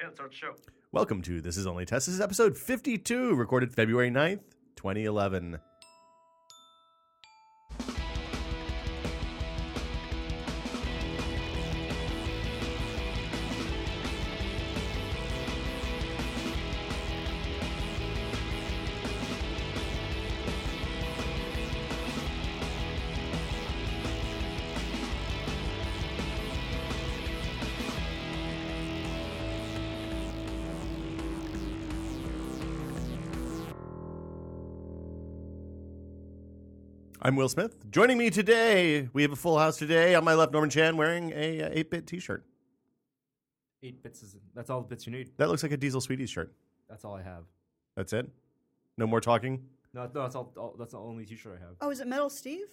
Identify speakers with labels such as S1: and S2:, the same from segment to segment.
S1: Yeah, let's start the show.
S2: Welcome to This Is Only Test. This is episode 52, recorded February 9th, 2011. I'm Will Smith. Joining me today, we have a full house today. On my left, Norman Chan wearing a uh, 8-bit t-shirt.
S3: Eight bits is that's all the bits you need.
S2: That looks like a Diesel Sweeties shirt.
S3: That's all I have.
S2: That's it? No more talking?
S3: No, no, that's all, all. That's the only T-shirt I have.
S4: Oh, is it Metal Steve?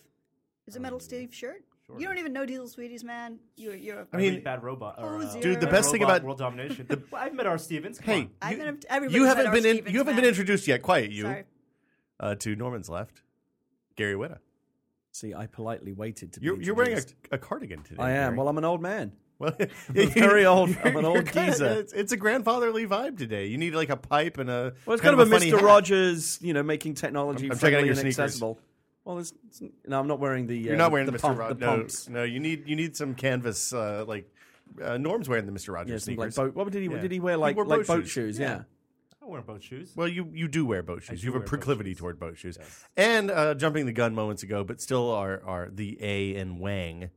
S4: Is it Metal Steve shirt? You don't even know Diesel Sweeties, man. You're you're. a-
S2: I mean,
S3: Bad Robot. Or,
S4: Oh,
S3: uh,
S4: Dude, the
S3: Bad
S2: best thing
S3: Robot,
S2: about-
S3: world domination. well, I've met our Stevens. Come
S2: hey,
S3: on.
S4: I've
S2: you,
S4: been everybody's
S2: you
S4: met
S2: haven't
S4: our
S2: been in,
S4: Stevens,
S2: you haven't been
S4: man.
S2: introduced yet. Quiet, you.
S4: Sorry.
S2: Uh, to Norman's left, Gary Witta.
S5: See, I politely waited to.
S2: You're,
S5: be
S2: you're wearing a,
S5: introduced.
S2: a cardigan today.
S5: I am.
S2: Gary.
S5: Well, I'm an old man.
S2: Well,
S5: very old-
S2: you're-
S5: I'm an
S2: you're
S5: old
S2: kinda-
S5: geezer.
S2: It's, it's a grandfatherly vibe today. You need like a pipe and a.
S5: Well, it's kind, of, a
S2: funny
S5: Mr.
S2: hat.
S5: Rogers, you know, making technology
S2: I'm- I'm checking out
S5: friendly
S2: your
S5: and
S2: sneakers.
S5: accessible. Well, it's, it's- no, I'm not wearing the. Uh,
S2: You're not wearing
S5: the,
S2: the Mr.
S5: pump-
S2: Rogers.
S5: the
S2: No,
S5: pumps.
S2: no, you need you need some canvas uh, like uh, Norm's wearing the Mr. Rogers
S5: Yeah, some, like
S2: sneakers.
S5: boat. What did he?
S2: Yeah.
S5: Did he wear like
S2: wore
S5: like boat shoes? Yeah.
S3: I wear both shoes.
S2: Well, you you do wear boat shoes.
S3: do
S2: You have a
S3: wear boat
S2: proclivity
S3: shoes.
S2: toward boat shoes. And uh, jumping the gun moments ago, but still are are the A and Wang. That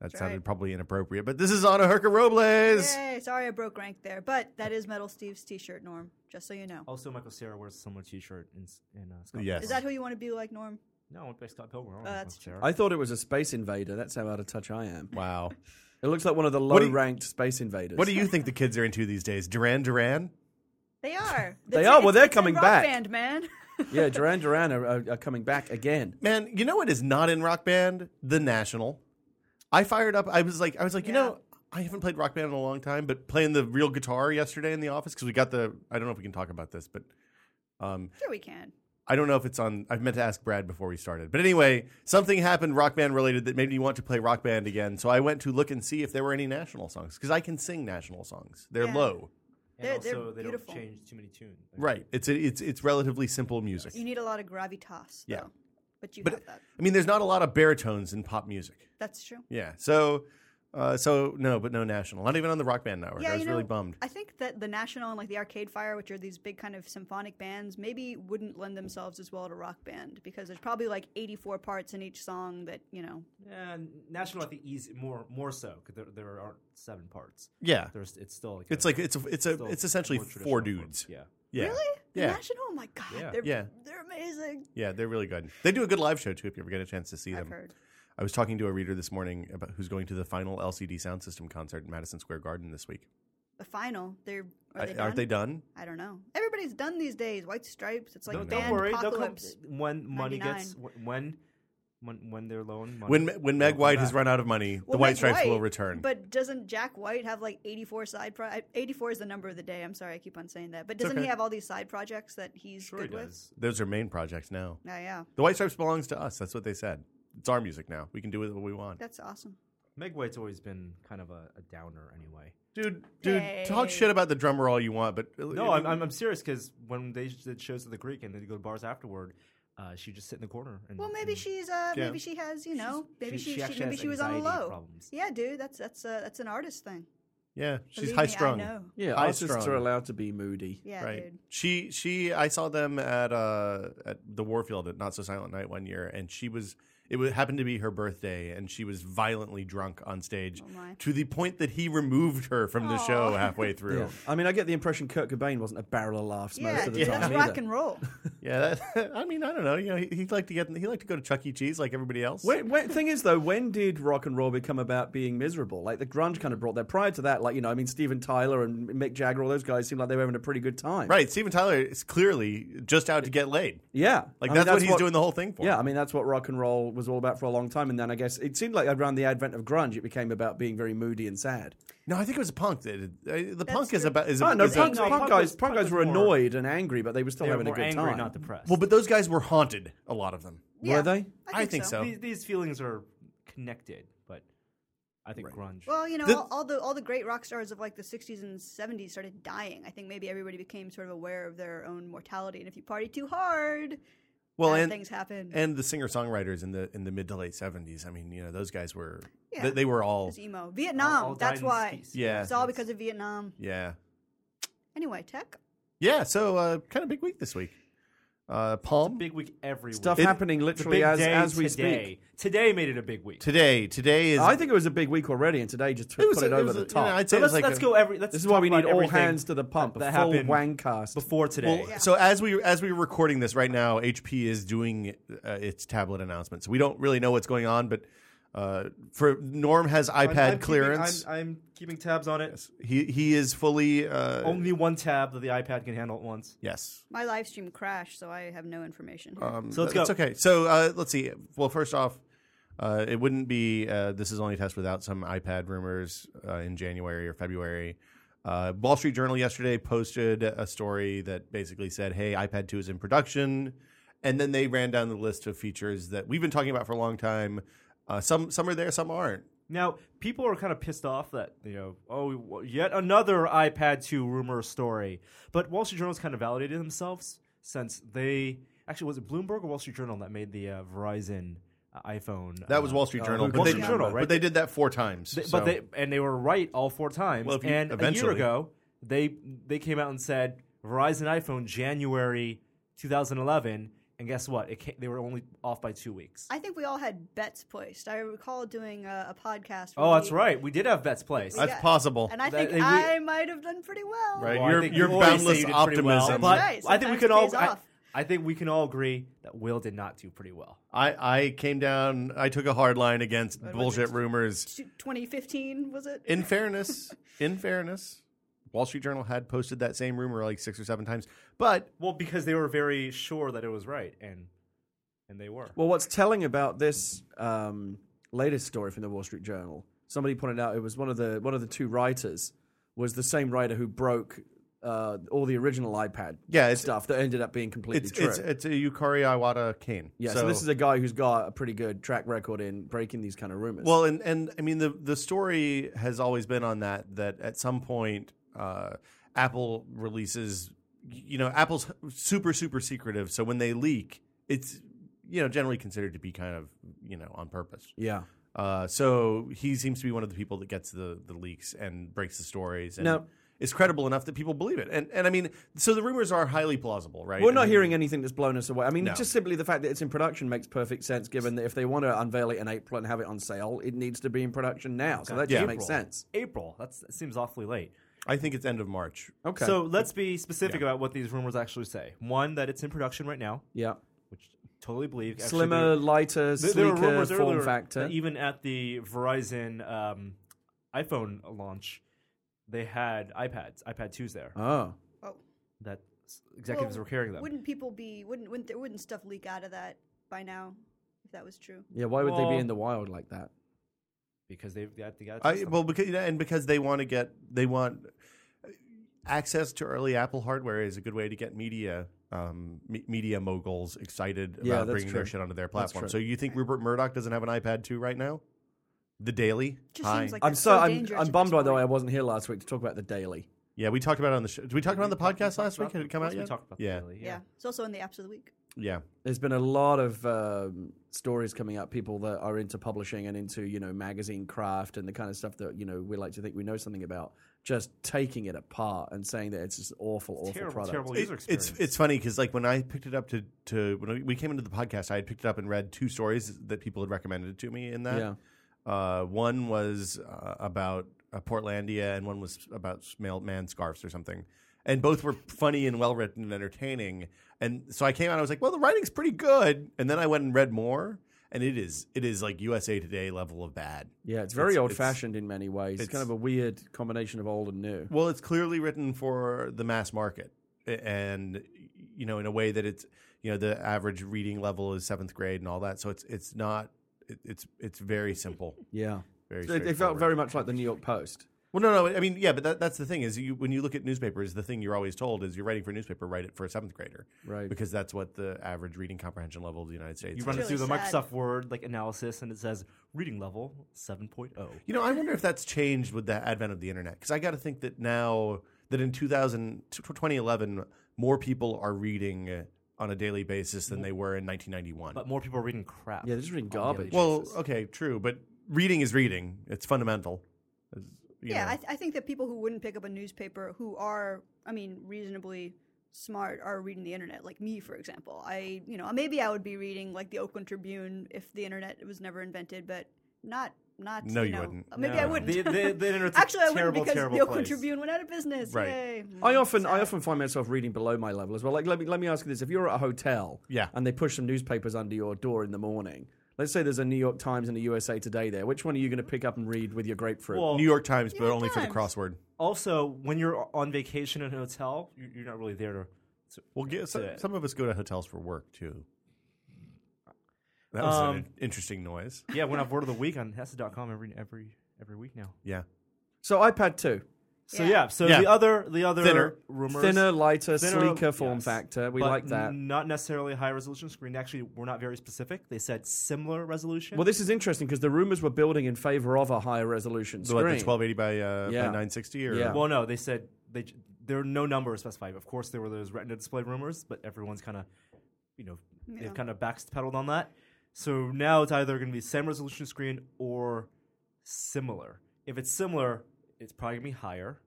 S4: That's
S2: sounded
S4: right.
S2: probably inappropriate, but this is Anna Herker Robles.
S4: Yay! Sorry, I broke rank there, but that is Metal Steve's T-shirt, Norm. Just so you know.
S3: also, Michael Cera wears a similar T-shirt in, s- in uh, Scott.
S2: Yes.
S4: Is that who you want to be like, Norm?
S3: No, I went by Scott Pilgrim. I don't
S4: Uh,
S3: know
S4: that's
S3: Michael Cera.
S5: I thought it was a space invader. That's how out of touch I am.
S2: Wow.
S5: It looks like one of the
S2: What do you-
S5: low-ranked space invaders.
S2: What do you think the kids are into these days? Duran Duran?
S4: They are.
S5: They
S4: It's-
S5: are. Well,
S4: it's-
S5: they're
S4: it's in
S5: coming
S4: rock
S5: back.
S4: Band, man.
S5: Yeah, Duran Duran are, are, are coming back again.
S2: Man, you know what is not in Rock Band? The National. I fired up. I was like, I was like, you
S4: Yeah.
S2: know, I haven't played Rock Band in a long time, but playing the real guitar yesterday in the office because we got the. I don't know if we can talk about this, but um,
S4: sure, we can.
S2: I don't know if it's on. I've meant to ask Brad before we started, but anyway, something happened Rock Band related that made me want to play Rock Band again. So I went to look and see if there were any national songs because I can sing national songs. They're
S4: Yeah.
S2: low,
S3: and
S4: they're-
S3: also,
S4: they're
S3: they
S4: beautiful.
S3: don't change too many tunes. Like,
S2: right? It's it's it's relatively simple music.
S4: You need a lot of gravitas.
S2: Yeah.
S4: though. But you
S2: But-
S4: have that.
S2: I mean, there's not a lot of baritones in pop music.
S4: That's true.
S2: Yeah. So, uh, so no, but no national. Not even on the Rock Band Network.
S4: Yeah,
S2: I was
S4: you know,
S2: really bummed.
S4: I think that the National and like the Arcade Fire, which are these big kind of symphonic bands, maybe wouldn't lend themselves as well to rock band because there's probably like 84 parts in each song that you know.
S3: And National, I think, easy more more so because there, there aren't seven parts.
S2: yeah.
S3: There's it's still like
S2: It's
S3: a-
S2: like it's a, it's a
S3: still
S2: it's essentially
S3: more
S2: four
S3: traditional
S2: dudes.
S3: form. Yeah.
S2: Yeah.
S4: Really? The
S2: Yeah.
S4: National? Oh my god,
S3: Yeah.
S4: they're
S2: Yeah.
S4: they're amazing.
S2: Yeah, they're really good. They do a good live show too. If you ever get a chance to see
S4: I've
S2: them,
S4: heard.
S2: I was talking to a reader this morning about who's going to the final LCD Sound System concert in Madison Square Garden this week.
S4: The final, they're are
S2: I-
S4: they
S2: Aren't
S4: done?
S2: they done?
S4: I don't know. Everybody's done these days. White stripes. It's like
S2: Don't-
S3: Don't,
S2: don't
S4: band
S3: worry. They'll come,
S4: apocalypse.
S3: when money gets
S4: 99.
S3: wh- when when when they're loan money,
S2: When when when
S3: they'll
S2: Meg
S3: come
S2: White has
S3: back.
S2: run out of money, the
S4: Well,
S2: White
S4: Meg
S2: Stripes will
S4: White,
S2: return.
S4: But doesn't Jack White have like 84 side pro- 84 is the number of the day. I'm sorry, I keep on saying that. But doesn't
S2: okay.
S4: he have all these side projects that he's
S3: Sure he
S4: good with?
S3: does.
S2: Those are main projects now.
S4: Yeah, yeah.
S2: The White Stripes belongs to us. That's what they said. It's our music now. We can do with it what we want.
S4: That's awesome.
S3: Meg White's always been kind of a, a downer anyway.
S2: Dude, dude, talk
S4: Hey.
S2: shit about the drummer all you want, but
S3: No, I'm, I'm, I'm serious because when they did shows at the Greek and they go to bars afterward, uh, she just sit in the corner. And,
S4: Well, maybe
S3: and
S4: she's uh
S2: Mm, Yeah.
S4: maybe she has, you know, maybe
S3: she-
S4: she,
S3: she
S4: she,
S3: actually
S4: maybe
S3: has
S4: she was on a
S3: anxiety
S4: low.
S3: problems.
S4: Yeah, dude, that's that's uh, that's an artist thing.
S2: yeah, she's
S4: Believe
S2: high
S4: me, I
S2: strung.
S4: know.
S5: Yeah,
S2: High
S5: artists
S2: strung.
S5: are allowed to be moody.
S4: Yeah,
S2: right.
S4: dude.
S2: She she I saw them at uh at the Warfield at Not So Silent Night one year and she was it wa- happened to be her birthday and she was violently drunk on stage
S4: Oh my.
S2: to the point that he removed her from the show
S4: Aw.
S2: halfway through.
S5: Yeah. I mean, I get the impression Kurt Cobain wasn't a barrel of laughs
S4: Yeah,
S5: most of the
S4: dude,
S5: time.
S4: that's
S5: either.
S4: rock and roll.
S2: Yeah, that, I mean, I don't know. You know, he, he'd like to get he like to go to Chuck E. Cheese like everybody else.
S5: When, when, thing is, though, when did rock and roll become about being miserable? Like the grunge kind of brought that. Prior to that, like you know, I mean, Steven Tyler and Mick Jagger, all those guys seemed like they were having a pretty good time.
S2: right? Steven Tyler is clearly just out to get laid.
S5: Yeah.
S2: Like
S5: I mean,
S2: that's, what he's doing the whole thing for.
S5: Yeah, I mean that's what rock and roll was all about for a long time, and then I guess it seemed like around the advent of grunge, it became about being very moody and sad. No,
S2: No, I think it was punk. That uh, the punk
S4: true.
S2: is about is,
S5: oh,
S2: about
S5: no,
S2: is a-
S5: punk,
S3: No,
S5: punk
S3: punk
S5: guys,
S3: was- punk
S5: punk guys were
S3: was more-
S5: annoyed and angry, but they were still
S3: They're
S5: having a
S3: more
S5: good
S3: angry,
S5: time.
S3: not depressed.
S2: well, but those guys were haunted. A lot of them.
S5: Were
S4: Yeah,
S5: they?
S2: I think so.
S3: these, these feelings are connected, but I think grunge.
S4: Well, you know,
S2: The-
S4: all, all the all the great rock stars of like the '60s and '70s started dying. I think maybe everybody became sort of aware of their own mortality, and if you party too hard,
S2: Well,
S4: bad
S2: and
S4: things happen.
S2: and the singer songwriters in the in the mid to late seventies. I mean, you know, those guys were
S4: Yeah.
S2: they, they were all
S4: It's emo. Vietnam.
S3: all died
S4: that's
S3: in
S4: why.
S3: skis.
S2: Yeah.
S4: It's all because of Vietnam.
S2: yeah
S4: Anyway, tech.
S2: yeah. So uh, kind of big week this week. Uh,
S3: It's a
S2: Palm
S3: big week every
S5: Stuff
S2: It-
S3: week.
S5: happening
S3: It's a
S5: literally
S3: big
S5: as,
S3: day
S5: as we
S3: today.
S5: speak.
S3: Today made it a big week.
S2: today today is
S5: I think it was a big week already, and today just
S2: was
S5: put it
S2: a-
S5: over
S2: was a-
S5: the
S2: you know,
S5: top.
S2: I'd say
S3: So
S2: it
S3: let's,
S2: was like
S3: let's
S2: a-
S3: go every. Let's
S5: this is
S3: talk
S5: why we
S3: about
S5: need all
S3: everything
S5: hands to the pump.
S3: that
S5: a full
S3: happened
S5: wangcast.
S3: before today.
S2: Well, so as we as we we're recording this right now, HP is doing uh, its tablet announcement. So we don't really know what's going on, but uh, for Norm has
S3: I'm- I'm
S2: iPad
S3: keeping-
S2: clearance.
S3: I'm, I'm keeping tabs on it.
S2: he he is fully uh,
S3: Only one tab that the iPad can handle at once.
S2: yes.
S4: My live stream crashed, so I have no information.
S2: Um,
S3: So let's
S2: that's
S3: go.
S2: okay. So uh, let's see. Well, first off, uh, it wouldn't be uh, this is only a test without some iPad rumors uh, in January or February. Uh, Wall Street Journal yesterday posted a story that basically said, "Hey, iPad 2 is in production," and then they ran down the list of features that we've been talking about for a long time. Uh, some some are there, some aren't.
S3: Now, people are kind of pissed off that, you know, oh, w- yet another iPad 2 rumor story. But Wall Street Journal's kind of validated themselves since they actually was it Bloomberg or Wall Street Journal that made the uh, Verizon uh, iPhone?
S2: That was
S3: uh,
S2: Wall Street
S5: uh,
S2: Journal,
S5: who
S2: but
S5: could
S2: they,
S5: remember? Journal,
S2: but
S3: right?
S2: they did that four times.
S3: They,
S2: so-
S3: But they and they were right all four times.
S2: Well, if you-
S3: and
S2: eventually.
S3: a year ago, they they came out and said Verizon iPhone January 2011, and guess what? It came, they were only off by two weeks.
S4: I think we all had bets placed. I recall doing a, a podcast. where
S3: oh, that's
S4: we-
S3: right. We did have Bets Place.
S2: that's
S4: Yeah.
S2: possible.
S4: And I
S3: That-
S4: think
S3: they- we-
S4: I might have done pretty well.
S2: Right.
S3: I
S2: Your-
S3: think
S2: your
S3: you always
S2: boundless
S3: say you did pretty well,
S2: optimism.
S3: but
S4: Right,
S3: I think we
S4: sometimes
S3: can
S4: pays
S3: all. I,
S4: off.
S3: I think we can all agree that Will did not do pretty well.
S2: I, I came down. I took a hard line against
S4: But was
S2: bullshit
S4: it-
S2: rumors.
S4: 2015 was it?
S2: In fairness, in fairness, Wall Street Journal had posted that same rumor like six or seven times, but
S3: Well, because they were very sure that it was right, and and they were.
S5: Well, what's telling about this um, latest story from the Wall Street Journal? Somebody pointed out it was one of the one of the two writers was the same writer who broke uh, all the original iPad
S2: Yeah, it's-
S5: stuff that ended up being completely
S2: it's
S5: true.
S2: it's, it's a Yukari Iwata Kane.
S5: yeah, so, this is a guy who's got a pretty good track record in breaking these kind of rumors.
S2: well, and and I mean the the story has always been on that that at some point uh, Apple releases, you know, Apple's super super secretive, so when they leak, it's you know generally considered to be kind of you know on purpose.
S5: yeah.
S2: Uh, so he seems to be one of the people that gets the, the leaks and breaks the stories and
S5: Now-
S2: is credible enough that people believe it. And and I mean, so the rumors are highly plausible, right?
S5: We're
S2: I
S5: not
S2: mean,
S5: hearing anything that's blown us away. I mean,
S2: No.
S5: just simply the fact that it's in production makes perfect sense, given that if they want to unveil it in April and have it on sale, it needs to be in production now. So that
S2: Yeah.
S5: just makes
S3: April.
S5: sense.
S3: April. That's, that seems awfully late.
S2: I think it's end of March.
S5: Okay.
S3: So let's be specific about what these rumors actually say. One, that it's in production right now,
S5: yeah.
S3: which totally believe. Actually,
S5: Slimmer, lighter,
S3: there,
S5: sleeker
S3: there were rumors
S5: form
S3: earlier
S5: factor.
S3: that even at the Verizon um, iPhone launch, they had iPads, iPad 2s there.
S5: Oh.
S4: oh.
S3: that s- executives
S4: Well,
S3: were carrying them.
S4: Wouldn't people be? Wouldn't wouldn't, there, wouldn't stuff leak out of that by now if that was true?
S5: Yeah, why would they be
S3: Well-
S5: in the wild like that?
S3: because they've got, they got to
S2: I, well, because and because they want to get they want access to early Apple hardware is a good way to get media um, me- media moguls excited
S5: Yeah,
S2: about
S5: that's
S2: bringing their
S5: true.
S2: shit onto their
S5: That's
S2: platform. So
S5: true.
S2: you think Rupert Murdoch doesn't have an iPad too right now? The Daily.
S4: Just
S2: Hi.
S4: seems like
S5: I'm
S4: that's
S5: so, I'm,
S4: dangerous
S5: I'm
S4: at
S5: bummed
S4: this
S5: by the way I
S4: point.
S5: wasn't here last week to talk about the daily.
S2: yeah, we talked about it on the show. Did we talk about it on the podcast last week? Did it come out
S3: We
S2: yet?
S3: talked about
S2: yeah,
S3: that earlier,
S4: Yeah. it's also in the apps of the week.
S2: yeah.
S5: There's been a lot of um, stories coming up, people that are into publishing and into you know magazine craft and the kind of stuff that you know we like to think we know something about, just taking it apart and saying that it's just awful, awful
S3: Terrible,
S5: product.
S3: terrible
S2: It-
S3: user experience.
S2: It's it's funny because like when I picked it up to to when we came into the podcast, I had picked it up and read two stories that people had recommended to me in that.
S5: Yeah.
S2: Uh, one was uh, about uh, Portlandia, and one was about male man scarves or something. And both were funny and well written and entertaining. And so I came out. I was like, "Well, the writing's pretty good." And then I went and read more, and it is it is like USA Today level of bad.
S5: Yeah, it's very
S2: It's-
S5: old
S2: it's-
S5: fashioned in many ways. It's
S2: it's-
S5: kind of a weird combination of old and new.
S2: Well, it's clearly written for the mass market, A- and you know, in a way that it's you know the average reading level is seventh grade and all that. So it's it's not it- it's it's very simple.
S5: Yeah,
S2: Very
S5: it, it felt
S2: straightforward.
S5: very much like the New York Post.
S2: Well, no, no. I mean, yeah, but that, that's the thing is you, when you look at newspapers, the thing you're always told is you're writing for a newspaper, write it for a seventh grader.
S5: Right.
S2: Because that's what the average reading comprehension level of the United States
S3: You
S2: is.
S3: run it
S4: really
S3: through the
S4: sad.
S3: Microsoft Word like analysis, and it says reading level oh, 7.0.
S2: You know, I wonder if that's changed with the advent of the internet. Because I got to think that now, that in 2000, t- 2011, more people are reading uh, on a daily basis than they were in 1991.
S3: But more people are reading crap. Oh,
S5: Yeah, they're just reading
S3: on a daily
S5: garbage.
S3: basis.
S2: well, okay, true. But reading is reading, it's fundamental. As- you
S4: yeah,
S2: know.
S4: I, th- I think that people who wouldn't pick up a newspaper, who are, I mean, reasonably smart, are reading the internet. Like me, for example. I, you know, maybe I would be reading like the Oakland Tribune if the internet was never invented, but not, not.
S2: No, you
S4: know, uh,
S2: wouldn't.
S4: Maybe I
S3: No.
S4: wouldn't.
S3: The, the, the internet's a
S4: Actually, I
S3: terrible,
S4: wouldn't because
S3: terrible
S4: the Oakland
S3: place.
S4: Tribune went out of business.
S2: Right.
S4: Yay.
S5: I often I
S4: Sad.
S5: often find myself reading below my level as well. Like let me let me ask you this: if you're at a hotel,
S2: Yeah.
S5: and they push some newspapers under your door in the morning. Let's say there's a New York Times and a USA Today there. Which one are you going to pick up and read with your grapefruit?
S3: Well,
S2: New York Times, but
S4: York
S2: only for the
S4: Times.
S2: crossword.
S3: also, when you're on vacation in a hotel, you- you're not really there to.
S2: Well, get, some,
S3: Yeah.
S2: some of us go to hotels for work too. That was
S3: Um,
S2: an interesting noise.
S3: Yeah, when I've word of the week on Hesed.com every every every week now.
S2: Yeah.
S5: so iPad two,
S3: So yeah,
S4: Yeah.
S3: so
S2: Yeah.
S3: the other the other
S2: Thinner.
S3: rumors
S5: thinner, lighter,
S3: Thinner,
S5: sleeker form
S3: yes.
S5: factor. We
S3: but
S5: like that.
S3: n- Not necessarily high resolution screen. Actually, we're not very specific. They said similar resolution.
S5: well, this is interesting because the rumors were building in favor of a higher resolution
S2: So
S5: screen.
S2: like the 1280 by, uh,
S5: Yeah.
S2: by 960 or
S5: Yeah.
S3: Well, no, they said they j- there are no numbers specified. Of course, there were those Retina display rumors, but everyone's kind of, you know,
S4: Yeah.
S3: they've kind of backpedaled on that. So now it's either going to be same resolution screen or similar. If it's similar, it's probably going to be higher.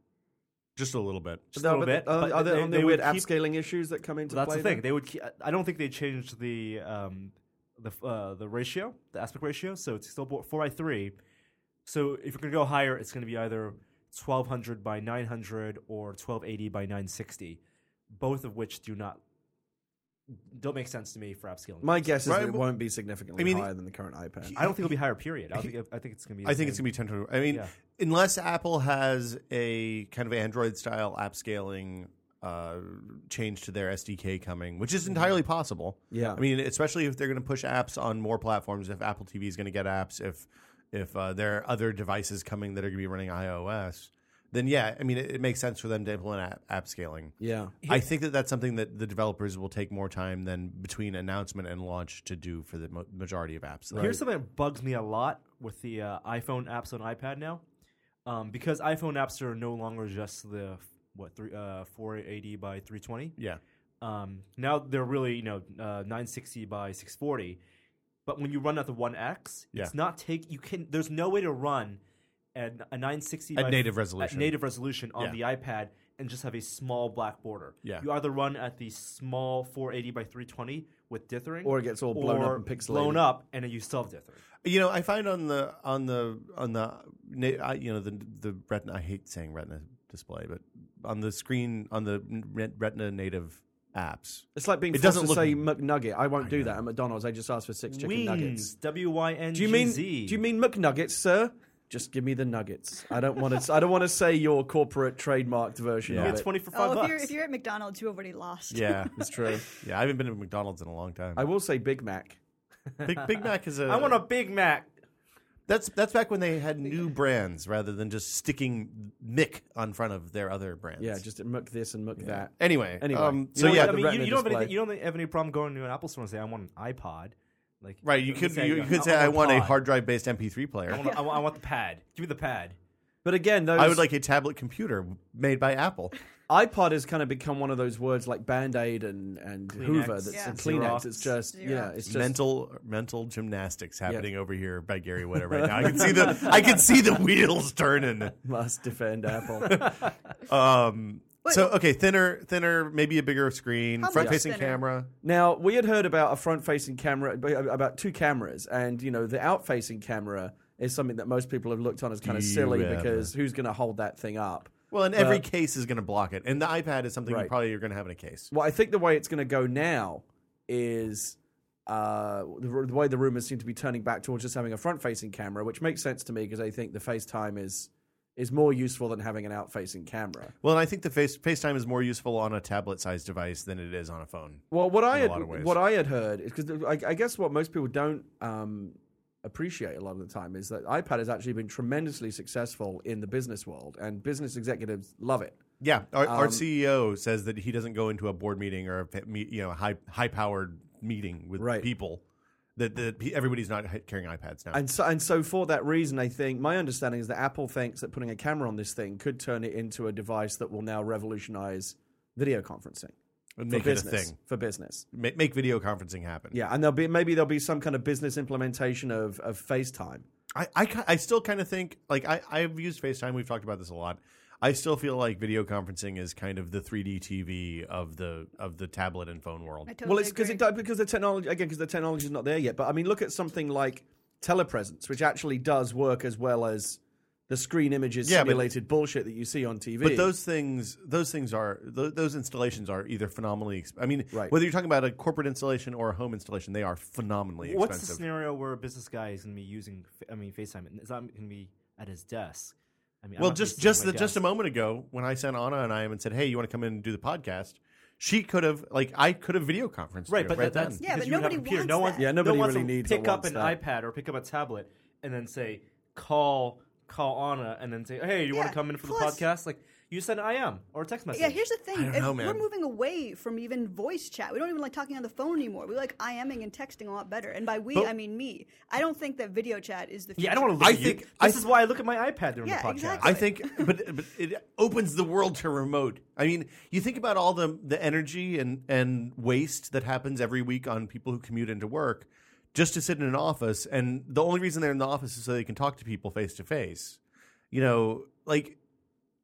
S2: just a little bit.
S3: Just a
S5: No,
S3: little
S5: but
S3: bit.
S5: Are,
S3: but
S5: are there,
S3: they-
S5: are
S3: they
S5: there weird
S3: would keep-
S5: upscaling issues that come into
S3: That's
S5: play?
S3: the thing. They would. Keep, I don't think they changed the um, the f- uh, the ratio, the aspect ratio. So it's still bo- four by three. So if you're gonna go higher, it's gonna be either twelve hundred by nine hundred or twelve eighty by nine sixty, both of which do not don't make sense to me for upscaling.
S5: My guess is
S2: Right,
S5: that it
S2: but-
S5: won't be significantly
S2: I mean,
S5: higher than the current iPad.
S3: I don't think it'll be higher. Period. I don't think. I think it's gonna be. the
S2: I think it's
S3: same.
S2: going to be 10 to. I mean,
S3: Yeah.
S2: unless Apple has a kind of Android style app scaling uh, change to their SDK coming, which
S3: Mm-hmm.
S2: is entirely possible.
S5: Yeah.
S2: I mean, especially if they're going to push apps on more platforms, if Apple TV is going to get apps, if if uh, there are other devices coming that are going to be running iOS, then yeah, I mean, it, it makes sense for them to implement app, app scaling.
S5: yeah.
S2: I think that that's something that the developers will take more time than between announcement and launch to do for the mo- majority of apps.
S3: Here's something that bugs me a lot with the uh, iPhone apps on iPad now, um, because iPhone apps are no longer just the what three uh, 480 by 320.
S2: yeah.
S3: Um, now they're really you know uh, 960 by 640. But when you run at the One X,
S2: Yeah.
S3: it's not take you can. There's no way to run an, a 960
S2: At
S3: by
S2: native resolution.
S3: at native resolution on the iPad and just have a small black border.
S2: Yeah.
S3: You either run at the small 480 by 320 with dithering,
S5: Or it gets all blown up
S3: or
S5: and pixelated.
S3: blown up, and then you still have dithering.
S2: You know, I find on the on the on the na- I- you know the the retina. I hate saying retina display, but on the screen on the re- retina native apps.
S5: It's like being
S2: It
S5: forced
S2: doesn't
S5: to
S2: look-
S5: say McNugget. I won't do that at McDonald's. I just asked for six chicken nuggets.
S3: Wings, W Y N
S5: Do you
S3: G
S5: mean
S3: Z.
S5: do you mean McNuggets, sir? Just give me the nuggets. I don't want to. I don't want to say your corporate trademarked version
S2: Yeah.
S5: of
S3: it's
S5: it.
S3: twenty for
S4: Oh,
S3: five
S4: if
S3: bucks?
S4: you're, if you're at McDonald's, you've already lost.
S2: Yeah,
S5: It's true.
S2: yeah. I haven't been to McDonald's in a long time.
S5: I will say Big Mac.
S2: Big, Big Mac is a.
S3: I want a Big Mac.
S2: That's that's back when they had new brands rather than just sticking Mick on front of their other brands.
S5: Yeah, just muck this and muck that.
S2: anyway.
S5: Anyway.
S2: um,
S5: You
S2: so
S5: know
S2: yeah,
S5: what,
S3: I
S5: the
S3: mean, you,
S5: Retina
S3: you don't have
S5: display.
S3: any, you don't have any problem going to an Apple store and saying I want an iPod. Like
S2: right. You could
S3: say,
S2: you,
S3: like,
S2: could say
S3: want
S2: I
S3: a
S2: want a
S3: pod.
S2: hard drive based MP3 player.
S3: I want, I want- I want the pad. Give me the pad.
S5: But again, those
S2: I would like a tablet computer made by Apple.
S5: iPod has kind of become one of those words like Band Aid and and Hoover. That's
S4: Yeah.
S5: and Kleenex.
S3: Xerox.
S5: It's just yeah. It's just
S2: mental mental gymnastics happening over here by Gary Witter right now. I can see the I can see the wheels turning.
S5: must defend Apple.
S2: Um,
S4: Wait.
S2: so okay, thinner, thinner, maybe a bigger screen,
S4: How much
S2: front facing
S4: thinner?
S2: camera.
S5: now we had heard about a front-facing camera, uh, about two cameras, and you know the out-facing camera is something that most people have looked on as kind of
S2: Do you
S5: silly
S2: ever?
S5: because who's going to hold that thing up?
S2: Well, and every case is going to block it, and the iPad is something
S5: Uh, Right.
S2: you probably you're going to have in a case.
S5: Well, I think the way it's going to go now is uh, the, the way the rumors seem to be turning back towards just having a front-facing camera, which makes sense to me because I think the FaceTime is is more useful than having an out-facing camera.
S2: Well, and I think the face FaceTime is more useful on a tablet sized device than it is on a phone.
S5: Well, what I
S2: a
S5: had,
S2: lot of ways.
S5: what I had heard is because I, I guess what most people don't um, appreciate a lot of the time is that iPad has actually been tremendously successful in the business world, and business executives love it.
S2: Yeah, our, our
S5: Um,
S2: CEO says that he doesn't go into a board meeting or a fa- me- you know high high powered meeting with
S5: Right.
S2: people. That that pe- everybody's not hi- carrying iPads now.
S5: And so, and so for that reason, I think my understanding is that Apple thinks that putting a camera on this thing could turn it into a device that will now revolutionize video conferencing
S2: And
S5: for
S2: make it a
S5: business.
S2: thing.
S5: For business,
S2: Make, make video conferencing happen.
S5: yeah, and there'll be maybe there'll be some kind of business implementation of of FaceTime.
S2: I, I, ki- I still kind of think like I, I've used FaceTime. We've talked about this a lot. I still feel like video conferencing is kind of the 3D TV of the of the tablet and phone world.
S4: I totally
S5: well, it's because
S4: agree.
S5: it di- because the technology again because the technology is not there yet. But I mean, look at something like telepresence, which actually does work as well as the screen images
S2: Yeah, but-
S5: simulated bullshit that you see on TV.
S2: But those things, those things are th- those installations are either phenomenally. Exp- I mean,
S5: Right.
S2: whether you're talking about a corporate installation or a home installation, they are phenomenally
S3: What's the
S2: expensive.
S3: scenario where a business guy is going to be using? Fa- I mean, FaceTime and it's not going to be at his desk. I mean, I'm
S2: well,
S3: not gonna
S2: just
S3: sit at
S2: just
S3: my
S2: the, just a
S3: desk.
S2: moment ago, when I sent Anna and I and said, "Hey, you want to come in and do the podcast?" She could have like I could have video conferenced
S3: Right,
S2: her
S3: but
S2: right
S3: that, that's
S2: then.
S4: Yeah,
S3: because
S4: but
S3: you would have a
S4: nobody
S3: computer.
S4: wants
S3: no one,
S4: that.
S5: Yeah,
S3: no
S5: nobody
S3: one wants
S5: really
S3: to
S5: needs or
S3: pick up
S5: wants
S3: an
S5: that.
S3: iPad or pick up a tablet and then say call call Anna and then say hey you want
S4: Yeah,
S3: to come in for
S4: plus-
S3: the podcast like you send I am or a text message.
S4: Yeah, here's the thing.
S2: I don't
S4: If
S2: know,
S4: We're
S2: man.
S4: moving away from even voice chat. We don't even like talking on the phone anymore. We like IMing and texting a lot better. And by we,
S2: But-
S4: I mean me. I don't think that video chat is the future.
S3: yeah I don't want to.
S2: I
S3: I you.
S2: think-
S3: this
S2: I
S3: is why I look at my iPad during
S4: Yeah,
S3: the podcast.
S4: exactly.
S2: I think, but, but it opens the world to remote. I mean, you think about all the the energy and and waste that happens every week on people who commute into work just to sit in an office, and the only reason they're in the office is so they can talk to people face to face. You know, like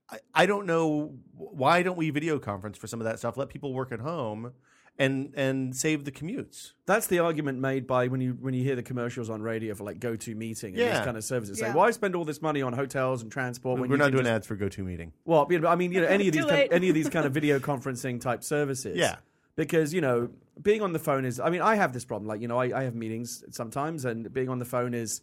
S2: I, I don't know why don't we video conference for some of that stuff? Let people work at home and and save the commutes.
S5: That's the argument made by when you when you hear the commercials on radio for like GoToMeeting and
S2: Yeah.
S5: these kind of services. Say,
S4: Yeah.
S5: why spend all this money on hotels and transport when
S2: We're
S5: you
S2: not
S5: can
S2: doing
S5: just,
S2: ads for GoToMeeting.
S5: Well, you know, I mean, you know, any of these
S4: Too
S5: kind
S4: late.
S5: any of these kind of video conferencing type services.
S2: Yeah.
S5: Because you know, being on the phone is. I mean, I have this problem. Like you know, I, I have meetings sometimes, and being on the phone is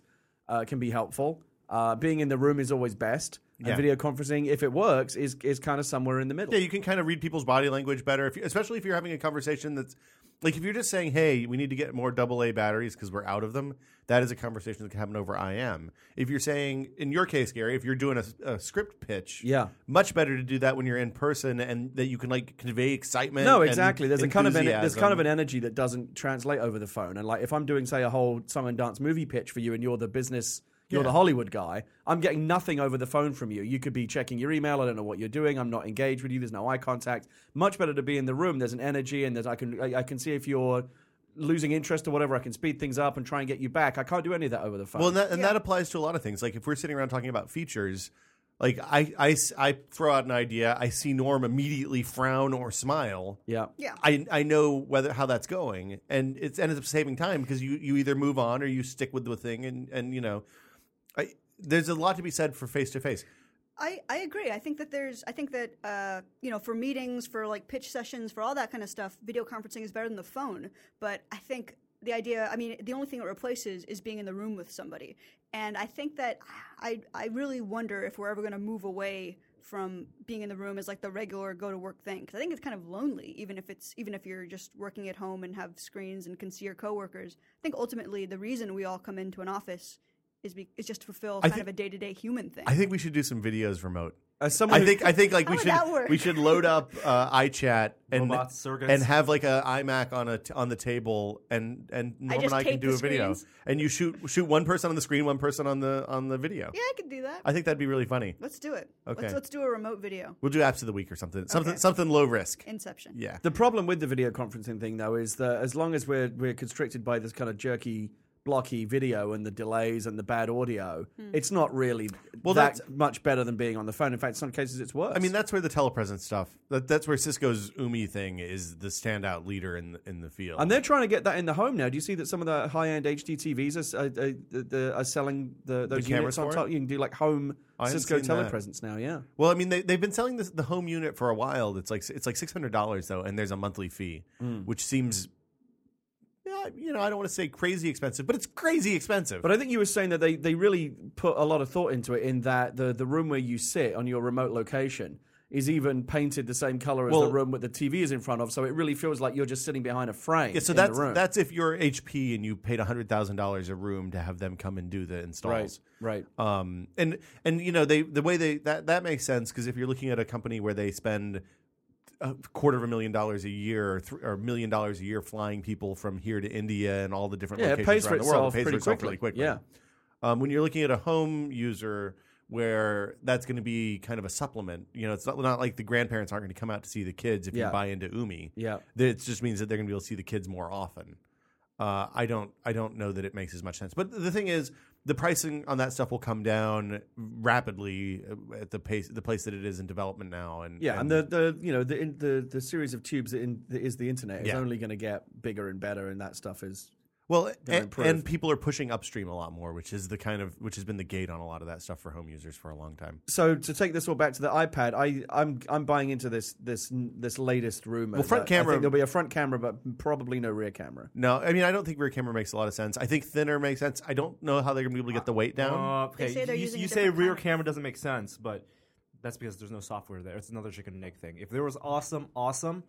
S5: uh, can be helpful. Uh, being in the room is always best.
S2: Yeah.
S5: And video conferencing, if it works, is is kind of somewhere in the middle.
S2: Yeah, you can kind of read people's body language better, if you, especially if you're having a conversation that's like if you're just saying, "Hey, we need to get more double A batteries because we're out of them." That is a conversation that can happen over IM. If you're saying, in your case, Gary, if you're doing a, a script pitch,
S5: Yeah.
S2: much better to do that when you're in person and that you can like convey excitement.
S5: No,
S2: and
S5: exactly. There's a kind of an, there's
S2: enthusiasm.
S5: kind of an energy that doesn't translate over the phone. And like if I'm doing say a whole song and dance movie pitch for you, and you're the business, you're
S2: Yeah.
S5: the Hollywood guy, I'm getting nothing over the phone from you. You could be checking your email. I don't know what you're doing. I'm not engaged with you. There's no eye contact. Much better to be in the room. There's an energy, and there's I can I, I can see if you're losing interest or whatever. I can speed things up and try and get you back. I can't do any of that over the phone.
S2: Well, and that, and that applies to a lot of things. Like if we're sitting around talking about features, like I, I s- I throw out an idea, I see Norm immediately frown or smile.
S5: yeah.
S4: Yeah.
S2: I I know whether how that's going, and it ends up saving time because you you either move on or you stick with the thing, and and you know, I, there's a lot to be said for face to face.
S4: I, I agree. I think that there's I think that uh, you know for meetings, for like pitch sessions, for all that kind of stuff, video conferencing is better than the phone. But I think the idea I mean the only thing it replaces is being in the room with somebody. And I think that I I really wonder if we're ever going to move away from being in the room as like the regular go to work thing because I think it's kind of lonely even if it's even if you're just working at home and have screens and can see your coworkers. I think ultimately the reason we all come into an office is be, is just to fulfill kind
S2: think-
S4: of a day to day human thing.
S2: I think we should do some videos remote.
S5: As someone
S2: I
S5: who-
S2: think I think like we
S4: How would
S2: should
S4: that work?
S2: we should load up uh, iChat and
S3: Robots, surrogates.
S2: and have like a iMac on a t- on the table and and Norm
S4: just
S2: and I can
S4: tape
S2: do
S4: the
S2: a video
S4: screens.
S2: and you shoot shoot one person on the screen, one person on the on the video.
S4: yeah, I could do that.
S2: I think that'd be really funny.
S4: Let's do it.
S2: Okay.
S4: Let's, let's do a remote video.
S2: We'll do apps of the week or something something
S4: Okay.
S2: something low risk.
S4: Inception.
S2: Yeah.
S5: The problem with the video conferencing thing, though, is that as long as we're we're constricted by this kind of jerky, blocky video and the delays and the bad audio, it's not really
S2: Well,
S5: that
S2: that's-
S5: much better than being on the phone. In fact, in some cases, it's worse.
S2: I mean, that's where the telepresence stuff. That, that's where Cisco's Umi thing is the standout leader in the, in the field.
S5: and they're trying to get that in the home now. Do you see that some of the high-end HDTVs are, are, are, the- are selling the,
S2: cameras
S5: those units on
S2: for it?
S5: top? You can do like home
S2: I haven't
S5: Cisco
S2: seen that.
S5: telepresence now. Yeah,
S2: well, I mean, they they've been selling this, the home unit for a while. It's like it's like six hundred dollars though, and there's a monthly fee,
S5: Mm.
S2: which seems, yeah, you know, I don't want to say crazy expensive, but it's crazy expensive.
S5: but I think you were saying that they they really put a lot of thought into it. In that the the room where you sit on your remote location is even painted the same color as
S2: Well-
S5: the room that the TV is in front of, so it really feels like you're just sitting behind a frame.
S2: Yeah, so
S5: in
S2: that's
S5: the room.
S2: that's if you're HP and you paid hundred thousand dollars a room to have them come and do the installs.
S5: right, right.
S2: um and and you know they the way they that that makes sense because if you're looking at a company where they spend a quarter of a million dollars a year or, th- or a million dollars a year flying people from here to India and all the different
S5: Yeah, it
S2: locations
S5: pays for
S2: around the world
S5: itself
S2: it pays
S5: pretty
S2: for itself
S5: quickly.
S2: really quickly
S5: Yeah.
S2: um, when you're looking at a home user where that's going to be kind of a supplement you know it's not, not like the grandparents aren't going to come out to see the kids if
S5: Yeah.
S2: you buy into umi
S5: Yeah.
S2: that it just means that they're going to be able to see the kids more often. Uh, I don't I don't know that it makes as much sense. But the thing is, the pricing on that stuff will come down rapidly uh, at the pace the place that it is in development now. And
S5: Yeah, and the, the you know the in, the the series of tubes that, in, that is the internet is
S2: Yeah.
S5: only going to get bigger and better, and that stuff is
S2: well, and,
S5: improve.
S2: and people are pushing upstream a lot more, which is the kind of which has been the gate on a lot of that stuff for home users for a long time.
S5: so to take this all back to the iPad, I I'm I'm buying into this this this latest rumor.
S2: Well, front
S5: that I think
S2: camera-
S5: there'll be a front camera, but probably no rear camera.
S2: No, I mean I don't think rear camera makes a lot of sense. I think thinner makes sense. I don't know how they're going to be able to get the weight down.
S3: Uh, okay,
S4: Um, They say they're
S3: you,
S4: using
S3: you
S4: a
S3: say
S4: different
S3: rear
S4: kind.
S3: camera doesn't make sense, but that's because there's no software there. It's another chicken and egg thing. If there was awesome, awesome,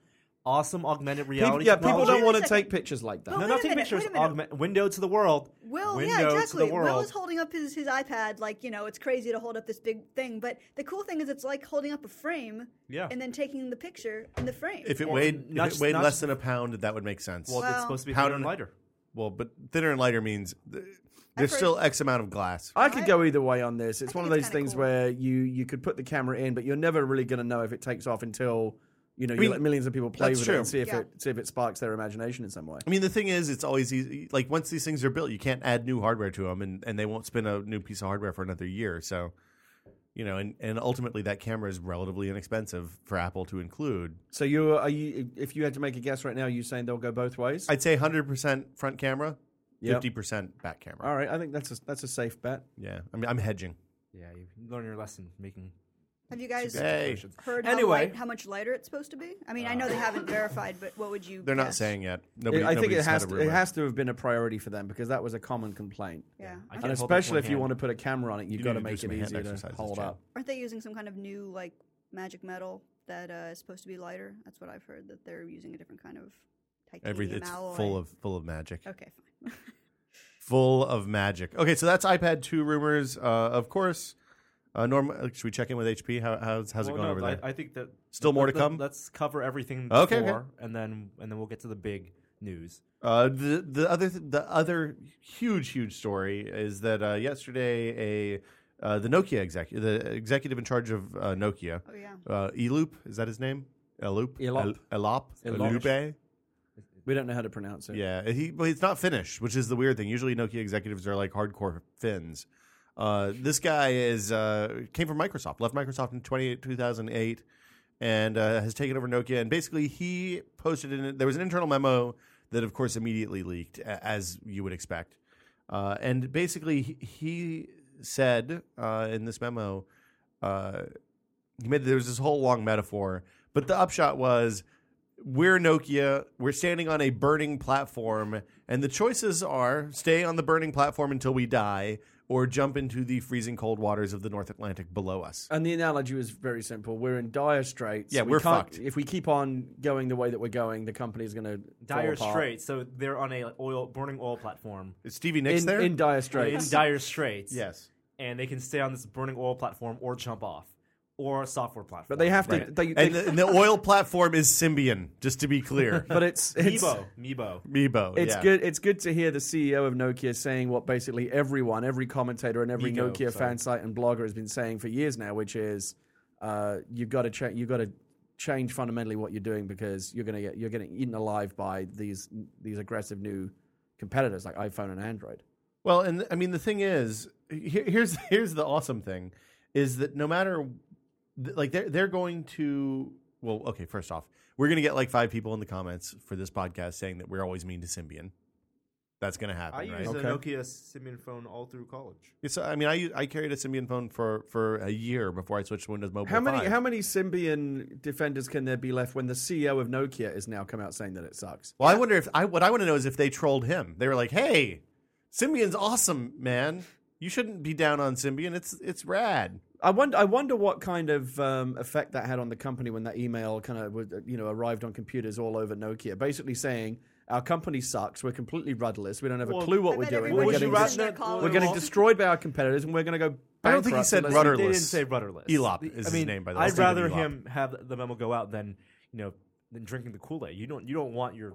S3: awesome augmented
S5: People,
S3: reality,
S5: yeah, people
S4: Well,
S5: don't
S4: wait a
S5: want to
S4: second.
S5: take pictures like that.
S3: No,
S4: Wait
S3: not
S4: a
S3: take
S4: minute,
S3: pictures.
S4: wait a minute.
S3: Augment, window to the world.
S4: Will,
S3: window
S4: yeah,
S3: To
S4: exactly.
S3: the world.
S4: Will is holding up his, his iPad, like, you know, it's crazy to hold up this big thing. But the cool thing is, it's like holding up a frame
S3: Yeah.
S4: and then taking the picture in the frame.
S2: If it
S3: Well,
S2: weighed
S3: not
S2: if
S3: just-
S2: it weighed
S3: not
S2: less
S3: just-
S2: than a pound, that would make sense.
S3: Well, it's
S4: Wow.
S3: supposed to be
S2: How
S3: powder
S2: do
S3: and
S2: they-
S3: lighter.
S2: Well, but thinner and lighter means th- there's
S4: heard-
S2: still X amount of glass.
S5: I could
S4: Right?
S5: go either way on this. It's
S4: I
S5: one of
S4: think
S5: those
S4: it's kinda
S5: things
S4: cool.
S5: where you you could put the camera in, but you're never really going to know if it takes off until you know you
S2: mean,
S5: let millions of people play
S2: that's
S5: with it
S2: true.
S5: and see if
S4: Yeah.
S5: it see if it sparks their imagination in some way.
S2: I mean, the thing is, it's always easy. Like once these things are built, you can't add new hardware to them, and, and they won't spin a new piece of hardware for another year. So, you know, and, and ultimately, that camera is relatively inexpensive for Apple to include.
S5: So you are you if you had to make a guess right now, you saying they'll go both ways?
S2: I'd say 100 percent front camera,
S5: Yep.
S2: 50 percent back camera.
S5: All right, I think that's a that's a safe bet.
S2: Yeah, I mean, I'm hedging.
S3: Yeah, you learn your lesson making.
S4: Have you guys
S2: Hey,
S4: heard how,
S3: Anyway.
S4: light, how much lighter it's supposed to be? I mean, I know they haven't verified, but what would you?
S2: Uh, they're not
S4: guess?
S2: saying yet. Nobody,
S5: I think
S2: nobody's
S5: it has
S2: had a
S5: to, it
S2: rumor.
S5: has to have been a priority for them because that was a common complaint.
S4: Yeah.
S3: I
S5: And
S3: can't hold up
S5: especially
S3: one
S5: if you
S3: hand.
S5: want to put a camera on it, you've
S2: You need
S5: got to
S2: to do
S5: make
S2: some
S5: it
S2: hand
S5: easier to
S2: exercises,
S5: hold
S2: Chad.
S5: up.
S4: Aren't they using some kind of new like magic metal that uh, is supposed to be lighter? That's what I've heard. That they're using a different kind of titanium
S2: Every, it's
S4: alloy.
S2: full of full of magic.
S4: Okay, fine.
S2: full of magic. Okay, so that's iPad 2 rumors. Uh, of course, uh, Norm, uh, should we check in with HP? How, how's how's it
S3: Well,
S2: going
S3: no,
S2: over
S3: I,
S2: there?
S3: I think that
S2: Still more to
S3: let- let-
S2: come?
S3: Let's cover everything before,
S2: Okay, okay.
S3: and then and then we'll get to the big news.
S2: Uh, the the other th- the other huge huge story is that uh, yesterday a uh, the Nokia exec the executive in charge of uh, Nokia
S4: Oh yeah.
S2: uh, Eloop is that his name Eloop
S5: Elop.
S2: El- Elop
S5: Elop.
S2: Eloop
S5: We don't know how to pronounce it.
S2: yeah he but it's not Finnish which is the weird thing usually Nokia executives are like hardcore Finns uh, this guy is uh, came from Microsoft left Microsoft in 20, 2008 and uh, has taken over Nokia. And basically, he posted in there was an internal memo that, of course, immediately leaked, a- as you would expect. Uh, and basically, he, he said uh, in this memo, uh, he made there was this whole long metaphor, but the upshot was. We're Nokia. We're standing on a burning platform, and the choices are stay on the burning platform until we die, or jump into the freezing cold waters of the North Atlantic below us.
S5: And the analogy was very simple. We're in dire straits.
S2: Yeah,
S5: we
S2: we're
S5: can't-
S2: fucked.
S5: If we keep on going the way that we're going, the company's going to
S3: Dire
S5: fall apart.
S3: Straits. So they're on a oil burning oil platform.
S2: Is Stevie Nicks
S5: In,
S2: there?
S5: in dire
S3: in
S5: straits.
S3: dire straits.
S2: yes.
S3: And they can stay on this burning oil platform or jump off or a software platform.
S5: But they have to.
S2: Right.
S5: They, they,
S2: and, the, and the oil platform is Symbian, just to be clear.
S5: but it's it's
S3: Meebo. Meebo.
S2: Meebo.
S5: it's
S2: yeah.
S5: good. It's good to hear the CEO of Nokia saying what basically everyone, every commentator, and every
S2: Nico, sorry.
S5: Nokia fan site and blogger has been saying for years now, which is, uh, you've got to cha- you've got to change fundamentally what you're doing because you're gonna get you're getting eaten alive by these these aggressive new competitors like iPhone and Android.
S2: Well, and I mean the thing is, here, here's here's the awesome thing, is that no matter, th- like they're they're going to. Well, okay. First off, we're gonna get like five people in the comments for this podcast saying that we're always mean to Symbian. That's gonna happen.
S3: I
S2: right?
S3: used
S5: Okay.
S3: a Nokia Symbian phone all through college.
S2: It's- I mean, I u- I carried a Symbian phone for for a year before I switched to Windows Mobile.
S5: How many
S2: 5.
S5: how many Symbian defenders can there be left when the CEO of Nokia has now come out saying that it sucks?
S2: Well, I wonder if I what I want to know is if they trolled him. They were like, "Hey, Symbian's awesome, man. you shouldn't be down on Symbian. It's it's rad.
S5: I wonder. I wonder what kind of um, effect that had on the company when that email kind of you know arrived on computers all over Nokia, basically saying our company sucks. We're completely rudderless. We don't have
S3: Well,
S5: a clue
S4: I
S5: what we're
S4: bet
S5: doing.
S4: everyone
S5: We're
S4: was
S5: getting,
S4: in
S3: just-
S4: their
S3: we're
S4: collar
S5: we're getting
S4: wall.
S5: destroyed by our competiters, and we're going to go.
S2: I don't think he
S5: bankrupt
S2: said
S5: unless-
S2: rudderless.
S3: They didn't say rudderless.
S2: Elop
S3: I
S2: is his
S3: mean,
S2: name, by the way.
S3: I'd
S2: Stephen
S3: rather
S2: Elop.
S3: him have the memo go out than you know than drinking the Kool Aid. You don't you don't want your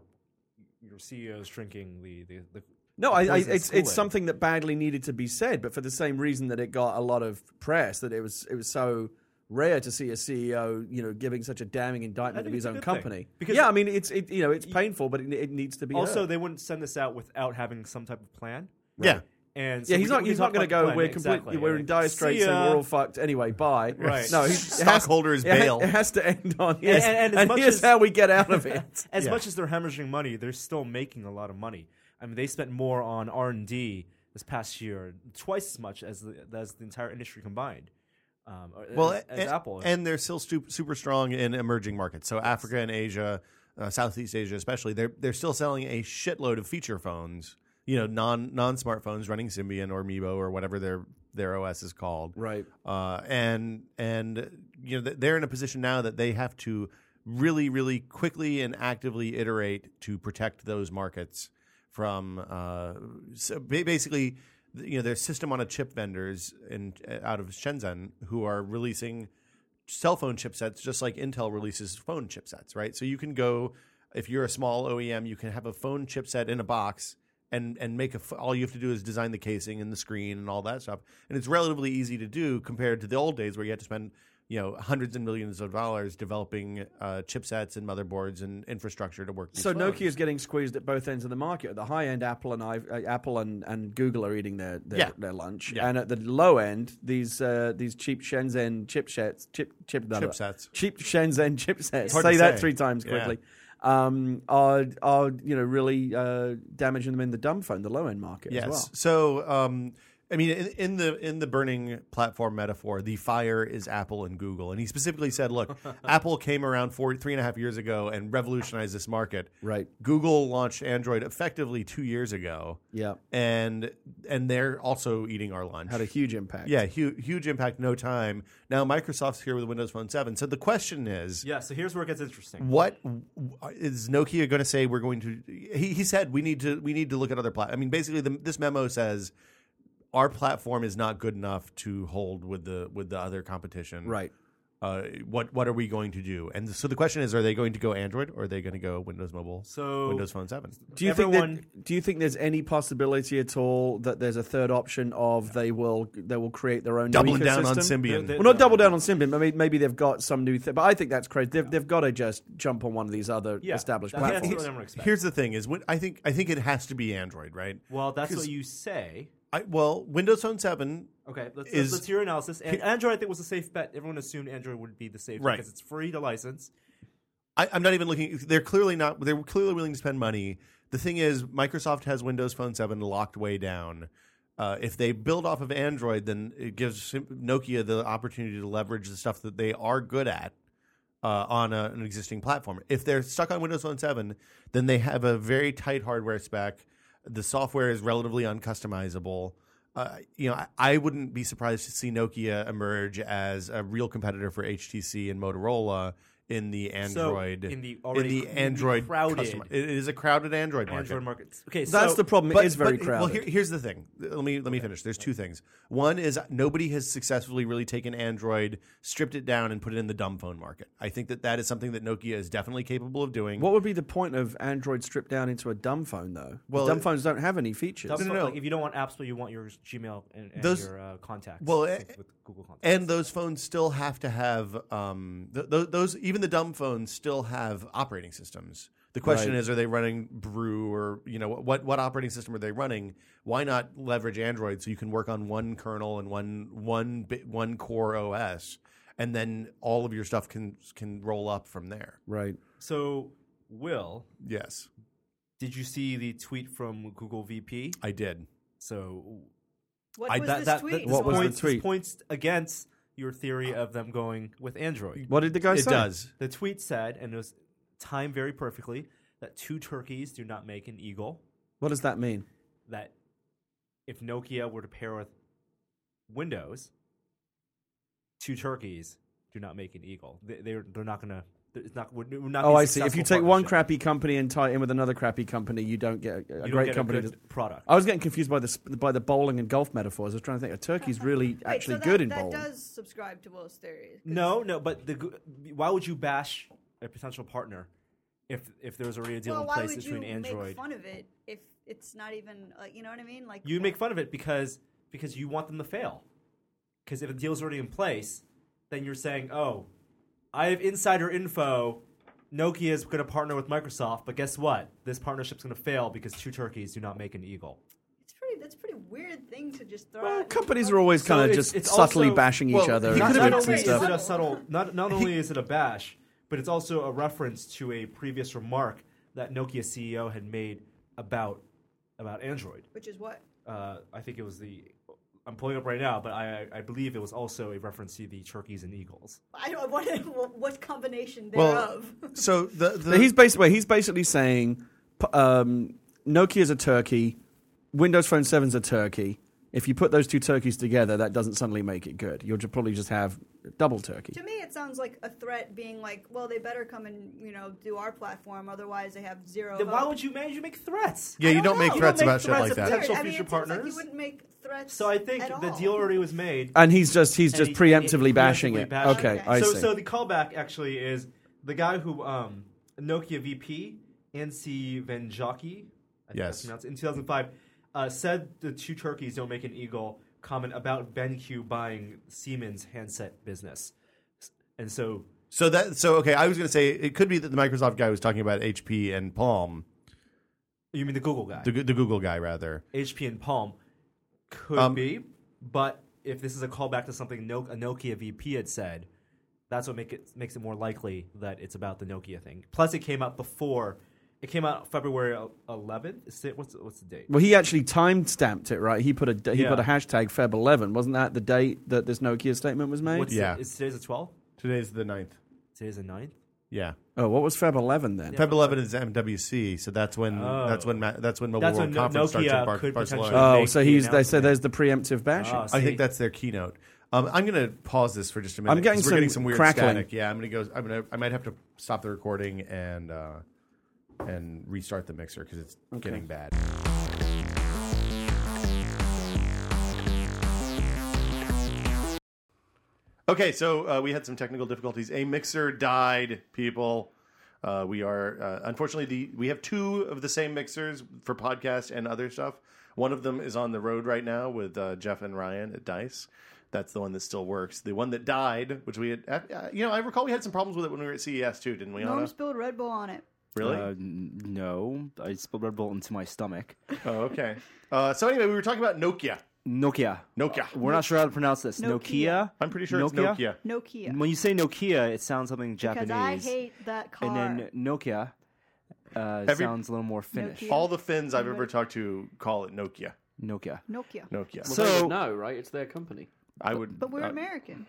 S3: your CEOs drinking the the. the
S5: No,
S3: the
S5: I, I,
S3: poisonous
S5: it's
S3: Kool-Aid.
S5: it's something that badly needed to be said, but for the same reason that it got a lot of press, that it was it was so rare to see a CEO, you know, giving such a damning
S3: I
S5: indictment of
S3: think
S5: his
S3: it's a
S5: own
S3: good thing,
S5: company.
S3: because-
S5: yeah, I mean, it's it you know it's painful, but it, it needs to be
S3: Also,
S5: heard.
S3: they wouldn't send this out without having some type of plan.
S2: Yeah.
S3: And so
S5: yeah,
S3: we
S5: he's
S3: can-
S5: not
S3: we
S5: he's
S3: can
S5: not
S3: talk
S5: going to
S3: about the
S5: go.
S3: plan.
S5: We're
S3: Exactly,
S5: completely we're
S3: yeah.
S5: in dire straits
S3: See
S5: and
S3: ya.
S5: we're all fucked anyway. Bye.
S3: Right.
S5: No, he, it has-
S2: Stockholders
S5: it ha-
S2: bail.
S5: It has to end on yes.
S3: and-
S5: And,
S3: and as much
S5: here's
S3: as-
S5: how we get out of it.
S3: as
S2: Yeah.
S3: much as they're hemorrhaging money, they're still making a lot of money. I mean, they spent more on R and D this past year, twice as much as the, as the entire industry combined. Um, or
S2: Well,
S3: as, as
S2: and,
S3: Apple,
S2: and they're still stu- super strong in emerging markets. So Africa and Asia, uh, Southeast Asia especially, they're they're still selling a shitload of feature phones. You know, non non smartphones running Symbian or Meebo or whatever their their OS is called.
S5: Right.
S2: Uh, and and you know th- they're in a position now that they have to really really quickly and actively iterate to protect those markets from uh, so ba- basically th- you know there's system on a chip vendors in uh, out of Shenzhen who are releasing cell phone chipsets just like Intel releases phone chipsets, right? So you can go if you're a small OEM, you can have a phone chipset in a box and and make a ph- all you have to do is design the casing and the screen and all that stuff. And it's relatively easy to do compared to the old days where you had to spend you know hundreds and millions of dollars developing uh, chipsets and motherboards and infrastructure to work. These
S5: So
S2: phones.
S5: Nokia is getting squeezed at both ends of the market. At the high end, Apple and I, uh, Apple and, and Google are eating their their,
S2: Yeah.
S5: their lunch,
S2: Yeah.
S5: and at the low end, these uh, these cheap Shenzhen chipsets, chip chip no, no.
S2: Chipsets.
S5: cheap Shenzhen chipsets.
S2: hard
S5: Say
S2: to
S5: that
S2: say.
S5: three times
S2: Yeah.
S5: quickly. Um, are are you know really uh, damaging them in the dumb phone, the low end market
S2: Yes.
S5: as well?
S2: So, um, I mean, in, in the in the burning platform metaphor, the fire is Apple and Google, and he specifically said, "Look, Apple came around four, three and a half years ago and revolutionized this market.
S5: Right.
S2: Google launched Android effectively two years ago.
S5: Yeah.
S2: and and they're also eating our lunch.
S5: Had a huge impact.
S2: yeah, huge, huge impact. No time. Now Microsoft's here with Windows Phone Seven. So the question is,
S3: yeah. So here's where it gets interesting.
S2: what is Nokia going to say? We're going to. He, he said we need to we need to look at other plat. I mean, basically, the, this memo says our platform is not good enough to hold with the with the other competition.
S5: Right.
S2: Uh, what what are we going to do? And so the question is, are they going to go Android or are they going to go Windows Mobile?
S3: So-
S2: Windows Phone Seven.
S5: Do you
S3: Everyone-
S5: think that, do you think there's any possibility at all that there's a third option of they will they will create their own
S2: Doubling down on
S5: ecosystem?
S2: Symbian.
S3: They- they-
S5: Well, not double down on Symbian, but may- maybe they've got some new thing. But I think that's crazy. They've, they've got to just jump on one of these other
S3: Yeah,
S5: established
S3: I think that's
S5: platforms.
S3: what everyone expects.
S2: Here's the thing: is when, I think I think it has to be Android, right?
S3: Well, that's what
S2: 'Cause
S3: you say.
S2: I, well, Windows Phone Seven
S3: Okay, let's,
S2: Is-
S3: let's hear your analysis. And Android, I think, was a safe bet. Everyone assumed Android would be the safe
S2: Right.
S3: because it's free to license.
S2: I, I'm not even looking. They're clearly not. They're clearly willing to spend money. The thing is, Microsoft has Windows Phone 7 locked way down. Uh, if they build off of Android, then it gives Sim- Nokia the opportunity to leverage the stuff that they are good at uh, on a, an existing platform. If they're stuck on Windows Phone 7, then they have a very tight hardware spec. The software is relatively uncustomizable. Uh, you know, I, I wouldn't be surprised to see Nokia emerge as a real competitor for HTC and Motorola in the Android
S3: in the already
S2: in the
S3: cr-
S2: Android
S3: crowded-
S2: customer- It is a crowded Android market.
S3: Android markets. Okay,
S5: that's
S3: so,
S5: the problem. it is very crowded.
S2: Well, here, here's the thing. Let me let me finish. There's two things. One is nobody has successfully really taken Android, stripped it down, and put it in the dumb phone market. I think that that is something that Nokia is definitely capable of doing.
S5: what would be the point of Android stripped down into a dumb phone, though?
S2: Well,
S5: Well, dumb
S2: it-
S5: phones don't have any features.
S3: Dumb
S2: no,
S3: phone-
S2: no.
S3: Like, if you don't want apps, but you want your Gmail and, and
S2: Those-
S3: your uh, contacts.
S2: Well,
S3: with,
S2: eh,
S3: with Google contacts.
S2: and those phones still have to have um, th- th- those. Even the dumb phones still have operating systems. The question
S5: Right.
S2: is, are they running Brew or you know what what operating system are they running? Why not leverage Android so you can work on one kernel and one one bit, one core OS, and then all of your stuff can can roll up from there.
S5: right.
S3: eh, so, Will,
S2: Yes,
S3: did you see the tweet from Google VP?
S2: I did.
S3: So,
S4: What
S2: I-
S4: was
S3: that,
S4: this
S3: that,
S4: tweet?
S3: this
S5: What was the
S3: points, this
S5: tweet?
S3: points against your theory of them going with Android.
S5: What did the guy
S2: it
S5: say?
S2: does.
S3: The tweet said, and it was timed very perfectly, that two turkeys do not make an eagle.
S5: What does that mean?
S3: That if Nokia were to pair with Windows, two turkeys do not make an eagle. They, they're they're not gonna. It's not. Would, would not
S5: Oh,
S3: be a
S5: I see. If you
S3: successful
S5: take one
S3: partnership.
S5: crappy company and tie it in with another crappy company, you don't get a, a
S3: You don't
S5: great
S3: get a
S5: company.
S3: good
S5: to-
S3: product.
S5: I was getting confused by the sp- by the bowling and golf metaphors. I was trying to think. A turkey's really actually
S4: Wait, so
S5: good
S4: that,
S5: in
S4: that
S5: bowling.
S4: does subscribe to Will's theory. 'cause
S3: No, no, but the g- why would you bash a potential partner if if there was already a deal
S4: Well,
S3: in
S4: why
S3: place
S4: would you
S3: between Android?
S4: make fun of it if it's not even like you know what I mean? Like
S3: you make fun of it because because you want them to fail. Because if a deal's already in place, then you're saying, "Oh, I have insider info. Nokia is going to partner with Microsoft, but guess what? This partnership's going to fail because two turkeys do not make an eagle."
S4: It's pretty. That's a pretty weird thing to just throw.
S5: Well,
S4: out.
S5: Uh, companies are always
S3: So
S5: kind of
S3: it's-
S5: just
S3: it's
S5: subtly
S3: also-
S5: bashing each
S2: well,
S5: other.
S2: he
S5: and
S3: Not,
S2: could've
S3: not
S5: tweets
S2: been
S5: and
S3: only is
S5: stuff.
S3: it a subtle, not not only is it a bash, but it's also a reference to a previous remark that Nokia CEO had made about about Android.
S4: which is what
S3: uh, I think it was the. I'm pulling up right now, but I, I believe it was also a reference to the turkeys and eagles.
S4: I don't. What what combination
S2: Well,
S4: thereof?
S2: so the, the
S5: But he's basically he's basically saying p- um, Nokia's a turkey, Windows Phone 7's a turkey. If you put those two turkeys together, that doesn't suddenly make it good. You'll ju- probably just have double turkey.
S4: to me, it sounds like a threat being like, well, they better come and you know do our platform, otherwise they have zero.
S3: Then why
S4: hope.
S3: would you make you make threats?
S2: yeah, you
S4: I
S2: don't
S4: don't
S2: make
S4: know. You
S2: threats
S3: don't
S2: about
S3: make
S2: shit like
S3: threats
S4: Weird.
S3: about
S2: that.
S3: potential
S4: I mean,
S3: future
S4: it seems like
S3: partners?
S4: you wouldn't make threats.
S3: So I think
S4: at
S3: the
S4: all.
S3: deal already was made.
S5: And he's just he's
S3: and
S5: just
S3: he- he-
S5: preemptively
S3: he
S5: bashing
S3: preemptively
S5: it.
S3: bashed
S5: Okay,
S4: Okay.
S5: I
S3: so
S5: see.
S3: so the callback actually is the guy who um, Nokia VP NC Venjaki, I think
S2: Yes.
S3: that's pronounced in 2005, uh, said the two turkeys don't make an eagle comment about BenQ buying Siemens handset business, and so
S2: So that so okay, I was going to say it could be that the Microsoft guy was talking about HP and Palm,
S3: you mean the Google guy?
S2: the, the Google guy rather.
S3: HP and Palm could
S2: Um,
S3: be, but if this is a callback to something no- a Nokia VP had said, that's what make it makes it more likely that it's about the Nokia thing. Plus, it came out before. It came out February el- 11th. Is it- What's what's the date?
S5: well, he actually time stamped it right. He put a d- he
S3: Yeah.
S5: put a hashtag Feb 11. Wasn't that the date that this Nokia statement was made?
S3: What's
S2: Yeah.
S3: the, is today's the 12th?
S2: Today's the 9th.
S3: Today's the 9th?
S2: Yeah.
S5: oh, what was Feb 11 then?
S2: Feb 11 is MWC, so that's when
S3: Oh.
S2: that's when ma- that's when Mobile
S3: That's
S2: World
S3: when
S2: Conference
S3: Nokia
S2: starts in Bar-
S3: could
S2: Barcelona. Uh,
S3: potentially-
S5: Oh,
S3: Make
S5: so
S3: the
S5: he's they so
S3: announcement.
S5: there's the preemptive bashing.
S3: Ah,
S2: I
S3: see.
S2: think that's their keynote. Um, I'm going to pause this for just a minute.
S5: I'm getting
S2: 'cause we're
S5: some
S2: getting some weird
S5: crackling.
S2: static. Yeah, I'm going to go. I'm going to. I might have to stop the recording and uh, and restart the mixer because it's getting bad. Okay, so uh, we had some technical difficulties. A mixer died, people. Uh, we are uh, unfortunately the we have two of the same mixers for podcast and other stuff. One of them is on the road right now with uh, Jeff and Ryan at Dice. That's the one that still works. The one that died, which we had, uh, you know, I recall we had some problems with it when we were at CES too, didn't we?
S4: Norm
S2: Anna?
S4: spilled Red Bull on it.
S2: Really?
S6: Uh, n- no, I spilled Red Bull into my stomach.
S2: oh, okay. Uh, so anyway, we were talking about Nokia.
S6: Nokia.
S2: Nokia.
S6: Uh, We're not sure how to pronounce this.
S4: Nokia.
S6: Nokia.
S2: I'm pretty sure
S6: Nokia?
S2: it's Nokia.
S4: Nokia.
S6: When you say Nokia, it sounds something
S4: because
S6: Japanese.
S4: I hate that car.
S6: and then Nokia uh,
S2: Every-
S6: sounds a little more Finnish.
S4: Nokia.
S2: All the Finns I've ever talked to call it Nokia.
S6: Nokia.
S4: Nokia.
S2: Nokia.
S6: So
S5: no, right? It's their company.
S2: I would.
S4: But we're
S2: uh,
S4: American.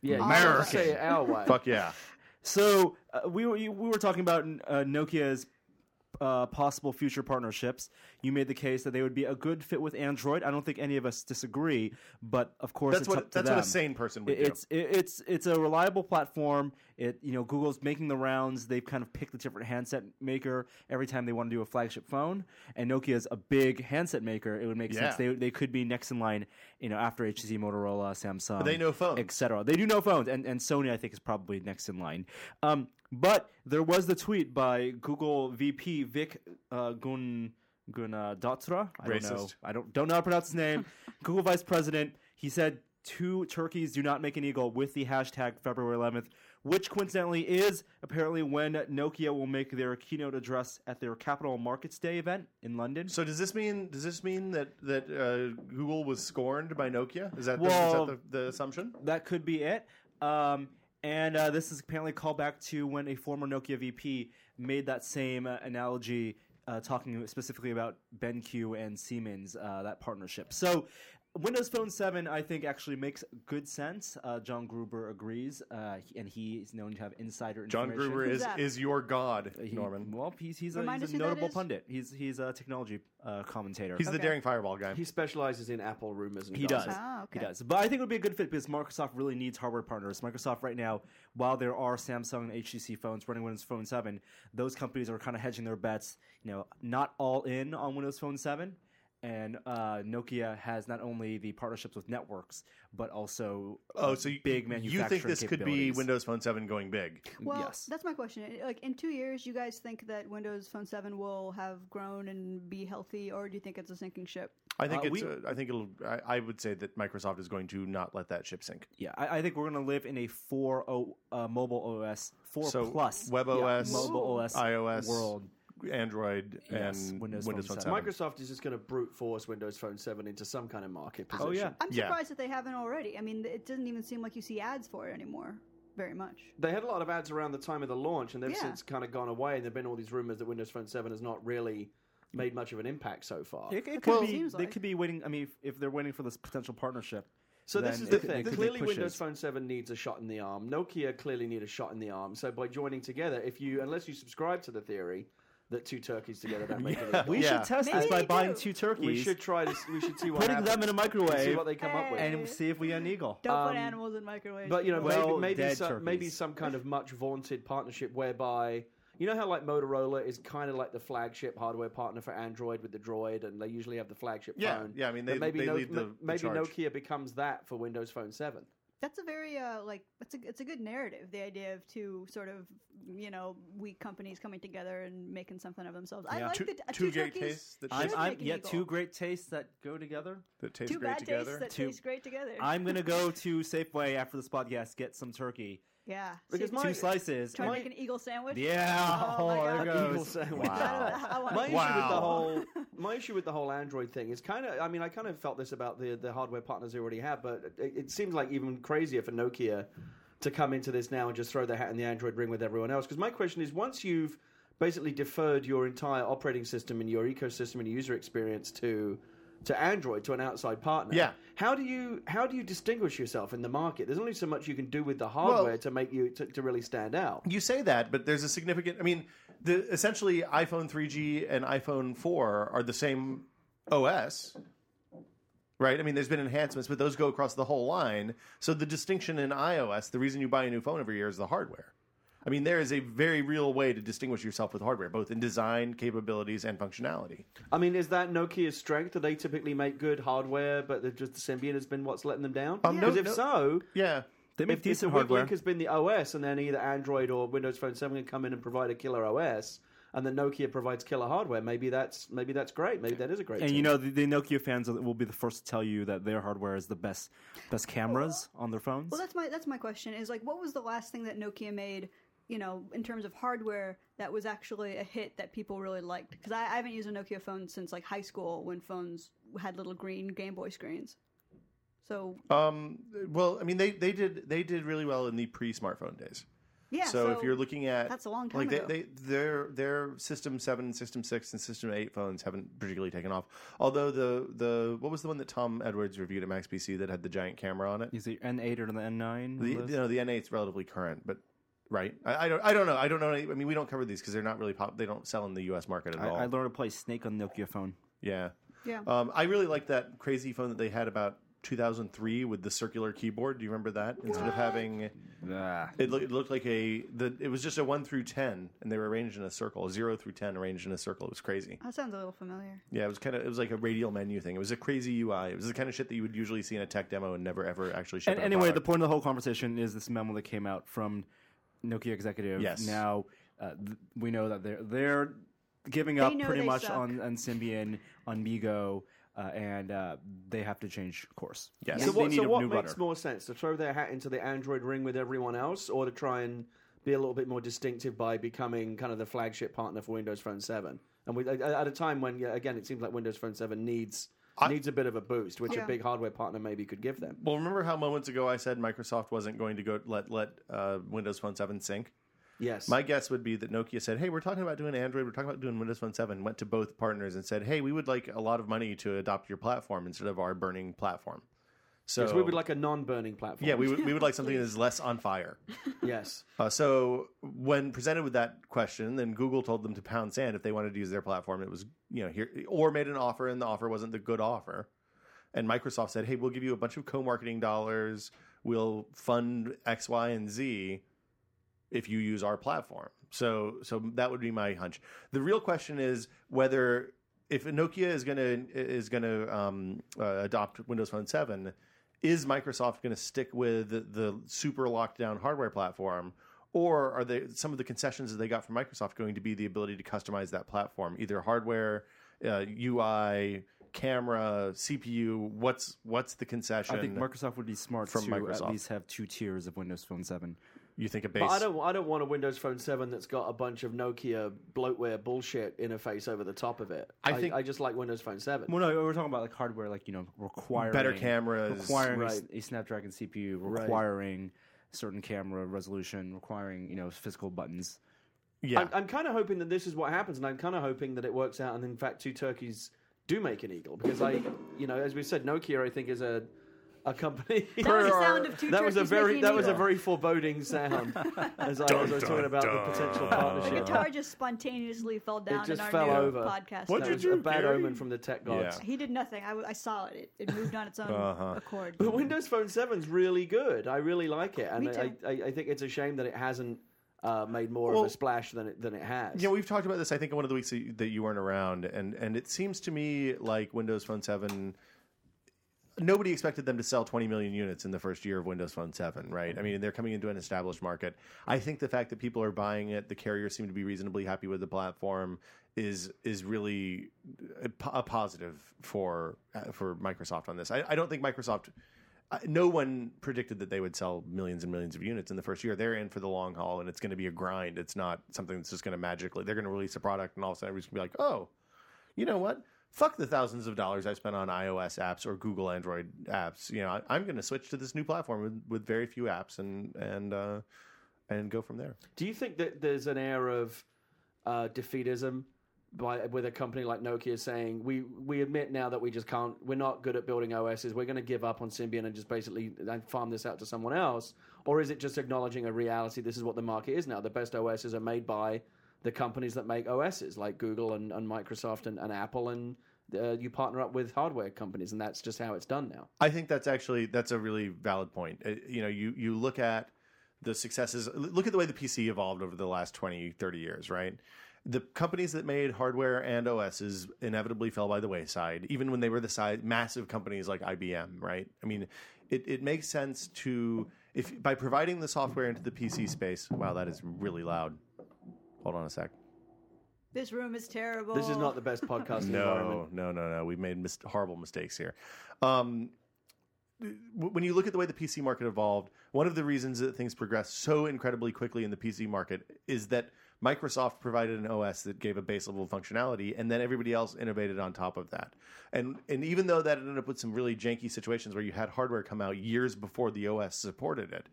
S6: yeah,
S2: American. Say
S5: it our way.
S2: Fuck yeah.
S6: So uh, we were you- we were talking about uh, Nokia's uh, possible future partnerships. You made the case that they would be a good fit with Android. I don't think any of us disagree, but of course
S2: That's
S6: it's
S2: what
S6: up to
S2: that's what a
S6: them.
S2: sane person would
S6: It-
S2: do.
S6: It's it- it's it's a reliable platform. It you know Google's making the rounds. They've kind of picked a different handset maker every time they want to do a flagship phone. And Nokia's a big handset maker. It would make sense.
S2: Yeah.
S6: They they could be next in line. You know after HTC, Motorola, Samsung.
S2: But they know phones.
S6: etc. They do know phones, and, and Sony I think is probably next in line. Um, but there was the tweet by Google VP Vic uh, Gun Gunadatra. I don't know.
S2: Racist.
S6: I don't don't know how to pronounce his name. Google Vice President. He said two turkeys do not make an eagle with the hashtag February 11th, which coincidentally is apparently when Nokia will make their keynote address at their Capital Markets Day event in London.
S2: So does this mean does this mean that that uh, Google was scorned by Nokia? Is that
S6: Well-
S2: the, is that the, the assumption?
S6: that could be it. Um, and uh, this is apparently a callback to when a former Nokia VP made that same uh, analogy, uh, talking specifically about BenQ and Siemens, uh, that partnership. So
S3: Windows Phone 7, I think, actually makes good sense. Uh, John Gruber agrees, uh, he- and he is known to have insider
S2: John
S3: information.
S2: Gruber
S4: Who's
S2: is
S4: that?
S2: is your god,
S3: Uh, he-
S2: Norman.
S3: Well, he's, he's, a,
S4: Remind
S3: he's
S4: us
S3: a
S4: who that
S3: notable
S4: is?
S3: pundit. He's he's a technology uh, commentator.
S2: He's the
S4: Okay.
S2: daring fireball guy.
S5: He specializes in Apple rumors and
S3: He does.
S5: gossip.
S4: Ah,
S3: He
S4: okay.
S3: does. But I think it would be a good fit because Microsoft really needs hardware partners. Microsoft right now, while there are Samsung and HTC phones running Windows Phone 7, those companies are kind of hedging their bets, you know, not all in on Windows Phone 7. And uh, Nokia has not only the partnerships with networks, but also
S2: Oh,
S3: uh,
S2: so you,
S3: big
S2: You
S3: manufacturing
S2: think this could be
S3: capabilities.
S2: Windows Phone Seven going big?
S4: Well,
S3: Yes.
S4: that's my question. Like in two years, you guys think that Windows Phone Seven will have grown and be healthy, or do you think it's a sinking ship?
S2: I think
S3: Uh,
S2: it's.
S3: we-
S2: uh, I think it'll. I, I would say that Microsoft is going to not let that ship sink.
S3: Yeah, I, I think we're going to live in a 4 o, uh, mobile OS, 4
S2: So
S3: plus
S2: WebOS,
S3: mobile OS
S2: iOS,
S3: world.
S2: Android,
S3: Yes,
S2: and Windows,
S3: Windows
S2: Phone 7.
S3: Phone
S5: Microsoft is just going to brute force Windows Phone 7 into some kind of market position.
S3: Oh, yeah.
S4: I'm
S2: Yeah.
S4: surprised that they haven't already. I mean, it doesn't even seem like you see ads for it anymore, very much.
S5: They had a lot of ads around the time of the launch, and they've
S4: Yeah.
S5: since kind of gone away. And there've been all these rumors that Windows Phone 7 has not really made much of an impact so far.
S3: It, it could
S4: Well-
S3: be,
S4: Seems
S3: they
S4: like-
S3: could be waiting. I mean, if, if they're waiting for this potential partnership.
S5: So this
S3: then
S5: is
S3: it
S5: the
S3: could- it
S5: thing.
S3: could be
S5: Clearly,
S3: pushes.
S5: Windows Phone 7 needs a shot in the arm. Nokia clearly need a shot in the arm. So by joining together, if you unless you subscribe to the theory that two turkeys together don't make any,
S3: We
S2: Yeah.
S3: should test
S4: Maybe
S3: this by
S4: they
S3: buying
S4: do.
S3: two turkeys,
S5: we should try to s- we should see what
S3: putting
S5: happens.
S3: them in a
S5: see
S3: microwave,
S5: what they come up with.
S3: and see if we get an eagle.
S4: Don't
S5: Um,
S4: put animals in microwaves.
S5: But you know,
S4: people.
S3: Well,
S5: maybe maybe
S3: dead
S5: some, maybe
S3: turkeys.
S5: some kind of much vaunted partnership whereby you know how like Motorola is kind of like the flagship hardware partner for Android with the Droid, and they usually have the flagship
S2: Yeah,
S5: phone.
S2: yeah, I mean, they-
S5: But maybe
S2: they lead the- the
S5: maybe
S2: charge.
S5: Nokia becomes that for Windows Phone Seven.
S4: that's a very uh, like that's a it's a good narrative. The idea of two sort of you know weak companies coming together and making something of themselves. I
S3: Yeah.
S4: like
S2: Two-
S4: the uh,
S2: two
S4: two,
S2: great
S4: turkeys
S2: tastes that
S4: should
S3: I'm,
S2: should
S3: I'm
S4: make an
S3: yet
S4: eagle.
S3: two great tastes that go together.
S2: that tastes
S4: two
S2: great
S4: bad
S2: together.
S4: tastes that
S3: Two-
S4: taste great together.
S3: I'm gonna go to Safeway after this podcast, get some turkey,
S4: yeah,
S5: Because
S4: See,
S5: my-
S3: two slices.
S4: try to
S3: and-
S4: make an eagle sandwich.
S3: yeah,
S4: Oh my
S3: there it
S4: God.
S3: goes.
S5: Eagle sandwich.
S3: Wow.
S4: I wanna-
S5: My issue with the
S2: Wow.
S5: whole my issue with the whole Android thing is kind of I mean I kind of felt this about the the hardware partners they already have, but it, it seems like even crazier for Nokia to come into this now and just throw their hat in the Android ring with everyone else. Because my question is, once you've basically deferred your entire operating system and your ecosystem and user experience to to Android to an outside partner,
S2: Yeah.
S5: How do you how do you distinguish yourself in the market? There's only so much you can do with the hardware to make you to, to really stand out.
S2: You say that, but there's a significant. I mean, the essentially iPhone 3G and iPhone 4 are the same OS, right? I mean, there's been enhancements, but those go across the whole line. So the distinction in iOS, the reason you buy a new phone every year is the hardware. I mean, there is a very real way to distinguish yourself with hardware, both in design capabilities and functionality.
S5: I mean, is that Nokia's strength? Do they typically make good hardware, but they're just the Symbian has been what's letting them down? Because
S2: Um, no-
S5: if
S2: no-
S5: so,
S2: Yeah,
S3: They make
S5: if, if the
S3: decent
S5: weak
S3: hardware.
S5: link has been the OS, and then either Android or Windows Phone Seven can come in and provide a killer OS, and then Nokia provides killer hardware, maybe that's maybe that's great. Maybe that is a great.
S3: And
S5: team.
S3: you know the, the Nokia fans will- will be the first to tell you that their hardware is the best, best cameras on their phones.
S4: Well, that's my that's my question. Is like, what was the last thing that Nokia made? You know, in terms of hardware, that was actually a hit that people really liked. Because I, I haven't used a Nokia phone since like high school when phones had little green Game Boy screens. So
S2: Um, well, I mean, they, they did they did really well in the pre-smartphone days.
S4: yeah.
S2: so, if you're looking at
S4: that's a long time
S2: like they,
S4: ago.
S2: they their their system seven, system six, and system eight phones haven't particularly taken off. Although the the what was the one that Tom Edwards reviewed at Max PC that had the giant camera on it?
S3: is the N8 or the N9?
S2: The
S3: Liz?
S2: you know the N eight's relatively current, but right? I, I don't I don't know I don't know. Any, I mean, we don't cover these because they're not really pop. They don't sell in the U.S. market at
S3: I,
S2: all.
S3: I learned to play Snake on Nokia phone.
S2: yeah,
S4: yeah.
S5: uh,
S2: um, I really like that crazy phone that they had about. 2003 with the circular keyboard. Do you remember that? Instead of having It, look, it looked like a. The, it was just a one through ten, and they were arranged in a circle. Zero through ten arranged in a circle. It was crazy.
S4: that sounds a little familiar.
S2: Yeah, it was kind of. It was like a radial menu thing. It was a crazy UI. It was the kind of shit that you would usually see in a tech demo and never ever actually ship.
S3: And
S2: in a
S3: anyway, the
S2: product.
S3: point of the whole conversation is this memo that came out from Nokia executive.
S2: Yes.
S3: Now uh, th- we know that they're they're giving up
S4: know
S3: pretty
S4: they
S3: much
S4: suck.
S3: on on Symbian, on Migo, uh, and uh, they have to change course.
S2: Yes.
S3: They-
S5: so
S3: they
S5: what,
S3: need
S5: so
S3: a
S5: what
S3: new
S5: makes
S3: rudder.
S5: more sense to throw their hat into the Android ring with everyone else, or to try and be a little bit more distinctive by becoming kind of the flagship partner for Windows Phone Seven? And we, at- at a time when, yeah, again, it seems like Windows Phone Seven needs needs a bit of a boost, which a
S4: Yeah.
S5: big hardware partner maybe could give them.
S2: Well, remember how moments ago I said Microsoft wasn't going to go let let uh, Windows Phone Seven sync.
S5: Yes.
S2: My guess would be that Nokia said, "Hey, we're talking about doing Android. We're talking about doing Windows Phone 7." Went to both partners and said, "Hey, we would like a lot of money to adopt your platform instead of our burning platform." So,
S5: Yes, we would like a non-burning platform.
S2: yeah, we would, we would like something that is less on fire.
S5: yes.
S2: Uh, so when presented with that question, then Google told them to pound sand if they wanted to use their platform. It was you know here or made an offer, and the offer wasn't the good offer. And Microsoft said, "Hey, we'll give you a bunch of co-marketing dollars. We'll fund X, Y, and Z if you use our platform." So so that would be my hunch. The real question is whether if Nokia is gonna is gonna um, uh, adopt Windows Phone Seven, is Microsoft going to stick with the, the super lockdown hardware platform, or are they some of the concessions that they got from Microsoft going to be the ability to customize that platform, either hardware, uh, UI, camera, CPU? What's what's the concession?
S3: I think Microsoft would be smart
S2: From
S3: to
S2: Microsoft.
S3: at least have two tiers of Windows Phone 7.
S2: you think a base?
S5: But I don't. I don't want a Windows Phone Seven that's got a bunch of Nokia bloatware bullshit interface over the top of it.
S2: I
S5: I,
S2: think-
S5: I, just like Windows Phone Seven.
S3: Well, no, we're talking about like hardware, like you know, requiring
S2: Better cameras,
S3: requiring a s-
S5: right.
S3: a, Snapdragon CPU, requiring certain camera resolution, requiring you know physical buttons.
S2: yeah.
S5: I'm, I'm kind of hoping that this is what happens, and I'm kind of hoping that it works out. And in fact, two turkeys do make an eagle because I, you know, as we said, Nokia I think is a a company.
S4: That was the sound of two
S5: That was a
S4: turkeys
S5: very
S4: making
S5: that
S4: an
S5: was a
S4: eagle.
S5: very foreboding sound as I, as I was talking about the potential
S4: The
S5: partnership.
S4: guitar just spontaneously fell down
S5: it
S4: in
S5: just
S4: our
S5: fell
S4: new
S5: over.
S4: podcast.
S5: That
S2: What'd you
S5: was
S2: do,
S5: a bad
S2: Gary?
S5: omen from the tech gods.
S2: Yeah.
S4: He did nothing. I, w- I saw it. it. It moved on its own
S3: Uh-huh.
S4: accord.
S5: But Windows Phone 7's really good. I really like it, and
S4: Me
S5: I,
S4: too.
S5: I, I think it's a shame that it hasn't uh, made more
S2: Well-
S5: of a splash than it than it has.
S2: Yeah, we've talked about this. I think in one of the weeks that you- that you weren't around, and and it seems to me like Windows Phone Seven. Nobody expected them to sell 20 million units in the first year of Windows Phone 7, right? I mean, they're coming into an established market. I think the fact that people are buying it, the carriers seem to be reasonably happy with the platform, is is really a, po- a positive for uh, for Microsoft on this. I, I don't think Microsoft. I- Uh, No one predicted that they would sell millions and millions of units in the first year. They're in for the long haul, and it's going to be a grind. It's not something that's just going to magically. They're going to release a product, and all of a sudden, everybody's going to be like, "Oh, you know what? Fuck the thousands of dollars I spent on iOS apps or Google Android apps. You know, I, I'm going to switch to this new platform with, with very few apps and and uh, and go from there."
S5: Do you think that there's an air of uh, defeatism by with a company like Nokia saying we we admit now that we just can't we're not good at building OSs we're going to give up on Symbian and just basically like, farm this out to someone else or is it just acknowledging a reality this is what the market is now the best OSs are made by the companies that make OSs like Google and, and Microsoft and, and Apple and uh, you partner up with hardware companies and that's just how it's done now
S2: I think that's actually that's a really valid point. Uh, you know, you you look at the successes, l- look at the way the PC evolved over the last 20, 30 years, right? The companies that made hardware and OSs inevitably fell by the wayside, even when they were the size massive companies like IBM, right? I mean, it, it makes sense to if by providing the software into the PC space. Wow, that is really loud. Hold on a sec.
S4: This room is terrible.
S5: this is not the best podcasting environment
S2: No, no, no, no. We've made mis- horrible mistakes here. Um, w- when you look at the way the PC market evolved, one of the reasons that things progressed so incredibly quickly in the PC market is that Microsoft provided an OS that gave a base level of functionality, and then everybody else innovated on top of that. And and even though that ended up with some really janky situations where you had hardware come out years before the OS supported it,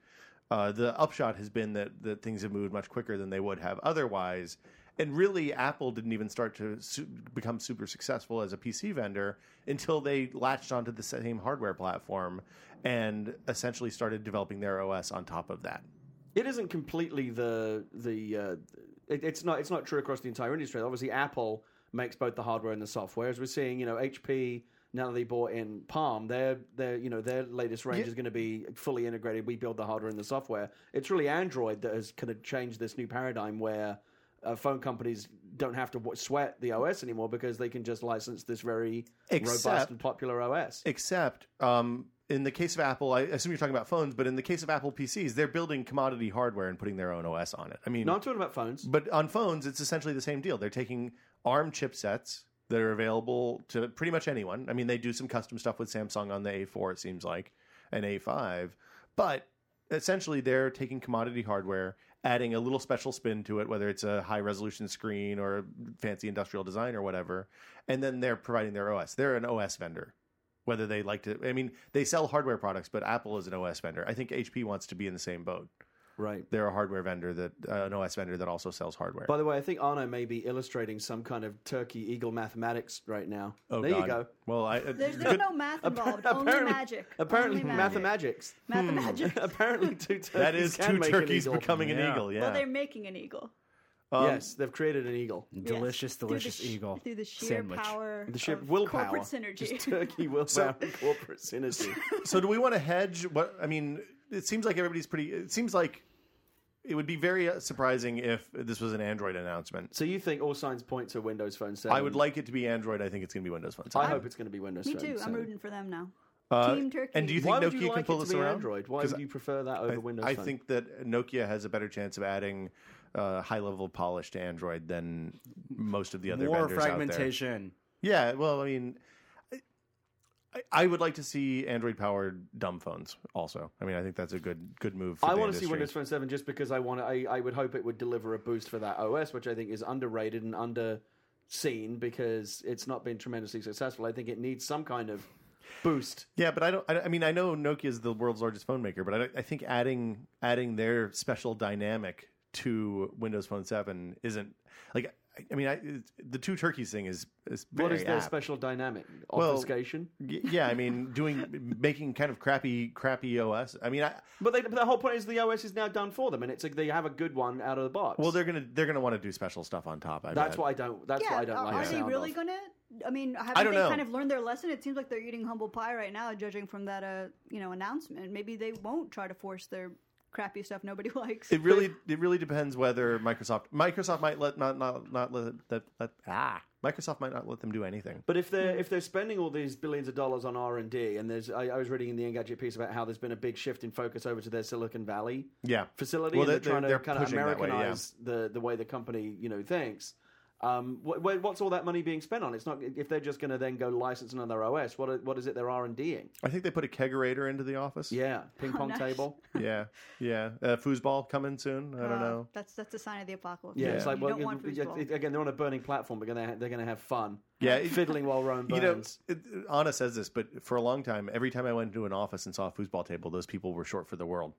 S2: uh, the upshot has been that that things have moved much quicker than they would have otherwise. And really, Apple didn't even start to su- become super successful as a PC vendor until they latched onto the same hardware platform and essentially started developing their OS on top of that.
S5: it isn't completely the the uh, it, it's not it's not true across the entire industry. Obviously, Apple makes both the hardware and the software. As we're seeing, you know, HP now that they bought in Palm, their their you know their latest range is going to be fully integrated. We build the hardware and the software. It's really Android that has kind of changed this new paradigm where uh, phone companies don't have to w- sweat the OS anymore because they can just license this very
S2: Except-
S5: robust and popular OS.
S2: Except um, in the case of Apple, I assume you're talking about phones, but in the case of Apple PCs, they're building commodity hardware and putting their own OS on it. I mean,
S5: no, I'm talking about phones.
S2: But on phones, it's essentially the same deal. They're taking ARM chipsets that are available to pretty much anyone. I mean, they do some custom stuff with Samsung on the A4, it seems like, and A5. But essentially, they're taking commodity hardware, adding a little special spin to it, whether it's a high resolution screen or a fancy industrial design or whatever. And then they're providing their OS. They're an OS vendor. Whether they like to, I mean, they sell hardware products, but Apple is an OS vendor. I think HP wants to be in the same boat.
S5: Right.
S2: They're a hardware vendor that uh, an OS vendor that also sells hardware.
S5: By the way, I think Arno may be illustrating some kind of turkey eagle mathematics right now.
S2: oh,
S5: there
S2: God.
S5: you go.
S2: Well, I, uh,
S4: There's, there's no math involved. only magic. Hmm.
S5: Apparently,
S4: only
S5: mathematics.
S4: Mathemagic.
S5: apparently, two turkeys.
S2: that is
S5: can
S2: two
S5: make an
S2: turkeys
S5: eagle.
S2: becoming an
S3: Yeah.
S2: eagle. Yeah.
S4: Well, they're making an eagle.
S2: Um, Mm.
S5: yes, they've created an eagle.
S4: Yes.
S3: Delicious,
S4: Through the
S3: delicious
S4: sh-
S3: eagle
S4: Through the sheer
S3: sandwich.
S4: power.
S5: The ship
S4: of
S5: willpower.
S4: Corporate synergy.
S5: Just turkey willpower and corporate synergy.
S2: so do we want to hedge what i mean it seems like everybody's pretty it seems like it would be very uh, surprising if this was an android announcement
S5: so you think all signs point to Windows Phone 7?
S2: i would like it to be android i think it's going to be windows phone
S5: I
S2: seven.
S5: hope it's going to be Windows
S4: Me
S5: Phone
S4: too.
S5: 7.
S4: I'm rooting for them now.
S2: Uh,
S4: Team Turkey.
S2: and do you think
S5: Why
S2: nokia
S5: would you
S2: can
S5: like
S2: pull
S5: it
S2: this
S5: to be
S2: around
S5: Android? Why
S2: 'Cause
S5: would you prefer that over
S2: I,
S5: Windows
S2: I
S5: Phone?
S2: think that nokia has a better chance of adding uh, high level of polish to android than most of the other
S3: more
S2: vendors out there.
S3: fragmentation.
S2: yeah well i mean I, I would like to see android powered dumb phones also i mean i think that's a good good move for
S5: I
S2: the
S5: want to see
S2: industry.
S5: Windows Phone 7 just because I want to, I, I would hope it would deliver a boost for that OS, which I think is underrated and underseen because it's not been tremendously successful. I think it needs some kind of boost.
S2: Yeah, but I don't. I, don't- I mean, I know Nokia is the world's largest phone maker, but I, don't- I think adding adding their special dynamic to Windows Phone Seven isn't like. I- I mean, I, it's, the two turkeys thing is is
S5: What
S2: very
S5: is their
S2: apt.
S5: special dynamic?
S2: Well-
S5: Obfuscation?
S2: Y- Yeah, I mean, doing making kind of crappy crappy OS. I mean, I,
S5: But, they, but the whole point is the OS is now done for them, and it's like they have a good one out of the box.
S2: well, they're gonna they're gonna want to do special stuff on top. I bet.
S5: that's what I don't. That's
S4: yeah,
S5: what I don't
S4: are,
S5: like.
S4: are
S5: the
S4: they
S5: sound
S4: really
S5: of.
S4: gonna? I mean, haven't
S2: don't
S4: they
S2: know.
S4: kind of learned their lesson? It seems like they're eating humble pie right now, judging from that, uh, you know, announcement. Maybe they won't try to force their crappy stuff nobody likes.
S2: It really it really depends whether Microsoft Microsoft might let not not not let that let, ah Microsoft might not let them do anything.
S5: But if
S4: Hmm.
S5: they're if they're spending all these billions of dollars on R and D, and there's I, I was reading in the Engadget piece about how there's been a big shift in focus over to their Silicon Valley
S2: Yeah,
S5: facility,
S2: Well,
S5: and they're,
S2: they're-
S5: trying to
S2: they're
S5: kind of
S2: pushing that way, yeah.
S5: Americanize the the way the company you know thinks. Um, wh- wh- what's all that money being spent on? It's not if they're just going to then go license another OS. What are- what is it they're R and Ding?
S2: I think they put a kegerator into the office.
S5: Yeah, ping pong
S4: Oh, nice.
S5: table.
S2: yeah, yeah. Uh, foosball coming soon. I don't
S4: Uh,
S2: know.
S4: That's that's a sign of the apocalypse.
S5: Yeah, it's like
S4: you
S5: well,
S4: don't want
S5: it-
S4: food
S5: it- it- again, they're on a burning platform, but gonna, they're going to have fun.
S2: Yeah, it-
S5: fiddling while Rome burns.
S2: You know, it, Anna says this, but for a long time, every time I went into an office and saw a foosball table, those people were short for the world.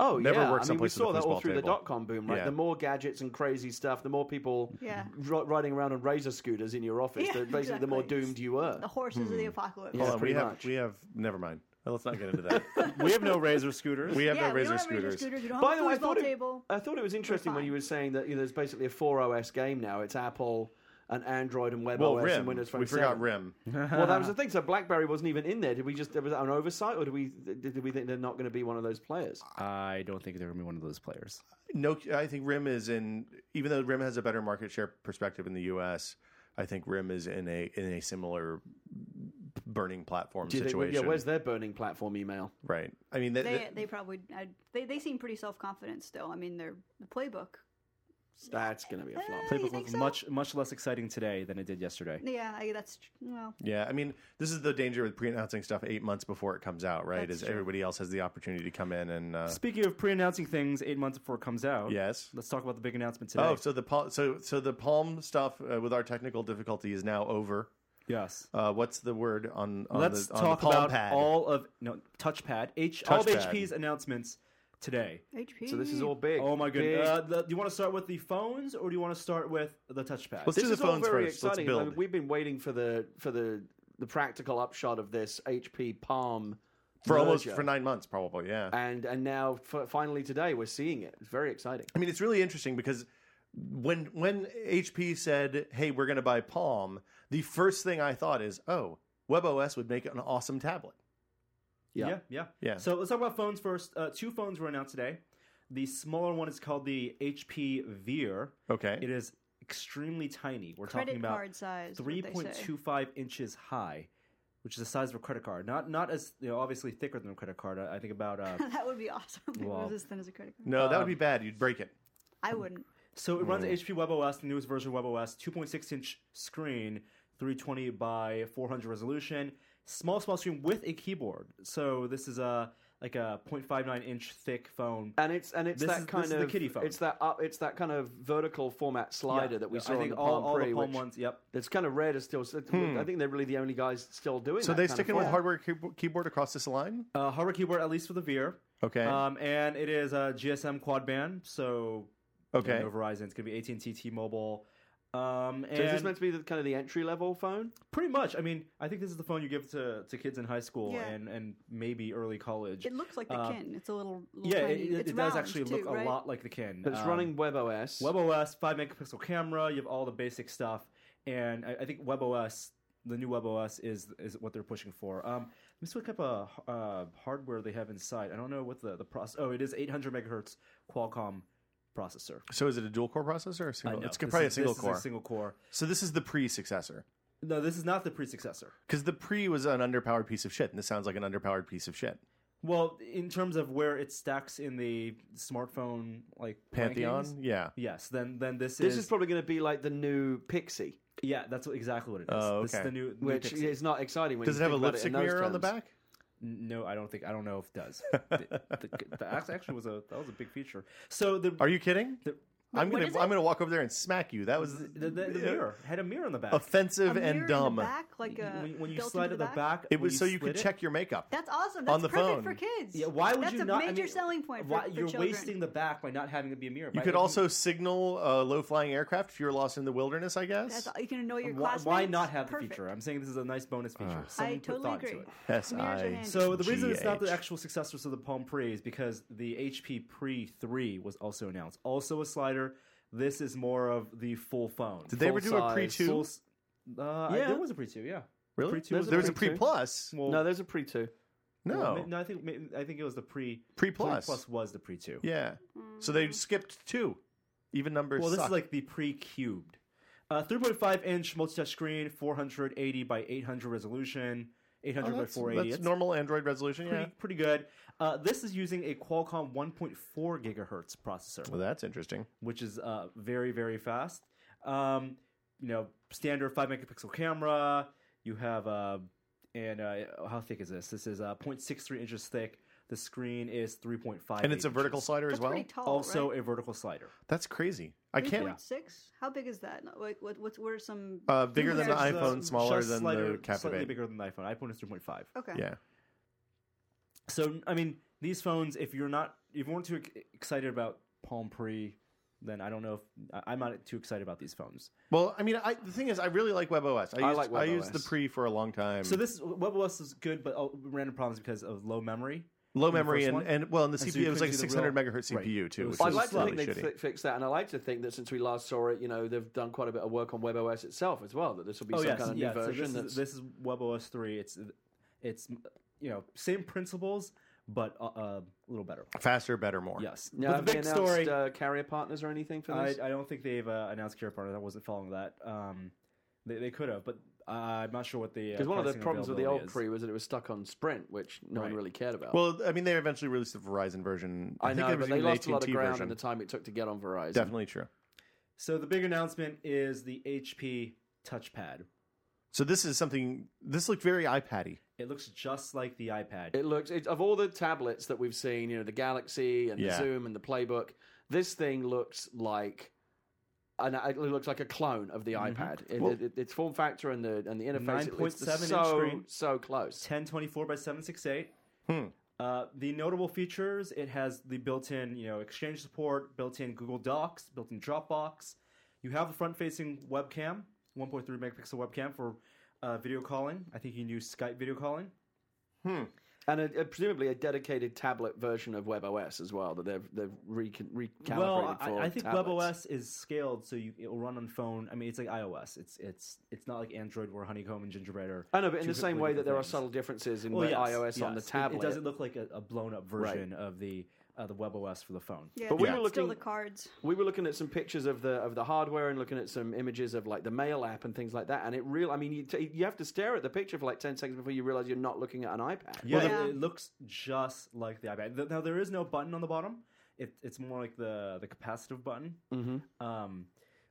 S5: Oh,
S2: Never
S5: yeah.
S2: worked
S5: I mean, we
S2: someplace with
S5: saw
S2: a
S5: that all
S2: foosball
S5: through the
S2: table.
S5: dot com boom, right?
S2: Yeah.
S5: The more gadgets and crazy stuff, the more people
S4: Yeah.
S3: Mm-hmm.
S5: ri- riding around on razor scooters in your office.
S4: Yeah,
S5: the, basically, the more
S4: exactly.
S5: doomed you were.
S4: the horses of the
S2: Hmm.
S4: apocalypse.
S2: Hold
S5: Yeah,
S2: on, we
S5: pretty
S2: have
S5: much.
S2: we have. Never mind. Well, let's not get into that.
S3: We have no razor scooters.
S2: we have
S4: yeah,
S2: no
S4: we
S2: razor
S4: don't have
S2: scooters.
S4: razor scooters. We don't
S5: By
S4: have
S5: the
S4: a
S5: way, I
S4: foosball
S5: thought, it,
S4: table.
S3: uh,
S5: I thought it was interesting when
S4: fine.
S5: you were saying that you know, there's basically a 4OS game now. It's Apple and Android and WebOS
S2: Well,
S5: Oh, and
S2: Rim.
S5: Windows Phone
S2: We forgot
S5: 7.
S2: Rim.
S5: well, that was the thing. So BlackBerry wasn't even in there. Did we just, was that an oversight or did we, did did we think they're not going to be one of those players?
S7: I don't think they're gonna be one of those players.
S2: Nokia. I think Rim is in. Even though Rim has a better market share perspective in the U.S., I think Rim is in a in a similar burning platform
S5: Do you think-
S2: situation.
S5: yeah, where's their burning platform email?
S2: right. I mean, that,
S4: They they probably I, they they seem pretty self confident still. I mean, their the playbook.
S5: That's going to be a flop.
S4: Eh, you
S3: Playbook
S4: think
S3: looks
S4: so?
S3: much much less exciting today than it did yesterday.
S4: Yeah, I, that's tr- well.
S2: Yeah, I mean, this is the danger with pre-announcing stuff eight months before it comes out, right?
S4: That's
S2: is
S4: true.
S2: everybody else has the opportunity to come in and uh,
S3: Speaking of pre-announcing things eight months before it comes out,
S2: yes.
S3: let's talk about the big announcement today.
S2: Oh, so the Pal- so so the Palm stuff uh, with our technical difficulty is now over.
S3: yes.
S2: Uh, what's the word on? on
S3: Let's
S2: the, on
S3: talk
S2: the Palm
S3: about
S2: pad?
S3: all of no touchpad. H all of
S2: Touchpad.
S3: HP's announcements today.
S4: HP.
S5: So this is all big.
S3: Oh my
S5: Big,
S3: goodness! Uh, the- do you want to start with the phones or do you want to start with the touchpad?
S2: Let's do the
S5: is all
S2: phones
S5: very
S2: first. Let's
S5: exciting. I mean,
S2: build.
S5: we've been waiting for the for the the practical upshot of this HP Palm
S2: for almost
S5: merger.
S2: for nine months, probably. Yeah.
S5: and and now f- finally today we're seeing it. It's very exciting.
S2: I mean, it's really interesting because when when HP said, "Hey, we're going to buy Palm," the first thing I thought is, "Oh, WebOS would make an awesome tablet."
S3: yeah, yeah,
S2: Yeah.
S3: So let's talk about phones first. Uh, two phones were announced today. The smaller one is called the HP Veer.
S2: Okay.
S3: It is extremely tiny. We're
S4: credit
S3: talking about
S4: card size. is what they
S3: three
S4: say.
S3: point two five inches high, which is the size of a credit card. Not not as you know, obviously thicker than a credit card. I, I think about uh,
S4: that would be awesome. if it
S3: Well,
S4: was as thin as a credit card.
S2: No, that would be bad. You'd break it.
S4: I wouldn't.
S3: So it runs HP WebOS, the newest version of WebOS, 2.6 inch screen, 320 by 400 resolution, small small screen with a keyboard. So this is a like a 0.59 inch thick phone.
S5: And it's and it's
S3: This
S5: that
S3: is- this
S5: kind
S3: is
S5: of
S3: the kiddie phone.
S5: it's that up, it's that kind of vertical format slider
S3: Yeah,
S5: that we
S3: yeah,
S5: saw
S3: I
S5: in
S3: think
S5: the
S3: all,
S5: Palm
S3: all
S5: Pre,
S3: the Palm
S5: which-
S3: ones. Yep.
S5: That's kind of rare to still. so- I think they're really the only guys still doing.
S2: Hmm. So
S5: that
S2: they
S5: kind of
S2: sticking with
S5: format.
S2: hardware key- keyboard across this line.
S3: Uh, hardware keyboard at least for the Veer.
S2: Okay.
S3: Um, and it is a GSM quad band, so
S2: Okay.
S3: yeah, no Verizon. It's gonna be AT and T, T-Mobile. Um, and
S5: So is this meant to be the kind of the entry level phone?
S3: pretty much. I mean, I think this is the phone you give to, to kids in high school
S4: Yeah.
S3: and, and maybe early college.
S4: It looks like the
S3: Uh,
S4: kin. It's a little, little
S3: yeah,
S4: tiny.
S3: it, it,
S4: it's
S3: it does
S4: round,
S3: actually look
S4: too,
S3: a
S4: right?
S3: lot like the Kin.
S5: But it's
S3: Um,
S5: running WebOS.
S3: WebOS, five megapixel camera. You have all the basic stuff, and I, I think WebOS, the new WebOS, is is what they're pushing for. Um, let me look up a h- uh, hardware they have inside. I don't know what the the process. Oh, it is 800 megahertz Qualcomm processor.
S2: so is it a dual core processor or a
S3: I
S2: single?
S3: know.
S2: It's
S3: This
S2: probably
S3: is-
S2: a single
S3: this
S2: core.
S3: Is a single core.
S2: so this is the pre successor
S3: No, this is not the predecessor.
S2: because the pre was an underpowered piece of shit, and this sounds like an underpowered piece of shit.
S3: Well, in terms of where it stacks in the smartphone like
S2: Pantheon,
S3: rankings,
S2: yeah.
S3: yes. Then then this,
S5: This
S3: is,
S5: is probably going to be like the new Pixie,
S3: yeah. That's what, exactly what it is.
S2: Oh,
S3: This is
S2: okay.
S3: the new, new
S5: which
S3: Pixie.
S5: is not exciting. When
S2: Does
S5: you
S2: it have a
S5: think about
S2: lipstick
S5: in those
S2: mirror on the
S5: terms.
S2: back?
S3: No, I don't think. I don't know if it does. the, the, the act actually was a that was a big feature. So the
S2: Are you kidding?
S3: The-
S2: I'm
S4: what
S2: gonna
S4: is it?
S2: I'm gonna walk over there and smack you.
S3: Oh,
S2: That was
S3: the, the, the mirror had a mirror on the back.
S4: A
S2: offensive
S4: mirror in
S2: and
S4: the
S2: dumb.
S4: back, like a
S3: when, when you
S4: built
S3: slide
S4: into
S3: it the back,
S2: It
S3: when
S2: was so you
S3: split
S2: could
S3: it-
S2: check your makeup.
S4: That's awesome. That's
S2: On the
S4: perfect
S2: phone.
S4: for kids.
S3: Yeah, why would
S4: That's
S3: you not?
S4: a
S3: I
S4: major
S3: mean,
S4: selling point for,
S3: why-
S4: for
S3: you're
S4: children.
S3: wasting the back by not having it be a mirror.
S2: You
S3: right?
S2: could
S3: Like,
S2: also signal uh, low flying aircraft if you're lost in the wilderness. I guess.
S4: That's all- you can annoy your
S3: why,
S4: classmates.
S3: why not have
S4: Perfect.
S3: the feature? I'm saying this is a nice bonus feature. Someone
S4: I
S3: put
S4: totally
S3: thought into
S4: agree.
S3: it.
S2: S
S4: Mirrors are
S2: I.
S4: handy.
S3: Ah. So the reason it's not the
S2: GH.
S3: actual successor to the Palm Pre is because the HP Pre 3 was also announced. Also a slider. This is more of the full phone.
S2: Did they ever do a
S5: full
S2: pre
S5: size,
S2: two?
S3: Full s- uh, I-
S5: Yeah.
S3: there was a Pre 2, yeah.
S2: Really?
S3: Pre two
S2: There
S3: was a
S2: was a
S5: pre
S2: pre
S5: two.
S2: plus.
S3: Well,
S5: No, there's a pre two.
S3: well,
S2: No.
S3: ma- no, I think ma- I think it was the pre
S2: Pre plus.
S3: Pre plus was the pre two.
S2: Yeah. So
S4: Mm.
S2: they skipped two. Even numbers.
S3: Well, this
S2: suck.
S3: is like the pre cubed. Uh, 3.5 inch multi touch screen, 480 by 800 resolution, 800
S2: Oh,
S3: by
S2: that's,
S3: 480.
S2: that's
S3: It's
S2: normal Android resolution.
S3: pretty,
S2: Yeah.
S3: pretty good. Uh, this is using a Qualcomm 1.4 gigahertz processor,
S2: Well, that's interesting.
S3: which is uh, very very fast. Um, you know, standard five megapixel camera. You have uh, and uh, how thick is this? This is uh, 0.63 inches thick. The screen is 3.5,
S2: And it's a vertical
S3: inches.
S2: slider
S4: That's
S2: as well.
S4: pretty tall,
S3: also
S4: right?
S3: a vertical slider.
S2: That's crazy. I can't.
S4: 3.6? How big is that? Like, what, what's, what are some...
S2: Uh, bigger than the
S3: It's, uh,
S4: um,
S2: iPhone, smaller
S3: just
S2: than
S3: slighter-
S2: the
S3: Slightly
S2: Captivate.
S3: bigger than the iPhone. iPhone is 3.5.
S4: okay.
S2: Yeah.
S3: So I mean, these phones, if you're not, if you weren't too ex- excited about Palm Pre, then I don't know if I- I'm not too excited about these phones.
S2: Well, I mean, I, the thing is, I really like WebOS. I, used,
S5: like
S2: I used the
S5: WebOS.
S2: pre for a long time.
S3: So this WebOS is good, but oh, random problems because of low memory.
S2: low
S3: in the
S2: memory
S3: first
S2: and,
S3: one.
S2: and well, and the
S3: And so
S2: CPU
S3: you
S2: was
S3: couldn't
S2: like
S3: do the
S2: 600
S3: real-
S2: megahertz
S3: Right.
S2: CPU
S3: It
S2: too.
S3: was
S2: Which
S3: so
S5: Well, I'd
S2: is
S5: like to
S2: slightly
S5: think they've
S2: shitty.
S5: fi- fixed that, and I like to think that since we last saw it, you know, they've done quite a bit of work on WebOS itself as well. That this will be
S3: Oh
S5: some
S3: yes,
S5: kind of
S3: yeah.
S5: new
S3: So
S5: version.
S3: this,
S5: that's
S3: is, this is WebOS three. It's it's you know same principles, but uh, uh, a little better.
S2: faster, better, more.
S3: Yes.
S5: now,
S3: but
S5: have
S3: the
S5: they
S3: big
S5: announced
S3: story.
S5: uh, carrier partners or anything for
S3: I,
S5: this?
S3: I don't think they've uh, announced Care Partner. I wasn't following that. Um, they, they could have, but uh, I'm not sure what the
S5: Because
S3: uh,
S5: one of the
S3: pricing
S5: problems with the
S3: availability
S5: old
S3: is.
S5: pre was that it was stuck on Sprint, which no one
S3: Right.
S5: really cared about.
S2: Well, I mean, they eventually released the Verizon version.
S5: I,
S2: think
S5: know,
S2: it
S5: but
S2: was
S5: they
S2: even the
S5: lost a lot of
S2: AT&T
S5: ground
S2: version.
S5: in the time it took to get on Verizon.
S2: Definitely true.
S3: So the big announcement is the HP touchpad.
S2: So this is something. This looked very iPad-y.
S3: It looks just like the iPad.
S5: It looks it, of all the tablets that we've seen, you know, the Galaxy and
S2: Yeah.
S5: the Zoom and the Playbook. This thing looks like, and it looks like a clone of the iPad. It,
S2: Well-
S5: it- its form factor and the and the interface. it- it's
S3: 9.7 inch
S5: so
S3: screen.
S5: so close.
S3: 1024 by 768.
S2: Hmm.
S3: Uh, the notable features: it has the built-in, you know, Exchange support, built-in Google Docs, built-in Dropbox. You have the front-facing webcam, 1.3 megapixel webcam for uh, video calling. I think you can use Skype video calling.
S5: And a, a- presumably a dedicated tablet version of WebOS as well that they've they've recon, recalibrated
S3: Well, I,
S5: for.
S3: I think
S5: tablets.
S3: WebOS is scaled so you it will run on phone. I mean, it's like iOS. It's it's it's not like Android where Honeycomb and Gingerbread are.
S5: I know, but in
S3: two
S5: the same
S3: completely
S5: way that
S3: different
S5: there are
S3: things.
S5: subtle differences in
S3: Well,
S5: where
S3: yes,
S5: iOS on the
S3: yes. It-
S5: tablet.
S3: It, doesn't look like a, a blown-up version of the uh, the WebOS for the phone.
S4: Yeah,
S5: But we
S4: it's
S5: were
S4: Still
S5: looking-
S4: the cards.
S5: we were looking at some pictures of the of the hardware and looking at some images of like the mail app and things like that and it real i mean you, t- you have to stare at the picture for like 10 seconds before you realize you're not looking at an ipad
S3: Yeah,
S4: Yeah.
S3: It, it looks just like the iPad. Th- Now there is no button on the bottom. It, it's more like the the capacitive button. Mm-hmm. Um,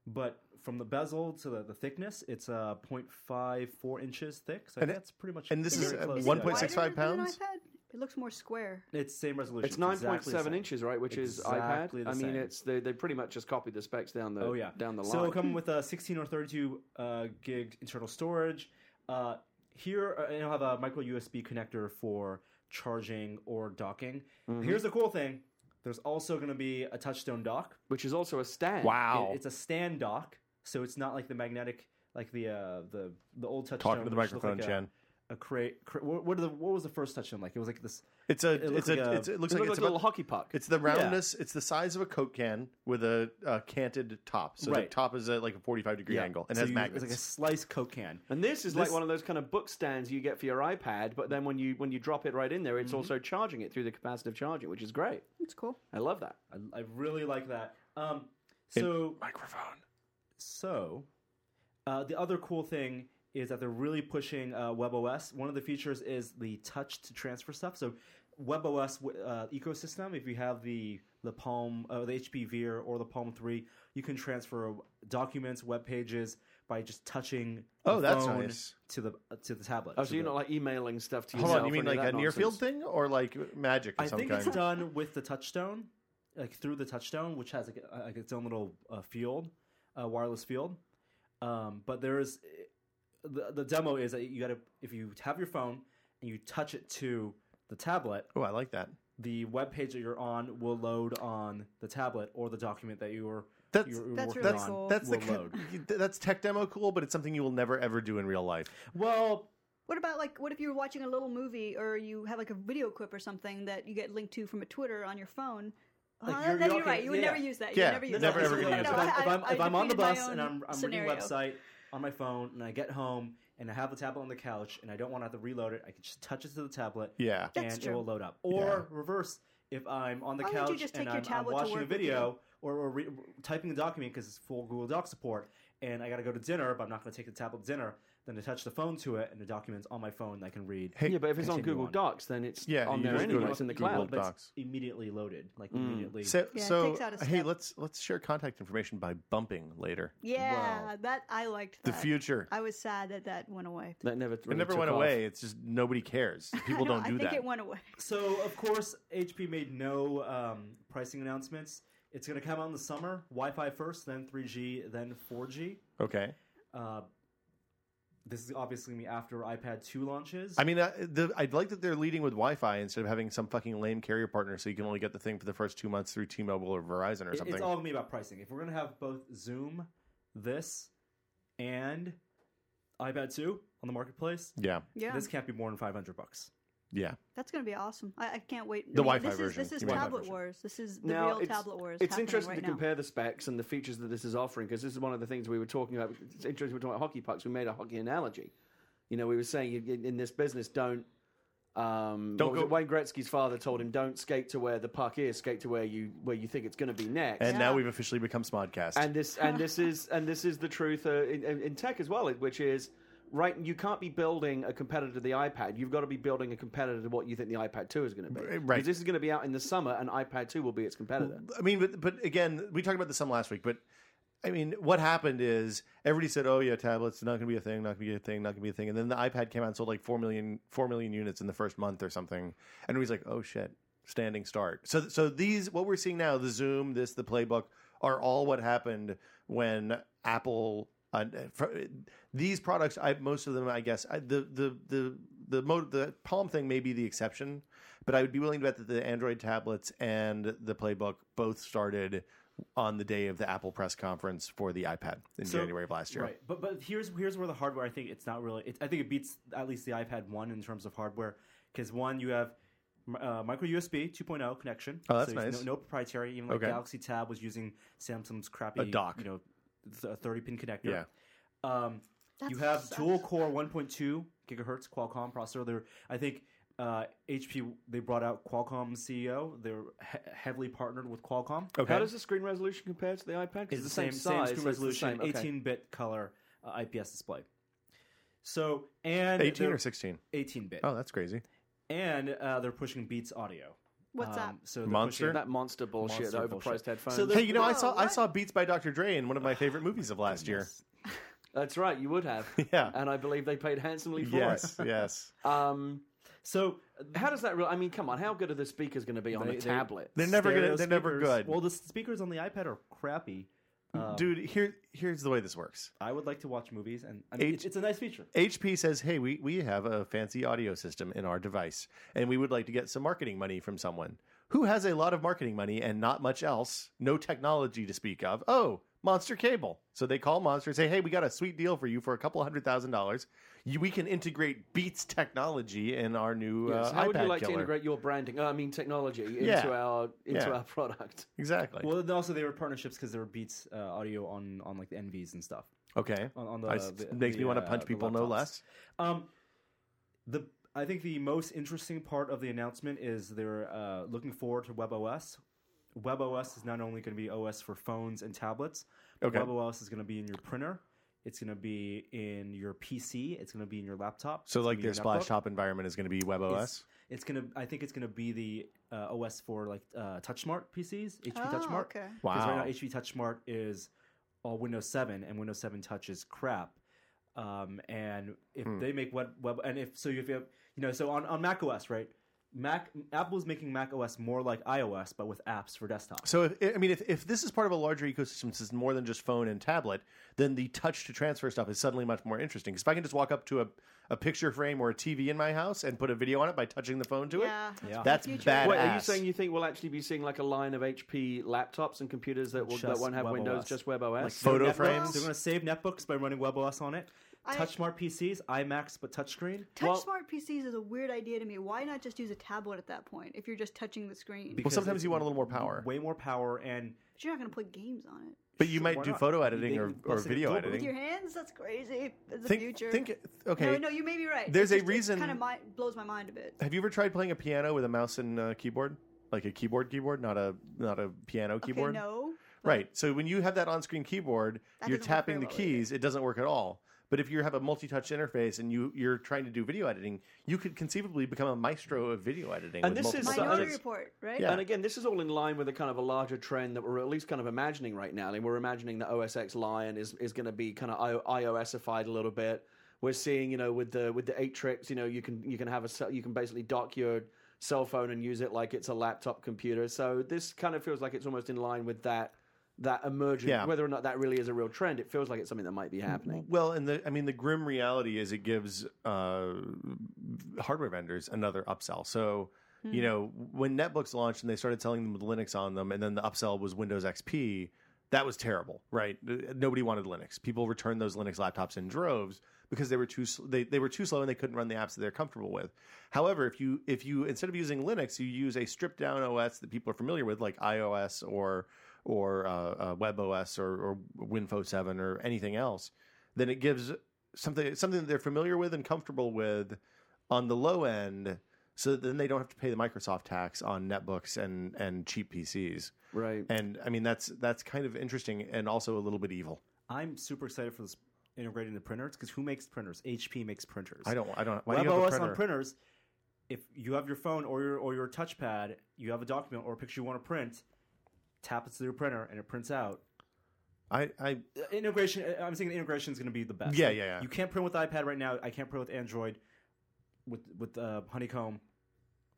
S3: but from the bezel to the, the thickness, it's uh, 0.54 inches thick. So
S2: And it-
S3: that's pretty much
S2: and this
S3: very
S2: is uh, at
S3: close
S4: Is
S3: to
S4: it
S2: 1.65
S3: the iPad.
S4: wider than an
S2: pounds?
S4: iPad? It looks more square.
S3: It's same resolution.
S5: it's 9.7
S3: exactly the same.
S5: inches right which
S3: Exactly
S5: is
S3: the
S5: ipad i mean
S3: same.
S5: it's they, they pretty much just copied the specs down the
S3: Oh yeah,
S5: down the line
S3: So it'll come with a 16 or 32 uh, gig internal storage. Uh, here, uh, and it'll have a micro USB connector for charging or docking.
S2: Mm-hmm.
S3: Here's the cool thing: there's also going to be a touchstone dock.
S5: which is also a stand.
S3: It- it's a stand dock, so it's not like the magnetic, like the uh, the the old touchstone.
S2: Talking to the
S3: which looked
S2: microphone,
S3: like a-
S2: Chen.
S3: A crate. Cra- what, what, are the, what was the first touchstone like? It was like this.
S2: It's a.
S3: It
S2: it's
S3: looks
S2: a.
S3: like a-
S2: it's, it looks
S5: It
S2: like
S5: looked
S2: it's
S5: like a little
S2: about-
S5: hockey puck.
S2: It's the roundness. It's the size of a Coke can with a, uh canted top. So the
S3: Right.
S2: top is at like a forty-five degree angle and
S3: so
S2: has
S3: you-
S2: magnets.
S3: It's like a sliced Coke can.
S5: and this is like one of those kind of book stands you get for your iPad, but then when you when you drop it right in there, it's
S2: Mm-hmm.
S5: also charging it through the capacitive charging, which is great.
S4: It's cool.
S5: I love that.
S3: I, I really like that. Um, so
S2: microphone.
S3: so, uh, the other cool thing is that they're really pushing uh, WebOS. One of the features is the touch to transfer stuff. So WebOS w- uh, ecosystem. If you have the the Palm, uh, the HP Veer, or the Palm Three, you can transfer documents, web pages by just touching. the
S2: Oh, that's
S3: phone
S2: nice.
S3: To the uh, to the tablet.
S5: Oh,
S3: to
S5: so you're
S3: the-
S5: not like emailing stuff to yourself.
S2: Hold on, you
S5: or
S2: mean like
S5: any of
S2: a
S5: that
S2: near field
S5: nonsense?
S2: thing or like magic of
S3: I
S2: some
S3: think
S2: kind?
S3: it's done with the touchstone, like through the touchstone, which has like, a, like its own little uh, field, uh, wireless field. Um, but there is the, the demo is that you got to if you have your phone and you touch it to the tablet,
S2: oh, I like that.
S3: the web page that you're on will load on the tablet or the document that you were
S2: That's-
S3: you were
S4: That's
S3: working
S4: really
S2: That's
S3: on
S4: cool.
S2: that's the
S3: will
S2: kind-
S3: load.
S2: you- th- that's tech demo cool, but it's something you will never ever do in real life.
S3: Well,
S4: What about like what if you're watching a little movie or you have like a video clip or something that you get linked to from a Twitter on your phone?
S3: Like,
S4: Huh,
S3: you're-
S4: then
S3: you're
S4: you're right.
S3: okay.
S4: You would
S3: Yeah.
S4: never use that.
S2: Yeah,
S4: You'd never use
S2: never
S4: that.
S2: ever gonna
S4: No,
S2: use
S4: no,
S3: if
S2: it.
S4: I-
S3: I'm, if I'm,
S4: I-
S3: if
S4: I
S3: I'm on the
S4: defeated my
S3: bus and
S4: own
S3: I'm, I'm reading a
S4: scenario.
S3: website on my phone and I get home and I have the tablet on the couch and I don't want to have to reload it, I can just touch it to the tablet
S2: Yeah,
S4: That's
S3: and it
S4: true.
S3: will load up. Or reverse, if I'm on the
S4: Why
S3: couch
S4: don't you just
S3: and
S4: take your
S3: I'm, I'm
S4: tablet to
S3: watching a
S4: work with
S3: video or, or re- typing a document because it's full Google Doc support and I got to go to dinner, but I'm not going to take the tablet to dinner, then I touch the phone to it and the document's on my phone that I can read.
S2: Hey,
S5: Yeah, but if it's on
S3: Continue
S5: Google
S3: on.
S5: Docs, then it's
S2: Yeah,
S5: on
S2: you
S5: there
S2: just go
S5: anyway.
S2: to
S5: It's in the
S2: Google
S5: cloud.
S3: But it's
S2: Docs. Mm.
S3: immediately loaded, like immediately.
S2: So,
S4: Yeah, it
S2: so
S4: takes out a
S2: hey,
S4: step.
S2: let's let's share contact information by bumping later.
S4: Yeah,
S3: Wow.
S4: that I liked.
S2: The
S4: that.
S2: future.
S4: I was sad that that went away.
S5: That never
S2: It
S5: really
S2: never
S5: took
S2: went
S5: off.
S2: away. It's just nobody cares. People
S4: I know,
S2: don't do
S4: I think
S2: that.
S4: it went away.
S3: So, of course, HP made no um, pricing announcements. It's going to come out in the summer. Wi-Fi first, then 3G, then 4G.
S2: okay.
S3: Uh, this is obviously going to be after iPad 2 launches.
S2: I mean, uh, the, I'd like that they're leading with Wi-Fi instead of having some fucking lame carrier partner, so you can only get the thing for the first two months through T-Mobile or Verizon or
S3: It-
S2: something.
S3: It's all going to be about pricing. If we're going to have both Zoom, this, and iPad 2 on the marketplace,
S2: yeah,
S4: Yeah,
S3: this can't be more than 500 bucks.
S2: yeah.
S4: that's going to be awesome. I, I can't wait.
S2: The
S4: I mean,
S2: Wi-Fi
S4: this is,
S2: version.
S4: This is
S2: The Wi-Fi
S4: tablet
S2: version.
S4: wars. This is the
S5: Now,
S4: real
S5: it's-
S4: tablet wars.
S5: It's
S4: happening
S5: interesting
S4: right
S5: to
S4: now.
S5: compare the specs and the features that this is offering because this is one of the things we were talking about. It's interesting we're talking about hockey pucks. We made a hockey analogy. You know, we were saying you- in- in this business, don't. Um,
S2: Don't
S5: what was
S2: go-
S5: it? Wayne Gretzky's father told him, "Don't skate to where the puck is. Skate to where you where you think it's going to be next."
S2: And now
S4: Yeah.
S2: we've officially become Smodcast.
S5: and this and this is and this is the truth uh, in, in in tech as well, which is right. You can't be building a competitor to the iPad. You've got to be building a competitor to what you think the iPad Two is going to be.
S2: Right.
S5: Because this is going to be out in the summer, and iPad Two will be its
S4: Mm.
S5: competitor.
S2: I mean, but but again, we talked about this some last week, but I mean, what happened is everybody said, "Oh yeah, tablets not going to be a thing, not going to be a thing, not going to be a thing," and then the iPad came out and sold like four million four million units in the first month or something, and everybody's like, "Oh shit, standing start." So so these what we're seeing now, the Zoom, this, the playbook, are all what happened when Apple. Uh, fr- these products, I, most of them, I guess, I, the the the the, mo- the Palm thing may be the exception, but I would be willing to bet that the Android tablets and the playbook both started on the day of the Apple press conference for the iPad in
S3: So-
S2: January of last year.
S3: Right, but but here's here's where the hardware. I think it's not really. It, I think it beats at least the iPad one in terms of hardware because one you have uh, micro USB 2.0 connection.
S2: Oh, that's
S3: so it's
S2: nice.
S3: No, no proprietary. Even like
S2: Okay.
S3: Galaxy Tab was using Samsung's crappy
S2: A dock.
S3: You know, th- a 30 pin connector.
S2: Yeah.
S3: Um, you
S4: That's-
S3: have
S4: that's-
S3: dual core 1.2 gigahertz Qualcomm processor. There, I think uh, HP they brought out Qualcomm CEO. They're he- heavily partnered with Qualcomm.
S2: Okay.
S5: How does the screen resolution compare to the iPad? 'Cause
S3: It's
S5: It's the same, size,
S3: screen
S5: so it's the
S3: resolution,
S5: same, okay.
S3: 18-bit color uh, IPS display. So and
S2: 18 or
S3: they're-
S2: 16?
S3: 18-bit,
S2: Oh, that's crazy.
S3: and uh, they're pushing Beats Audio. Um,
S4: What's that?
S3: So they're
S2: Monster?
S3: pushing-
S5: That monster bullshit,
S3: Monster
S5: the overpriced
S3: bullshit.
S5: headphones.
S3: So
S2: Hey, you know, I
S4: Whoa,
S2: saw I
S4: what?
S2: saw Beats by Dr. Dre in one of my favorite movies of last year.
S5: That's right, you would have.
S2: Yeah.
S5: And I believe they paid handsomely for
S2: Yes, yes.
S5: it. Um,
S3: So
S5: how does that really. I mean, come on, how good are the speakers going to be on
S3: They-
S5: a
S3: they-
S5: tablet?
S2: They're never Mm-hmm.
S3: stereo
S2: gonna. They're never
S3: speakers-
S2: good.
S3: Well, the speakers on the iPad are crappy. Uh,
S2: dude, here here's the way this works.
S3: I would like to watch movies, and I mean,
S2: H-
S3: it's, it's a nice feature.
S2: HP says, "Hey, we we have a fancy audio system in our device, and we would like to get some marketing money from someone who has a lot of marketing money and not much else, no technology to speak of. Oh, Monster Cable. So they call Monster and say, "Hey, we got a sweet deal for you for a couple hundred thousand dollars. You, we can integrate Beats technology in our new
S5: Yes.
S2: uh,
S5: How
S2: iPad
S5: would you like
S2: killer.
S5: to integrate your branding? Uh, I mean, technology into
S2: Yeah.
S5: our into
S2: Yeah.
S5: our product.
S2: Exactly.
S3: Well, then also they were partnerships because there were Beats uh, audio on on like the NVs and stuff.
S2: okay.
S3: On, on the,
S2: I s-
S3: the-
S2: makes
S3: the,
S2: me want to
S3: uh,
S2: punch
S3: the
S2: people no
S3: laptops.
S2: less.
S3: Um, the I think the most interesting part of the announcement is they're uh, looking forward to WebOS. WebOS is not only going to be OS for phones and tablets. but
S2: Okay.
S3: WebOS is going to be in your printer. It's going to be in your PC. It's going to be in your
S2: So,
S3: laptop. it's gonna
S2: like
S3: be
S2: their
S3: in your
S2: splash
S3: netbook.
S2: top environment is going to be WebOS.
S3: It's, it's gonna. I think it's gonna be the uh, OS for like uh, TouchSmart PCs, HP
S4: Oh,
S3: TouchSmart.
S4: okay.
S3: Because
S2: Wow.
S3: right now HP TouchSmart is all Windows 7, and Windows 7 Touch is crap. Um, and if
S2: Hmm.
S3: they make web, web and if so, if you have, you know, so on on Mac OS, right? Mac Apple's making Mac OS more like iOS, but with apps for desktop.
S2: So, if, I mean, if, if this is part of a larger ecosystem, this is more than just phone and tablet, then the touch to transfer stuff is suddenly much more interesting. Because if I can just walk up to a, a picture frame or a TV in my house and put a video on it by touching the phone to
S4: Yeah,
S2: it,
S3: Yeah.
S2: that's
S4: pretty
S2: badass.
S4: futuristic.
S5: Wait, are you saying you think we'll actually be seeing like a line of HP laptops and computers that, will, that
S3: Just
S5: won't have
S3: web
S5: Windows,
S3: OS.
S5: just WebOS?
S3: Like
S2: photo
S3: netbooks,
S2: frames?
S3: They're going to save netbooks by running WebOS on it.
S4: I-
S3: TouchSmart PCs, iMacs, but touchscreen.
S4: Touch
S5: Well-
S4: smart PCs is a weird idea to me. Why not just use a tablet at that point if you're just touching the screen?
S2: well,
S3: because
S2: sometimes
S3: it's
S2: you want a little more power,
S3: Way more power, and
S4: but you're not going to play games on it
S2: but you
S3: Sure,
S2: might
S3: why
S2: do
S3: not?
S2: photo editing
S3: They
S2: or,
S3: can
S2: or
S3: bust it
S2: video
S3: globally.
S4: with your
S2: editing.
S4: hands. That's crazy. It's the
S2: Think,
S4: future.
S2: think, okay.
S4: No, no, you may be right.
S2: There's a
S4: It kind
S2: reason-
S4: of mind, blows my mind a bit.
S2: Have you ever tried playing a piano with a mouse and uh, keyboard? Like a keyboard keyboard, not a not a piano keyboard.
S4: Okay, no.
S2: Right. So when you have that on-screen keyboard,
S4: That
S2: you're
S4: doesn't work
S2: tapping
S4: very
S2: the
S4: well either.
S2: keys. It doesn't work at all. But if you have a multi-touch interface and you you're trying to do video editing, you could conceivably become a maestro of video editing.
S5: And
S2: with
S5: this is
S2: multiple
S5: so-
S4: Minority
S2: touches.
S4: Report, right?
S2: Yeah.
S5: And again, this is all in line with a kind of a larger trend that we're at least kind of imagining right now. I mean, we're imagining that OS X Lion is, is going to be kind of I- iOSified a little bit. We're seeing, you know, with the with the eight tricks, you know, you can you can have a cell- you can basically dock your cell phone and use it like it's a laptop computer. So this kind of feels like it's almost in line with that that emergent.
S2: Yeah.
S5: Whether or not that really is a real trend, it feels like it's something that might be happening.
S2: Well, and the I mean the grim reality is it gives uh, hardware vendors another upsell. So you know when netbooks launched and they started selling them with Linux on them, and then the upsell was Windows XP. That was terrible, right? Uh, Nobody wanted Linux. People returned those Linux laptops in droves because they were too sl- they, they were too slow and they couldn't run the apps that they're comfortable with. However, if you if you instead of using Linux, you use a stripped down OS that people are familiar with, like iOS or or uh, uh, WebOS or, or WinFO seven or anything else, then it gives something something that they're familiar with and comfortable with on the low end so that then they don't have to pay the Microsoft tax on netbooks and and cheap PCs.
S5: Right.
S2: And I mean that's that's kind of interesting and also a little bit evil.
S3: I'm super excited for this integrating the printers because who makes printers? HP makes printers.
S2: I don't I don't why do you have a
S3: WebOS on
S2: printer?
S3: printers. If you have your phone or your or your touchpad, you have a document or a picture you want to print, tap it to your printer and it prints out.
S2: I, I
S3: The Integration. I'm saying the integration is going to be the best.
S2: Yeah, yeah, yeah.
S3: You can't print with iPad right now. I can't print with Android, with with uh, Honeycomb.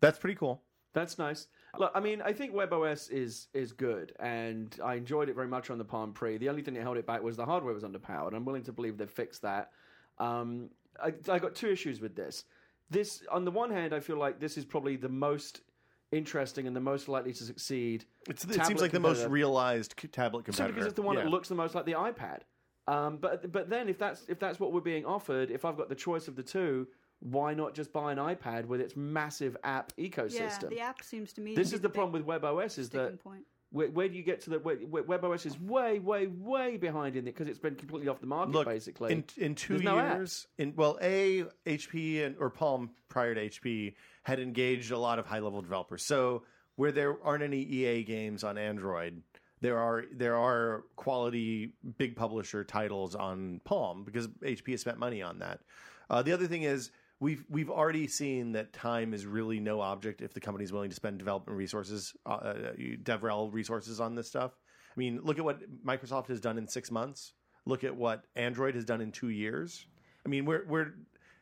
S2: that's pretty cool.
S5: That's nice. Look, I mean, I think WebOS is is good, and I enjoyed it very much on the Palm Pre. The only thing that held it back was the hardware was underpowered. I'm willing to believe they've fixed that. Um, I, I got two issues with this. This, on the one hand, I feel like this is probably the most interesting and the most likely to succeed.
S2: It's, it
S5: tablet
S2: seems like the most
S5: competitor.
S2: realized c- tablet
S5: Simply
S2: competitor.
S5: because it's the one
S2: Yeah.
S5: that looks the most like the iPad. Um, but but then if that's if that's what we're being offered, if I've got the choice of the two, why not just buy an iPad with its massive app
S4: Yeah,
S5: ecosystem?
S4: the app seems to me.
S5: this
S4: to
S5: is
S4: be
S5: the
S4: big
S5: problem with WebOS is
S4: sticking
S5: that
S4: point.
S5: where, where do you get to the where, where WebOS is way, way, way behind in it because it's been completely off the market
S2: Look,
S5: basically.
S2: in in two
S5: There's no apps.
S2: years, in well, a HP and or Palm prior to HP had engaged a lot of high level developers. So where there aren't any EA games on Android, there are there are quality big publisher titles on Palm because HP has spent money on that. Uh, the other thing is. We've, we've already seen that time is really no object if the company's willing to spend development resources, uh, uh, DevRel resources on this stuff. I mean, look at what Microsoft has done in six months. Look at what Android has done in two years. I mean, we're we're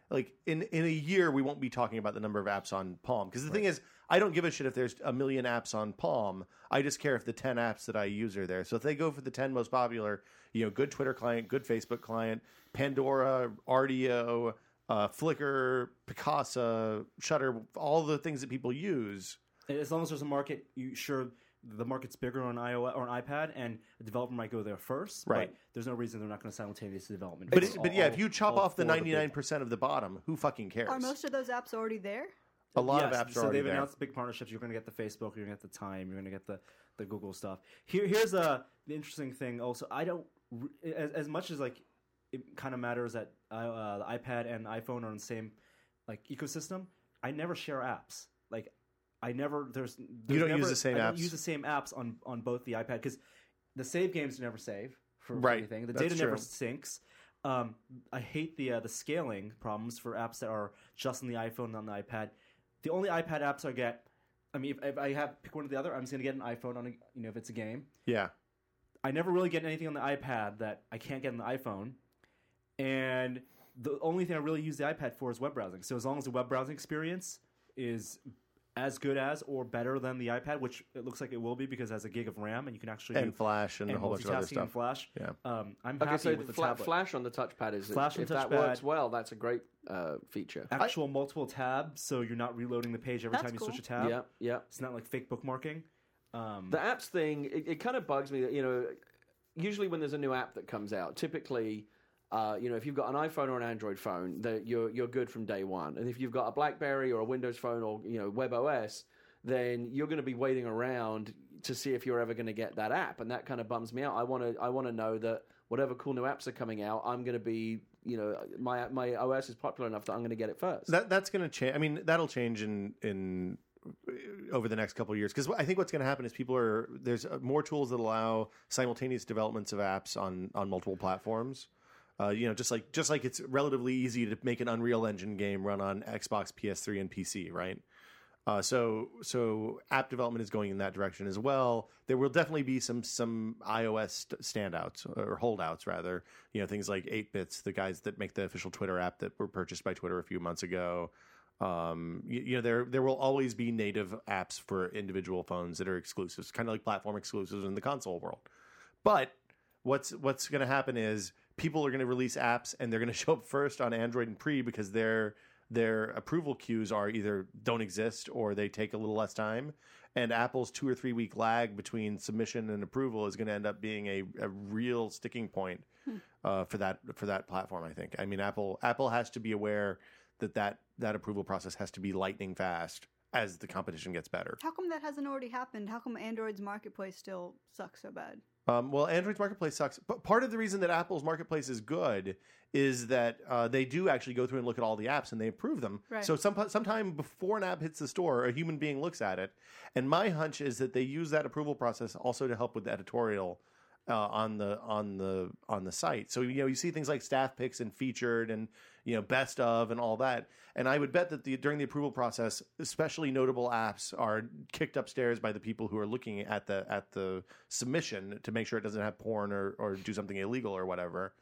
S2: like in in a year we won't be talking about the number of apps on Palm because the thing is, I don't give a shit if there's a million apps on Palm. I just care if the 10 apps that I use are there. So if they go for the 10 most popular, you know, good Twitter client, good Facebook client, Pandora, RDO, uh, Flickr, Picasa, Shutter, all the things that people use.
S3: As long as there's a market, you sure the market's bigger on iOS or on iPad, and a developer might go there first.
S2: Right.
S3: But there's no reason they're not going to simultaneous development.
S2: But,
S3: for
S2: it,
S3: all-
S2: but yeah,
S3: all-
S2: if you chop
S3: all
S2: off the
S3: four of big-
S2: 99% of the bottom, who fucking cares?
S4: Are most of those apps already there?
S2: a lot
S3: Yes,
S2: of apps are
S3: so
S2: already
S3: they've
S2: there.
S3: announced big partnerships. You're going to get the Facebook. You're going to get the Time. You're going to get the the Google stuff. Here, here's a the interesting thing. Also, I don't re- as, as much as like it kind of matters that uh, uh, the iPad and iPhone are in the same like ecosystem. I never share apps. Like I never there's, there's
S2: don't use
S3: never,
S2: the same
S3: I don't
S2: apps?
S3: use the same apps on on both the iPad because the save games never save for
S2: Right,
S3: anything. The
S2: that's
S3: data never
S2: true.
S3: syncs. Um, I hate the uh, the scaling problems for apps that are just on the iPhone and on the iPad. The only iPad apps I get, I mean, if, if I have pick one or the other, I'm just gonna get an iPhone on a, you know if it's a game.
S2: yeah.
S3: I never really get anything on the iPad that I can't get on the iPhone, and the only thing I really use the iPad for is web browsing. So as long as the web browsing experience is as good as or better than the iPad, which it looks like it will be because it has a gig of RAM and you can actually
S2: And
S3: do
S2: Flash and, a whole bunch of other
S3: multitasking in
S2: stuff.
S3: Flash.
S2: Yeah.
S3: Um, I'm
S5: Okay,
S3: happy
S5: so
S3: with the
S5: fla-
S3: tablet.
S5: flash on the touchpad is
S3: Flash on
S5: if that
S3: touchpad.
S5: works well, that's a great uh, feature.
S3: Actual multiple tabs, so you're not reloading the page every
S4: That's
S3: time you
S4: cool.
S3: switch a tab.
S5: yeah, yeah.
S3: It's not like fake bookmarking. Um,
S5: The apps thing, it, it kind of bugs me that, you know, usually when there's a new app that comes out, typically, uh, you know, if you've got an iPhone or an Android phone, that you're you're good from day one. And if you've got a BlackBerry or a Windows phone or you know WebOS, then you're going to be waiting around to see if you're ever going to get that app, and that kind of bums me out. I want to I want to know that whatever cool new apps are coming out, I'm going to be you know my my OS is popular enough that I'm going to get it first.
S2: That that's going to change. I mean, that'll change in in over the next couple of years because I think what's going to happen is people are there's uh, more tools that allow simultaneous developments of apps on on multiple platforms. Uh, you know, just like just like it's relatively easy to make an Unreal Engine game run on Xbox, PS3, and PC, right? Uh, so so app development is going in that direction as well. There will definitely be some some iOS st- standouts or holdouts rather. You know things like Eight Bits, the guys that make the official Twitter app that were purchased by Twitter a few months ago. Um, you, you know there there will always be native apps for individual phones that are exclusives, kind of like platform exclusives in the console world. But what's what's going to happen is people are going to release apps and they're going to show up first on Android and pre because their their approval queues are either don't exist or they take a little less time. And Apple's two or three week lag between submission and approval is going to end up being a, a real sticking point uh, for that for that platform. I think. I mean, Apple Apple has to be aware that that that approval process has to be lightning fast as the competition gets better.
S4: How come that hasn't already happened? How come Android's marketplace still sucks so bad?
S2: Um, well, Android's marketplace sucks. But part of the reason that Apple's marketplace is good is that uh, they do actually go through and look at all the apps and they approve them.
S4: Right.
S2: So some, sometime before an app hits the store, a human being looks at it. And my hunch is that they use that approval process also to help with the editorial uh, on the on the on the site. So you know you see things like staff picks and featured and you know best of and all that. And I would bet that the during the approval process, especially notable apps are kicked upstairs by the people who are looking at the at the submission to make sure it doesn't have porn or or do something illegal or whatever.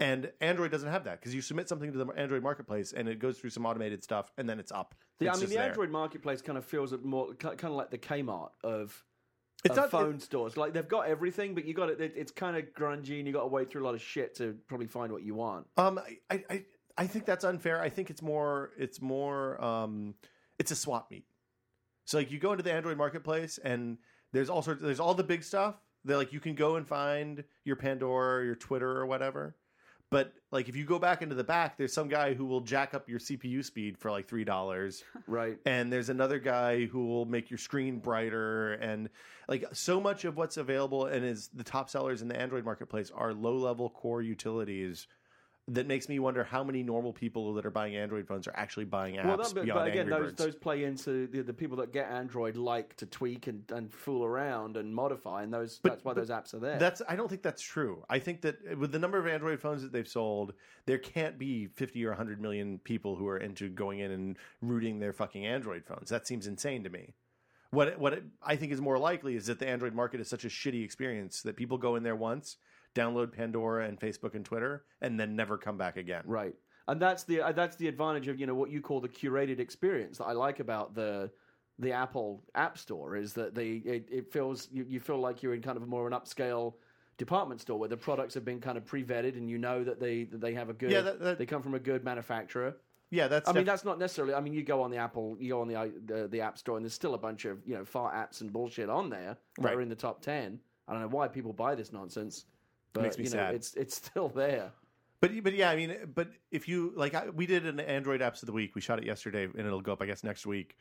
S2: And Android doesn't have that because you submit something to the Android marketplace and it goes through some automated stuff and then it's up.
S5: The, I
S2: It's
S5: mean,
S2: just
S5: the
S2: there.
S5: Android marketplace kind of feels it more kind of like the Kmart of,
S2: It's
S5: of
S2: not-
S5: phone stores. Like they've got everything, but you got it. It's kind of grungy, and you got to wade through a lot of shit to probably find what you want.
S2: Um, I- I, I, I think that's unfair. I think it's more, it's more, um, it's a swap meet. So like you go into the Android marketplace and there's all sorts, there's all the big stuff. They're like, you can go and find your Pandora or your Twitter or whatever. But like, if you go back into the back, there's some guy who will jack up your CPU speed for like $3
S5: Right.
S2: and there's another guy who will make your screen brighter and like so much of what's available and is the top sellers in the android marketplace are low level core utilities that makes me wonder how many normal people that are buying android phones are actually buying apps
S5: that- but,
S2: beyond
S5: but again,
S2: Angry
S5: those
S2: Birds.
S5: those play into the, the people that get Android like to tweak and, and fool around and modify, and those
S2: But-
S5: that's why
S2: but
S5: those apps are there.
S2: That's I don't think that's true. I think that uh, with the number of Android phones that they've sold, there can't be 50 or 100 million people who are into going in and rooting their fucking Android phones. That seems insane to me. What it- what it, I think is more likely is that the Android market is such a shitty experience that people go in there once, download Pandora and Facebook and Twitter and then never come back again.
S5: Right, and that's the uh, that's the advantage of you know what you call the curated experience that I like about the the Apple App Store is that the it, it feels you, you feel like you're in kind of more of an upscale department store where the products have been kind of pre-vetted and you know that they that they have a good
S2: Yeah, that- that-
S5: they come from a good manufacturer.
S2: Yeah, that's.
S5: I mean,
S2: def-
S5: that's not necessarily. I mean, you go on the Apple, you go on the i- the, the App Store, and there's still a bunch of you know fart apps and bullshit on there that
S2: Right.
S5: are in the top ten. I don't know why people buy this nonsense, but
S2: Makes me
S5: you know,
S2: sad.
S5: it's it's still there.
S2: But but yeah, I mean, but if you like, I, we did an Android apps of the week. We shot it yesterday, and it'll go up, I guess, next week.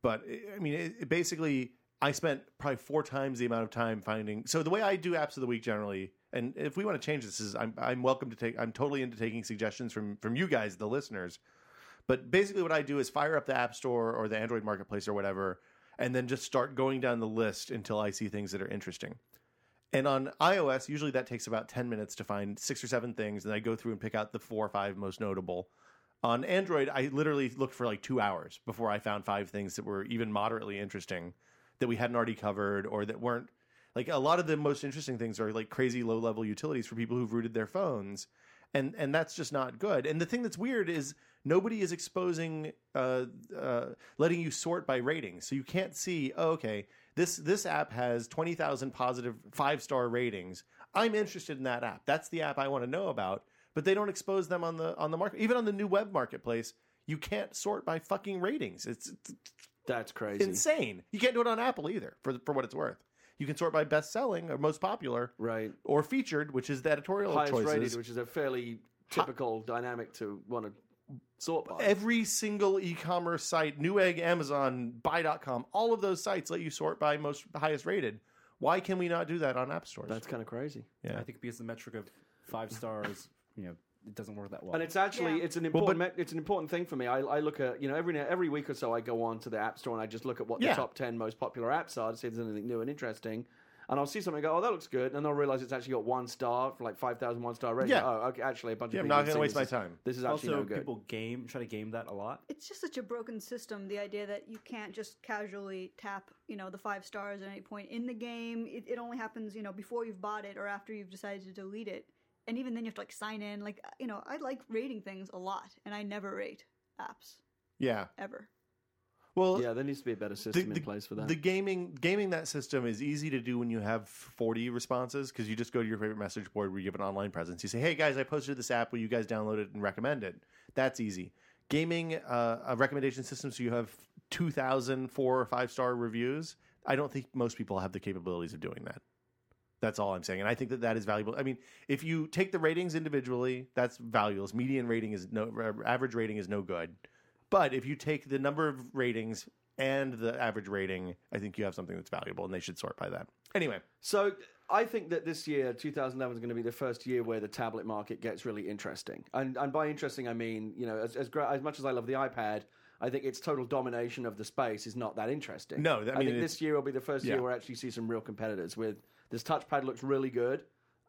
S2: But eh, I mean, it, it basically, I spent probably four times the amount of time finding. So the way I do apps of the week generally, and if we want to change this, is I'm I'm welcome to take. I'm totally into taking suggestions from from you guys, the listeners. But basically, what I do is fire up the App Store or the Android Marketplace or whatever, and then just start going down the list until I see things that are interesting. And on iOS, usually that takes about 10 minutes to find six or seven things. And I go through and pick out the four or five most notable. On Android, I literally looked for like two hours before I found five things that were even moderately interesting that we hadn't already covered or that weren't. Like a lot of the most interesting things are like crazy low level utilities for people who've rooted their phones. And, and that's just not good. And the thing that's weird is nobody is exposing, uh, uh, letting you sort by ratings. So you can't see, oh, okay, this this app has 20,000 positive five star ratings. I'm interested in that app. That's the app I want to know about, but they don't expose them on the on the market. Even on the new web marketplace, you can't sort by fucking ratings. It's, it's
S5: That's crazy.
S2: insane. You can't do it on Apple either for for what it's worth. You can sort by best selling or most popular
S5: Right.
S2: or featured, which is the editorial
S5: Highest
S2: choices.
S5: rated, which is a fairly typical dynamic to want to sort by.
S2: Every single e-commerce site, Newegg, Amazon, buy.com, all of those sites let you sort by most highest rated. Why can we not do that on app stores?
S5: That's kind of crazy.
S2: Yeah.
S3: I think because the metric of five stars, you know, it doesn't work that well.
S5: And it's actually
S4: Yeah.
S5: it's an important me- it's an important thing for me. I, I look at you know every now- every week or so I go on to the app store and I just look at what
S2: Yeah.
S5: the top ten most popular apps are to see if there's anything new and interesting. And I'll see something and go, oh, that looks good, and I'll realize it's actually got one star, like five thousand one star rating.
S2: Yeah.
S5: Oh, okay, actually a bunch
S2: Yeah,
S5: of
S2: I'm
S5: people
S2: not gonna
S5: have seen
S2: waste
S5: this.
S2: my time.
S5: This is actually
S3: also
S5: no good.
S3: people game try to game that a lot.
S4: It's just such a broken system. The idea that you can't just casually tap, you know, the five stars at any point in the game. It, it only happens, you know, before you've bought it or after you've decided to delete it. And even then, you have to like sign in. Like, uh, you know, I like rating things a lot, and I never rate apps
S2: yeah.
S4: ever.
S2: Well,
S5: Yeah, there needs to be a better system in place for that.
S2: the gaming gaming that system is easy to do when you have 40 responses because you just go to your favorite message board where you give an online presence. You say, "Hey guys, I posted this app. Will you guys download it and recommend it?" That's easy. Gaming uh, a recommendation system so you have 2,000 four or five star reviews. I don't think most people have the capabilities of doing that. That's all I'm saying, and I think that that is valuable. I mean, if you take the ratings individually, that's valueless. Median rating is no, r- average rating is no good. But if you take the number of ratings and the average rating, I think you have something that's valuable, and they should sort by that. Anyway,
S5: So I think that this year, 2011, is going to be the first year where the tablet market gets really interesting. And, and by interesting, I mean, you know, as, as, gra- as much as I love the iPad, I think its total domination of the space is not that interesting.
S2: No, I mean,
S5: think
S2: it's-
S5: this year will be the first
S2: yeah.
S5: year where I actually see some real competitors. With this touchpad looks really good.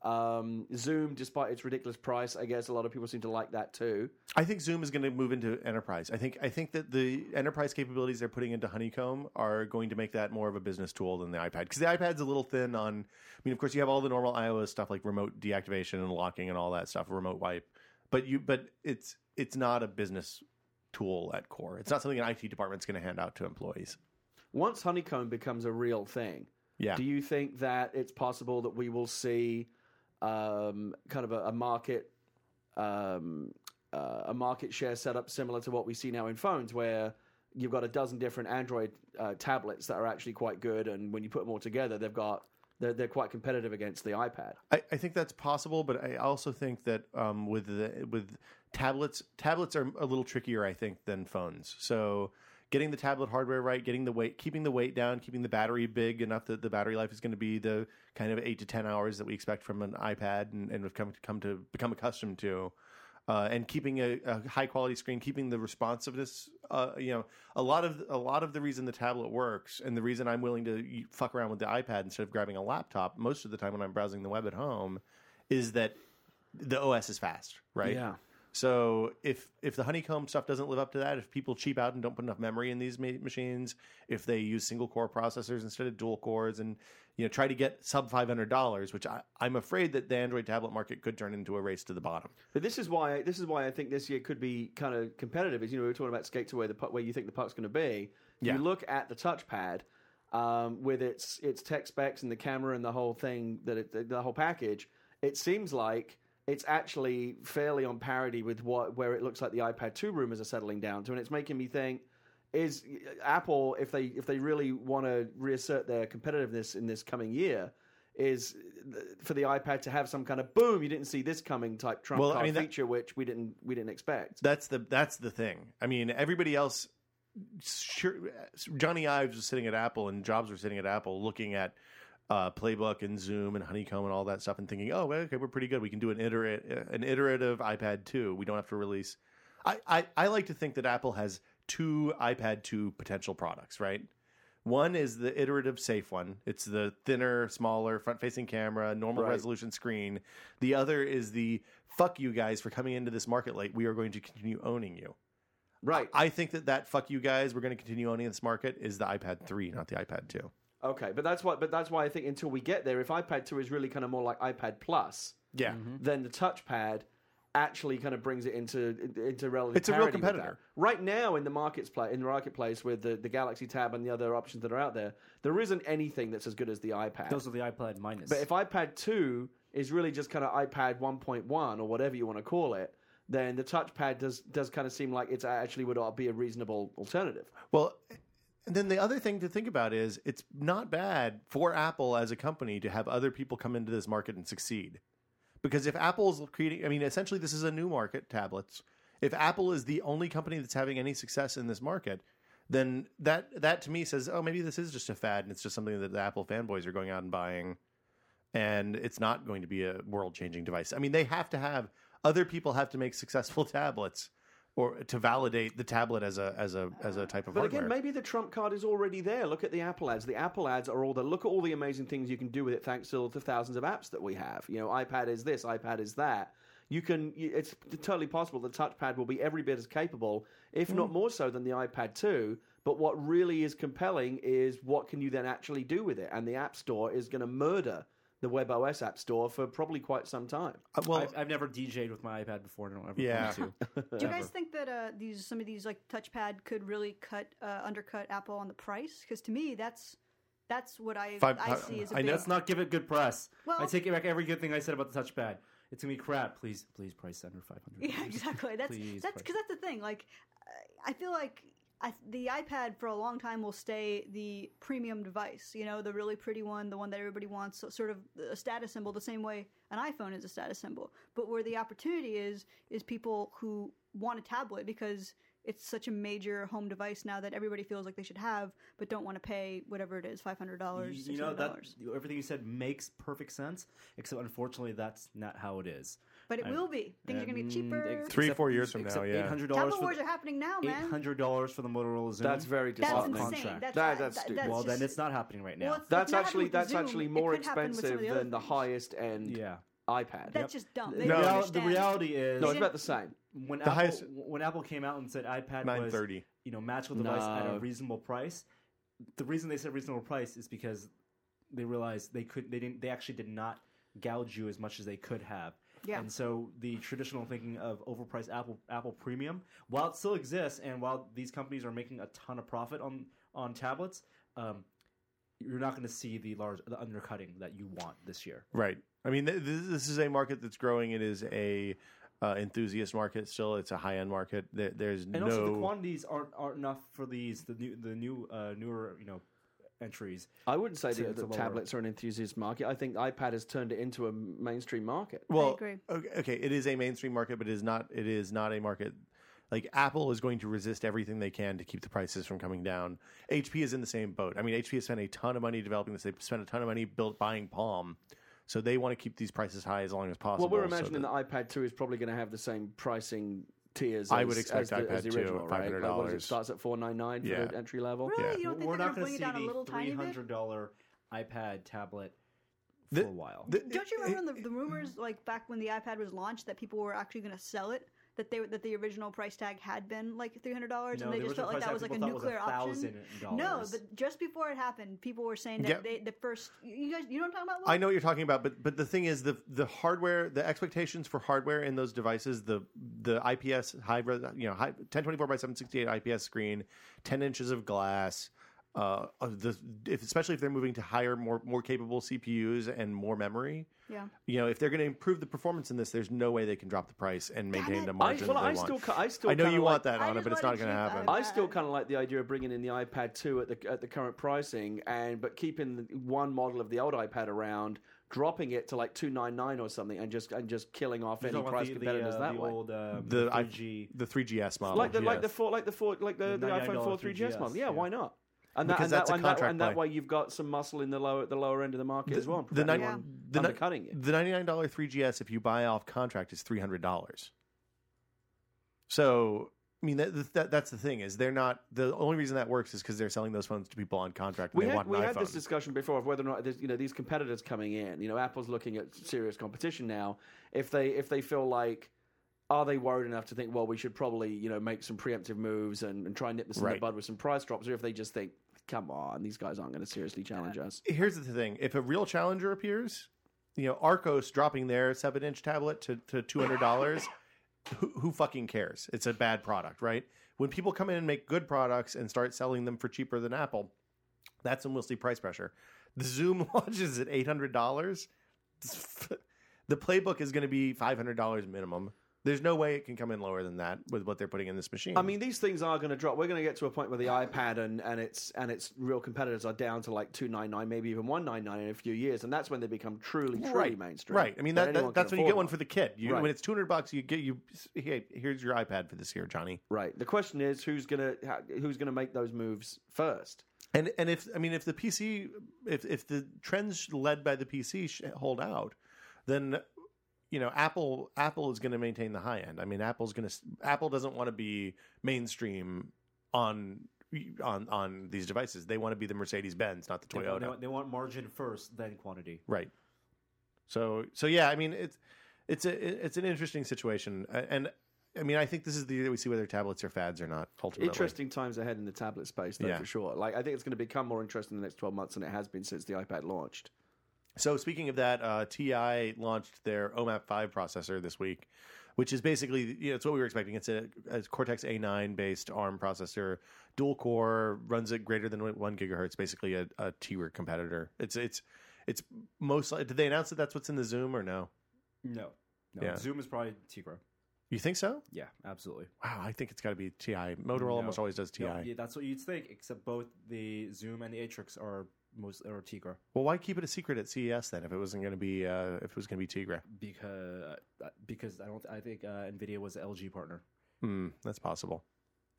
S5: Um, Zoom, despite its ridiculous price, I guess a lot of people seem to like that too.
S2: I think Zoom is going to move into enterprise. I think I think that the enterprise capabilities they're putting into Honeycomb are going to make that more of a business tool than the iPad because the iPad's a little thin on. I mean, of course, you have all the normal iOS stuff like remote deactivation and locking and all that stuff, remote wipe, but you but it's it's not a business tool at core. It's not something an IT department's going to hand out to employees.
S5: Once Honeycomb becomes a real thing,
S2: Yeah.
S5: Do you think that it's possible that we will see um, kind of a, a market um, uh, a market share setup similar to what we see now in phones, where you've got a dozen different Android uh, tablets that are actually quite good, and when you put them all together, they've got they're, they're quite competitive against the iPad.
S2: I, I think that's possible, but I also think that um, with the with tablets, tablets are a little trickier, I think, than phones. So getting the tablet hardware right, getting the weight, keeping the weight down, keeping the battery big enough that the battery life is going to be the kind of eight to ten hours that we expect from an iPad and, and have come to come to become accustomed to. Uh, and keeping a, a high quality screen, keeping the responsiveness, uh, you know, a lot of a lot of the reason the tablet works, and the reason I'm willing to y- fuck around with the iPad instead of grabbing a laptop most of the time when I'm browsing the web at home, is that the OS is fast, right?
S5: Yeah.
S2: So if if the honeycomb stuff doesn't live up to that, if people cheap out and don't put enough memory in these ma- machines, if they use single core processors instead of dual cores, and you know try to get sub five hundred dollars, which I, I'm afraid that the Android tablet market could turn into a race to the bottom.
S5: But this is why this is why I think this year could be kind of competitive. Is you know we were talking about skates away the puck, where you think the puck's going to be.
S2: Yeah.
S5: You look at the touchpad um, with its its tech specs and the camera and the whole thing that it, the, the whole package. It seems like it's actually fairly on parity with what where it looks like the iPad two rumors are settling down to, and it's making me think. Is uh, Apple if they if they really want to reassert their competitiveness in this coming year, is th- for the iPad to have some kind of boom you didn't see this coming type trump
S2: Well, I
S5: card
S2: mean, that-
S5: feature which we didn't we didn't expect.
S2: That's the that's the thing. I mean, everybody else. Sure, Johnny Ives was sitting at Apple, and Jobs were sitting at Apple, looking at uh, Playbook and Zoom and Honeycomb and all that stuff, and thinking, "Oh, well, okay, we're pretty good. We can do an iterate an iterative iPad two. We don't have to release." I, I I like to think that Apple has two iPad two potential products, right? One is the iterative safe one. It's the thinner, smaller, front facing camera, normal
S5: Right.
S2: resolution screen. The other is the fuck you guys for coming into this market late. We are going to continue owning you.
S5: Right.
S2: I think that that fuck you guys, we're going to continue owning this market is the iPad 3, not the iPad 2.
S5: Okay, but that's why but that's why I think until we get there if iPad 2 is really kind of more like iPad Plus,
S2: Yeah.
S5: then the touchpad actually kind of brings it into into relative
S2: It's a real
S5: parity with that.
S2: competitor.
S5: Right now in the markets pla in the marketplace with the, the Galaxy Tab and the other options that are out there, there isn't anything that's as good as the iPad.
S3: Those are the iPad minus.
S5: But if iPad 2 is really just kind of iPad 1.1 or whatever you want to call it, then the touchpad does does kind of seem like it's actually would be a reasonable alternative.
S2: Well, and then the other thing to think about is it's not bad for Apple as a company to have other people come into this market and succeed. Because if Apple's creating, I mean, essentially, this is a new market, tablets. If Apple is the only company that's having any success in this market, then that that to me says, oh, maybe this is just a fad and it's just something that the Apple fanboys are going out and buying, and it's not going to be a world changing device. I mean, they have to have other people have to make successful tablets or to validate the tablet as a as a as a type of
S5: But
S2: hardware.
S5: again, maybe the trump card is already there. Look at the Apple ads. The Apple ads are all the look at all the amazing things you can do with it thanks to the thousands of apps that we have. You know, iPad is this, iPad is that. You can. you- It's totally possible the touchpad will be every bit as capable, if not more so, than the iPad 2. But what really is compelling is what can you then actually do with it, and the App Store is going to murder the WebOS App Store for probably quite some time.
S2: Uh, well,
S3: I've, I've never DJ'd with my iPad before, and I don't ever
S2: Yeah.
S3: plan to.
S4: Do you guys think that uh, these some of these like touchpad could really cut uh, undercut Apple on the price? Because to me, that's that's what I
S2: Five- uh,
S4: I see as a
S2: I
S4: big.
S2: know-
S3: Let's not give it good press. I
S4: Well-
S3: take back every good thing I said about the touchpad. It's gonna be crap. Please, please price under five hundred.
S4: Yeah, exactly. That's
S3: Please,
S4: that's because that's the thing. Like, I- I feel like I, the iPad for a long time will stay the premium device. You know, the really pretty one, the one that everybody wants, so- sort of a status symbol, the same way an iPhone is a status symbol. But where the opportunity is, is people who want a tablet because it's such a major home device now that everybody feels like they should have, but don't want to pay whatever it is, five hundred dollars,
S3: You,
S4: six
S3: you know
S4: hundred
S3: that
S4: dollars.
S3: everything you said makes perfect sense, except unfortunately that's not how it is.
S4: But it
S3: I-
S4: will be. Things are going to get cheaper.
S2: Three, four years from now, yeah.
S3: Eight hundred dollars
S4: Tablet
S3: for
S4: wars
S3: the,
S4: are happening now,
S3: eight
S4: man.
S3: hundred dollars for the Motorola Zoom.
S5: That's very
S4: That's
S5: disheartening.
S4: insane.
S3: contract.
S4: That's,
S5: That-
S4: that-
S5: that's stupid.
S4: that's
S3: well,
S4: just-
S3: then it's not happening right now.
S4: Well, it's-
S5: That's
S4: not happening
S5: actually
S4: with
S5: that's
S4: Zoom.
S5: actually
S4: It
S5: more
S4: could happen with some of
S5: expensive
S4: the other
S5: than the
S4: things.
S5: highest end
S3: yeah.
S5: iPad.
S4: That's just dumb.
S3: The,
S4: They don't
S3: real- the
S4: understand.
S3: reality is
S5: No, it's about the same.
S3: when
S2: The
S3: Apple,
S2: highest-
S3: when Apple came out and said iPad was
S2: 930.
S3: you know magical device at
S5: No.
S3: a reasonable price, the reason they said reasonable price is because they realized they could they didn't they actually did not gouge you as much as they could have.
S4: Yeah.
S3: And so the traditional thinking of overpriced Apple Apple Premium, while it still exists and while these companies are making a ton of profit on on tablets, um, you're not going to see the large the undercutting that you want this year.
S2: Right. I mean, th- this, this is a market that's growing. It is a uh, enthusiast market still. It's a high end market. There, there's
S3: And
S2: no.
S3: also the quantities aren't aren't enough for these the new the new uh, newer you know entries.
S5: I wouldn't say
S3: to-
S5: that
S3: to
S5: the
S3: lower.
S5: tablets are an enthusiast market. I think iPad has turned it into a mainstream market.
S2: well,
S4: agree.
S2: Okay, okay, it is a mainstream market, but it is not. It is not a market. Like Apple is going to resist everything they can to keep the prices from coming down. HP is in the same boat. I mean, HP has spent a ton of money developing this. They spent a ton of money built buying Palm, so they want to keep these prices high as long as possible.
S5: Well, we're
S2: so
S5: imagining
S2: that-
S5: the iPad 2 is probably going to have the same pricing tiers.
S2: I
S5: as-
S2: would expect
S5: as the, as
S2: iPad
S5: the
S2: 2
S5: original,
S2: at
S5: right? Like, what
S2: $500.
S5: is it starts at 499 for
S2: Yeah.
S5: the entry level.
S4: Really? You don't think
S3: We're
S4: they're
S3: not going
S4: going to bring
S3: to
S4: it
S3: see
S4: down a
S3: the
S4: little
S3: three
S4: tiny bit?
S3: hundred dollar iPad tablet
S2: The-
S3: for a while.
S2: the-
S4: Don't you remember the, the rumors, like back when the iPad was launched, that people were actually going to sell it that they that the original price tag had been like three hundred dollars,
S3: No,
S4: and they
S3: the
S4: just felt
S3: original
S4: like
S3: price
S4: that
S3: tag
S4: was like a
S3: people thought was
S4: nuclear
S3: $1,000.
S4: option. No, but just before it happened, people were saying that
S2: Yeah.
S4: they the first you guys you know what I'm talking about. Will?
S2: I know what you're talking about, but but the thing is the the hardware, the expectations for hardware in those devices, the the IPS high, res- you know, high, 1024 by 768 IPS screen, 10 inches of glass. Uh, of the if, especially if they're moving to higher, more more capable CPUs and more memory.
S4: Yeah.
S2: You know, if they're going to improve the performance in this, there's no way they can drop the price and maintain
S4: it.
S2: the
S4: I-
S2: margin.
S5: well,
S2: that they
S5: I
S2: want.
S5: still ca- I still
S2: know
S5: kinda
S2: you want
S5: like-
S2: that
S4: I
S2: on it,
S4: just
S2: but it's
S4: want
S2: not
S4: it
S2: going to
S4: cheap. I
S2: happen.
S4: don't-
S5: I still kind of like the idea of bringing in the iPad 2 at the at the current pricing, and but keeping the- one model of the old iPad around, dropping it to like two nine nine or something, and just and just killing off
S3: You
S5: any
S3: don't want
S5: price
S3: the, the,
S5: competitors
S3: uh,
S5: that
S3: the
S5: way.
S3: old um,
S2: the I-
S3: 3G.
S2: the 3GS model,
S5: like the like the
S3: Yes.
S5: four like the four like the,
S3: The
S5: the iPhone
S3: $99
S5: four three GS
S3: 3GS,
S5: model. Yeah,
S3: yeah.
S5: why not? And that,
S2: Because
S5: and that,
S2: that's a
S5: and, that,
S2: contract
S5: and that
S2: play.
S5: way you've got some muscle in the lower the lower end of the market as well.
S2: the,
S5: preventing
S2: ni-
S5: anyone
S2: the, ni-
S5: undercutting it.
S2: the ninety nine dollar three GS if you buy off contract is three hundred dollars. So I mean that, that that's the thing is they're not the only reason that works is because they're selling those phones to people on contract and
S5: we
S2: they
S5: had,
S2: want an
S5: we
S2: iPhone.
S5: had this discussion before of whether or not there's, you know these competitors coming in. You know, Apple's looking at serious competition now. If they if they feel like are they worried enough to think, well, we should probably you know make some preemptive moves and, and try and nip this in
S2: Right.
S5: the bud with some price drops, or if they just think, come on, these guys aren't going to seriously challenge us.
S2: Here's the thing: if a real challenger appears, you know Arcos dropping their seven inch tablet to to two hundred dollars. Who, who fucking cares? It's a bad product, right? When people come in and make good products and start selling them for cheaper than Apple, that's when we'll see price pressure. The Zoom launches at eight hundred dollars. The playbook is going to be five hundred dollars minimum. There's no way it can come in lower than that with what they're putting in this machine.
S5: I mean, these things are going to drop. We're going to get to a point where the iPad and, and its and its real competitors are down to like two nine nine, maybe even one nine nine in a few years, and that's when they become truly, truly mainstream.
S2: Right. I mean, that,
S5: anyone
S2: that,
S5: can
S2: that's when you
S5: afford
S2: get one for the kid. You,
S5: Right.
S2: When it's two hundred bucks, you get you. Hey, here's your iPad for this year, Johnny.
S5: Right. The question is who's gonna ha- who's gonna make those moves first?
S2: And and if I mean, if the PC, if if the trends led by the PC sh- hold out, then you know Apple Apple is going to maintain the high end. I mean, Apple's going to Apple doesn't want to be mainstream on on on these devices. They want to be the Mercedes Benz, not the
S3: They,
S2: Toyota.
S3: want- they want margin first, then quantity.
S2: Right. So so yeah, I mean it's it's a it's an interesting situation, A- and I mean I think this is the year that we see whether tablets are fads or not. Ultimately,
S5: Interesting times ahead in the tablet space, though,
S2: Yeah.
S5: for sure. Like I think it's going to become more interesting in the next twelve months than it has been since the iPad launched.
S2: So speaking of that, uh, TI launched their OMAP five processor this week, which is basically you know, it's what we were expecting. It's a, a Cortex A nine based ARM processor, dual core, runs at greater than one gigahertz. Basically a, a T-Work competitor. It's it's it's most. Did they announce that that's what's in the Zoom or no?
S3: No. No.
S2: Yeah.
S3: Zoom is probably Tigra.
S2: You think so?
S3: Yeah, absolutely.
S2: Wow, I think it's got to be TI. Motorola almost always does TI.
S3: No, yeah, that's what you'd think, except both the Zoom and the Atrix are most or Tigra.
S2: Well, why keep it a secret at CES then if it wasn't going to be uh, if it was going to be Tigra?
S3: because uh, because I don't I think uh, Nvidia was LG partner.
S2: Hmm, that's possible.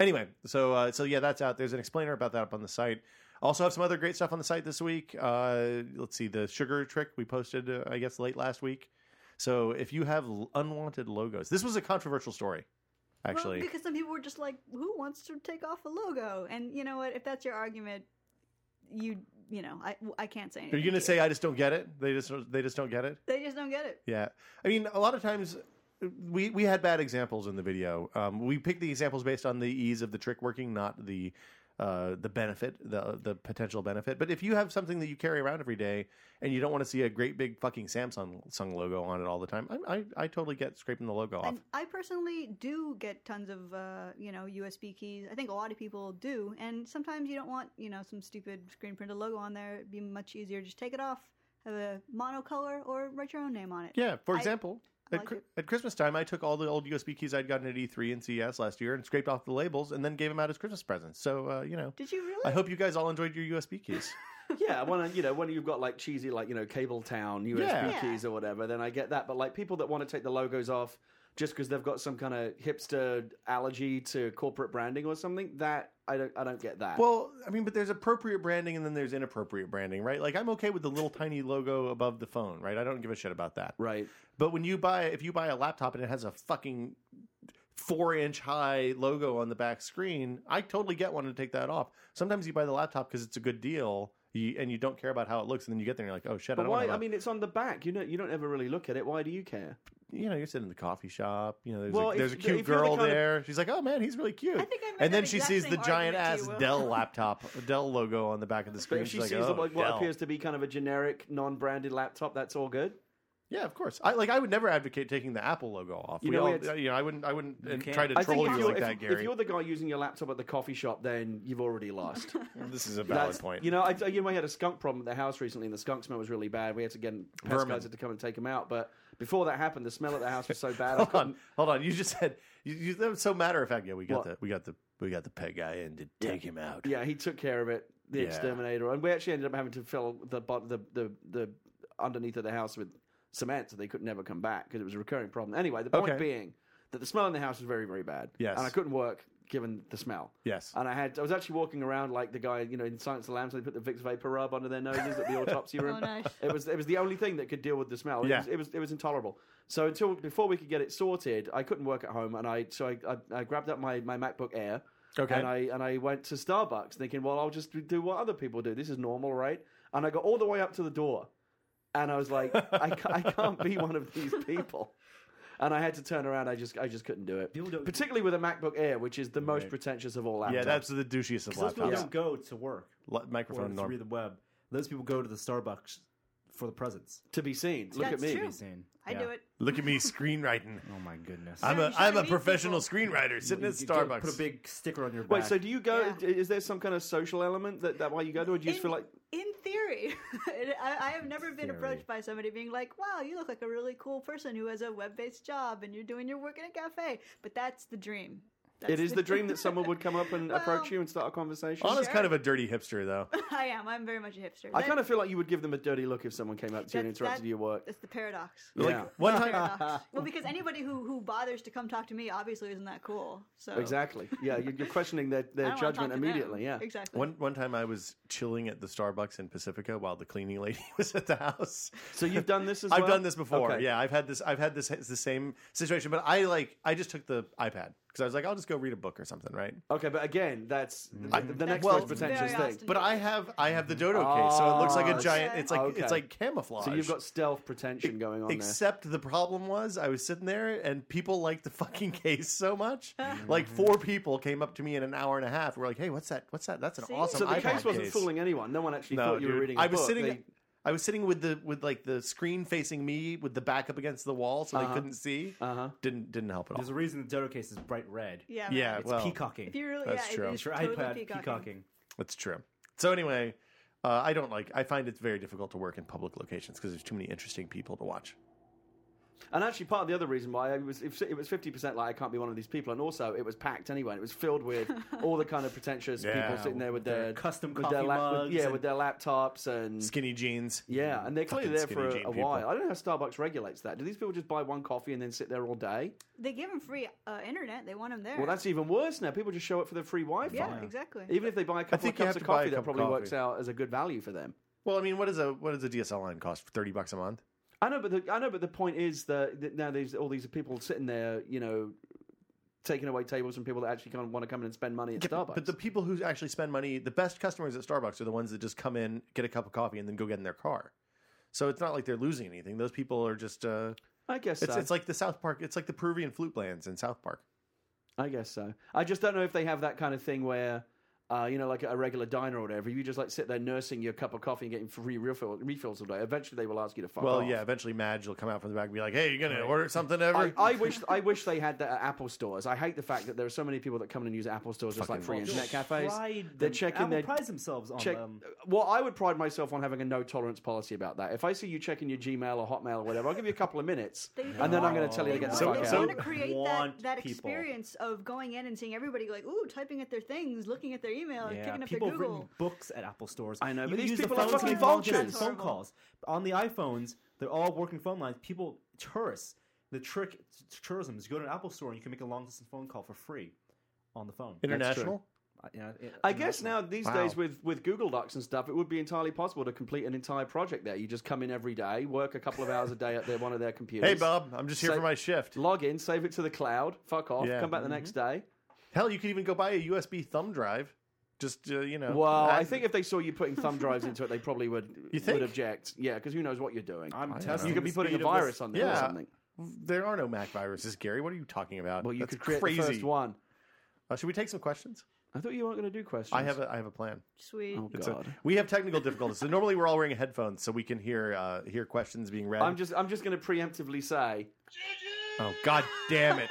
S2: Anyway, so uh, so yeah, that's out. There's an explainer about that up on the site. Also have some other great stuff on the site this week. Uh, let's see the sugar trick we posted, uh, I guess, late last week. So if you have l- unwanted logos, this was a controversial story, actually.
S4: Well, because some people were just like, "Who wants to take off a logo?" And you know what? If that's your argument, you you know, I I can't say anything.
S2: Are you going to
S4: to
S2: say I just don't get it? They just they just don't get it.
S4: They just don't get it.
S2: Yeah, I mean, a lot of times we we had bad examples in the video. Um, we picked the examples based on the ease of the trick working, not the uh, the benefit, the the potential benefit. But if you have something that you carry around every day and you don't want to see a great big fucking Samsung Samsung logo on it all the time, I I, I totally get scraping the logo off.
S4: And I personally do get tons of uh, you know USB keys. I think a lot of people do, and sometimes you don't want you know some stupid screen printed logo on there. It'd be much easier to just take it off, have a monocolor, or write your own name on it.
S2: Yeah, for
S4: I-
S2: example,
S4: I
S2: at,
S4: like
S2: Chri-
S4: it.
S2: at Christmas time, I took all the old USB keys I'd gotten at E3 and CES last year and scraped off the labels and then gave them out as Christmas presents. So uh, you know,
S4: Did you really?
S2: I hope you guys all enjoyed your USB keys.
S5: yeah, when you know when you've got like cheesy like you know Cable Town USB
S2: Yeah.
S4: Yeah.
S5: keys or whatever, then I get that. But like people that want to take the logos off just because they've got some kind of hipster allergy to corporate branding or something, that I don't I don't get that.
S2: Well, I mean, but there's appropriate branding and then there's inappropriate branding, right? Like I'm okay with the little tiny logo above the phone, right? I don't give a shit about that.
S5: right.
S2: But when you buy if you buy a laptop and it has a fucking four inch high logo on the back screen, I totally get wanting to take that off. Sometimes you buy the laptop because it's a good deal. You, and you don't care about how it looks, and then you get there and you're like, oh shit! I
S5: But
S2: don't
S5: why?
S2: wanna-
S5: I mean, it's on the back. You know, you don't ever really look at it. Why do you care?
S2: you know, you're sitting in the coffee shop. You know, there's,
S5: Well,
S2: a,
S5: if-
S2: there's a
S5: if
S2: cute
S5: you're the
S2: girl
S5: kind of-
S2: there. She's like, oh man, he's really cute.
S4: I think I made
S2: and
S4: that
S2: then she
S4: exact
S2: sees
S4: same
S2: the giant
S4: argument
S2: ass
S4: to you, Will.
S2: Dell laptop, Dell logo on the back of the
S5: But
S2: screen.
S5: if she
S2: she's
S5: sees
S2: like, oh,
S5: what, what
S2: Dell."
S5: appears to be kind of a generic, non-branded laptop, that's all good.
S2: Yeah, of course. I like. I would never advocate taking the Apple logo off.
S5: You
S2: we
S5: know,
S2: all,
S5: it's-
S2: you know, I wouldn't. I wouldn't uh,
S3: can't.
S2: try to
S5: I
S2: troll
S5: if
S2: you
S5: you're,
S2: like
S5: if,
S2: that,
S5: if
S2: Gary.
S5: you're the guy using your laptop at the coffee shop, then you've already lost.
S2: This is a valid
S5: That's-
S2: point.
S5: You know, I, you know, I had a skunk problem at the house recently, and the skunk smell was really bad. We had to get pest
S2: Vermin.
S5: guys had to come and take them out. But before that happened, the smell at the house was so bad. I
S2: hold
S5: couldn't,
S2: on, hold on. You just said you, you, that was so matter of fact. Yeah, we got
S5: What?
S2: the we got the we got the pet guy in to take him out.
S5: Yeah, he took care of it, the
S2: Yeah.
S5: exterminator, and we actually ended up having to fill the bot the the, the underneath of the house with cement, so they could never come back because it was a recurring problem. Anyway, the point
S2: Okay.
S5: being that the smell in the house was very very bad.
S2: Yes.
S5: and I couldn't work given the smell.
S2: Yes.
S5: and I had I was actually walking around like the guy you know in Science of the Lambs, they put the Vicks vapor rub under their noses at the autopsy room.
S4: Oh, nice.
S5: It was it was the only thing that could deal with the smell. It,
S2: Yeah.
S5: was, it was it was intolerable. So until before we could get it sorted, I couldn't work at home, and I so I I, I grabbed up my, my MacBook Air.
S2: Okay.
S5: And I and I went to Starbucks thinking, well, I'll just do what other people do. This is normal, right? And I got all the way up to the door, and I was like, I, ca- I can't be one of these people. And I had to turn around. I just I just couldn't do it.
S3: People don't-
S5: Particularly with a MacBook Air, which is the most
S2: Right.
S5: pretentious of all laptops.
S2: yeah, that's the douchiest of
S3: Those people
S2: laptops.
S3: don't go to work
S2: Li-
S3: or
S2: Microphone
S3: through
S2: norm.
S3: the web. Those people go to the Starbucks for the presents.
S5: to be seen. Look
S4: That's
S5: at me.
S4: true.
S3: Seen.
S4: I
S3: Yeah.
S4: do it.
S2: Look at me screenwriting.
S3: Oh my goodness.
S2: I'm
S4: Yeah,
S2: a
S4: you should
S2: I'm a
S4: meet
S2: professional
S4: people.
S2: screenwriter sitting at
S3: You don't
S2: Starbucks.
S3: Put a big sticker on your back.
S5: Wait, so do you go?
S4: Yeah.
S5: Is there some kind of social element that that why you go there, or do you just feel like?
S4: in theory, I, I have never been
S3: Theory.
S4: approached by somebody being like, "Wow, you look like a really cool person who has a web-based job and you're doing your work in a cafe." But that's the dream. That's
S5: It is the dream that someone would come up and approach
S4: Well,
S5: you and start a conversation.
S2: Anna's
S4: Sure.
S2: kind of a dirty hipster, though.
S4: I am. I'm very much a hipster.
S5: I kind of feel like you would give them a dirty look if someone came up to you and
S4: That-
S5: interrupted
S4: that-
S5: your work.
S4: It's the paradox.
S2: Like
S5: Yeah.
S2: one time,
S4: paradox. well, because anybody who who bothers to come talk to me obviously isn't that cool. So
S5: Exactly. Yeah, you- you're questioning their,
S4: oh. I
S5: their
S4: don't wanna
S5: judgment
S4: talk to them.
S5: immediately. Yeah.
S4: Exactly.
S2: one one time, I was chilling at the Starbucks in Pacifica while the cleaning lady was at the house.
S5: So you've done this as
S2: I've
S5: well.
S2: done this before.
S5: Okay.
S2: Yeah, I've had this. I've had this. It's the same situation, but I like. I just took the iPad because I was like, I'll just go read a book or something, right?
S5: Okay, but again, that's
S2: Mm.
S5: the, the next
S2: Well,
S5: most pretentious
S4: Very
S5: thing.
S4: Austin.
S2: But I have. I have the Dodo case, so it looks like
S5: Ah,
S2: a giant. It's like
S5: okay.
S2: it's like camouflage.
S5: So you've got stealth pretension going on there.
S2: Except the problem was, I was sitting there, and people liked the fucking case so much.
S5: Mm-hmm.
S2: like four people came up to me in an hour and a half. We're like, "Hey, what's that? What's that? That's an
S4: See?
S2: awesome."
S5: So the
S2: iPad
S5: case wasn't
S2: case.
S5: fooling anyone. No one actually
S2: No,
S5: thought you were
S2: dude.
S5: reading. I
S2: I was sitting.
S5: They,
S2: I was sitting with the with like the screen facing me with the back up against the wall, so they couldn't see.
S5: Uh-huh.
S2: Didn't didn't help at all.
S3: There's a reason the Dodo case is bright red.
S4: yeah. right.
S2: Yeah,
S3: It's
S2: well,
S3: peacocking.
S4: If you really,
S2: That's
S4: yeah, it
S2: true.
S4: is
S3: it's your
S4: totally
S3: iPad
S4: peacocking.
S3: peacocking.
S2: That's true. So anyway, uh, I don't like. I find it very difficult to work in public locations because there's too many interesting people to watch.
S5: and actually, part of the other reason why it was it was fifty percent like I can't be one of these people, and also it was packed anyway. and It was filled with all the kind of pretentious
S2: Yeah.
S5: people sitting there with
S3: Their
S5: their
S3: custom
S5: with
S3: coffee
S5: lap- with-
S3: mugs
S5: yeah,
S3: and-
S5: with their laptops and
S2: Skinny jeans.
S5: Mm. Yeah, and they're clearly
S2: Fucking
S5: there for
S2: skinny
S5: a, a
S2: jean people.
S5: while. I don't know how Starbucks regulates that. Do these people just buy one coffee and then sit there all day?
S4: They give them free uh, internet. They want them there.
S5: Well, that's even worse now. People just show up for the free Wi-Fi.
S4: yeah, exactly.
S5: Even if they buy a couple
S2: think
S5: of
S2: you
S5: cups
S2: have
S5: of
S2: to buy a
S5: coffee, that
S2: cup of
S5: probably works
S2: coffee.
S5: out as a good value for them.
S2: Well, I mean, what is a what does a DSL line cost? Thirty bucks a month.
S5: I know, but the, I know, but the point is that, that now there's all these people sitting there, you know, taking away tables from people that actually kind of want to come in and spend money at Starbucks.
S2: But the people who actually spend money, the best customers at Starbucks are the ones that just come in, get a cup of coffee, and then go get in their car. So it's not like they're losing anything. Those people are just. Uh,
S5: I guess
S2: it's
S5: so.
S2: it's like the South Park. It's like the Peruvian flute lands in South Park.
S5: I guess so. I just don't know if they have that kind of thing where, uh, you know, like at a regular diner or whatever, you just like sit there nursing your cup of coffee and getting free refill, refills all day. Eventually, they will ask you to fuck
S2: Well,
S5: off.
S2: yeah. Eventually, Madge will come out from the back and be like, "Hey, you gonna order something ever?"
S5: I, I wish I wish they had that at Apple stores. I hate the fact that there are so many people that come in and use Apple stores just like
S2: Fucking
S5: free
S2: bullshit.
S5: internet cafes. They're checking
S3: Apple
S5: their
S3: prides themselves on um,
S5: check.
S3: them.
S5: Well, I would pride myself on having a no tolerance policy about that. If I see you checking your Gmail or Hotmail or whatever, I'll give you a couple of minutes,
S4: They-
S5: and then I'm
S4: they
S5: going to tell you to
S4: They
S5: get the
S2: So-
S4: want,
S5: fuck
S4: they
S2: so-
S5: out.
S4: want to create
S3: Want
S4: that, that
S3: people.
S4: experience of going in and seeing everybody go like, ooh, typing at their things, looking at their email,
S3: Yeah,
S4: picking Uh, up
S3: people
S4: their
S3: have
S4: Google.
S3: written books at Apple stores.
S5: I know,
S3: You
S5: but these
S3: use the
S5: people are
S3: phone to
S5: fucking
S3: make long-distance
S5: vultures.
S3: Phone calls on the iPhones. They're all working phone lines. People tourists. The trick to tourism is you go to an Apple store and you can make a long distance phone call for free on the phone.
S2: International.
S3: Uh, yeah, it-
S5: I guess now these
S2: Wow.
S5: days with, with Google Docs and stuff, it would be entirely possible to complete an entire project there. You just come in every day, work a couple of hours a day at their, one of their computers.
S2: Hey, Bob, I'm just here
S5: So-
S2: for my shift.
S5: Log in, save it to the cloud, fuck off,
S2: Yeah.
S5: come
S3: Mm-hmm.
S5: back the next day.
S2: Hell, you could even go buy a USB thumb drive. Just uh, you know.
S5: Well,
S2: that-
S5: I think if they saw you putting thumb drives into it, they probably would
S2: You think?
S5: would object. Yeah, because who knows what you're doing?
S3: I'm
S2: don't
S3: testing.
S2: know.
S5: you could be
S3: the
S5: putting a
S3: speed of this-
S5: virus on there or
S2: Yeah.
S5: something.
S2: There are no Mac viruses, Gary. What are you talking about?
S5: Well, you
S2: That's
S5: could create
S2: crazy.
S5: the first one.
S2: Uh, should we take some questions?
S5: I thought you weren't going to do questions.
S2: I have a, I have a plan.
S4: Sweet.
S5: Oh
S2: It's a-
S5: God.
S2: we have technical difficulties. So normally we're all wearing headphones, so we can hear uh, hear questions being read.
S5: I'm just I'm just going to preemptively say
S2: oh God damn it!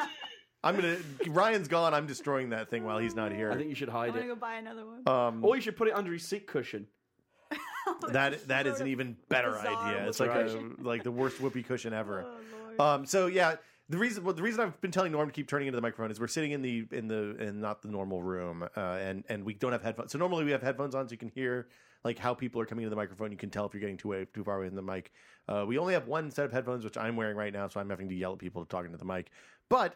S2: I'm gonna Ryan's gone. I'm destroying that thing while he's not here.
S5: I think you should
S4: I'm
S5: hide
S4: gonna
S5: it,
S4: go buy another one.
S2: um,
S5: or you should put it under his seat cushion.
S2: that that is an even better
S4: bizarre
S2: idea. It's like
S5: whoopee
S2: a, like the worst whoopee cushion ever.
S4: oh lord.
S2: Um, so yeah, the reason well, the reason I've been telling Norm to keep turning into the microphone is we're sitting in the in the in not the normal room, uh, and and we don't have headphones. So normally we have headphones on, so you can hear like how people are coming into the microphone. You can tell if you're getting too way too far away from the mic. Uh, we only have one set of headphones, which I'm wearing right now, so I'm having to yell at people talking to the mic. But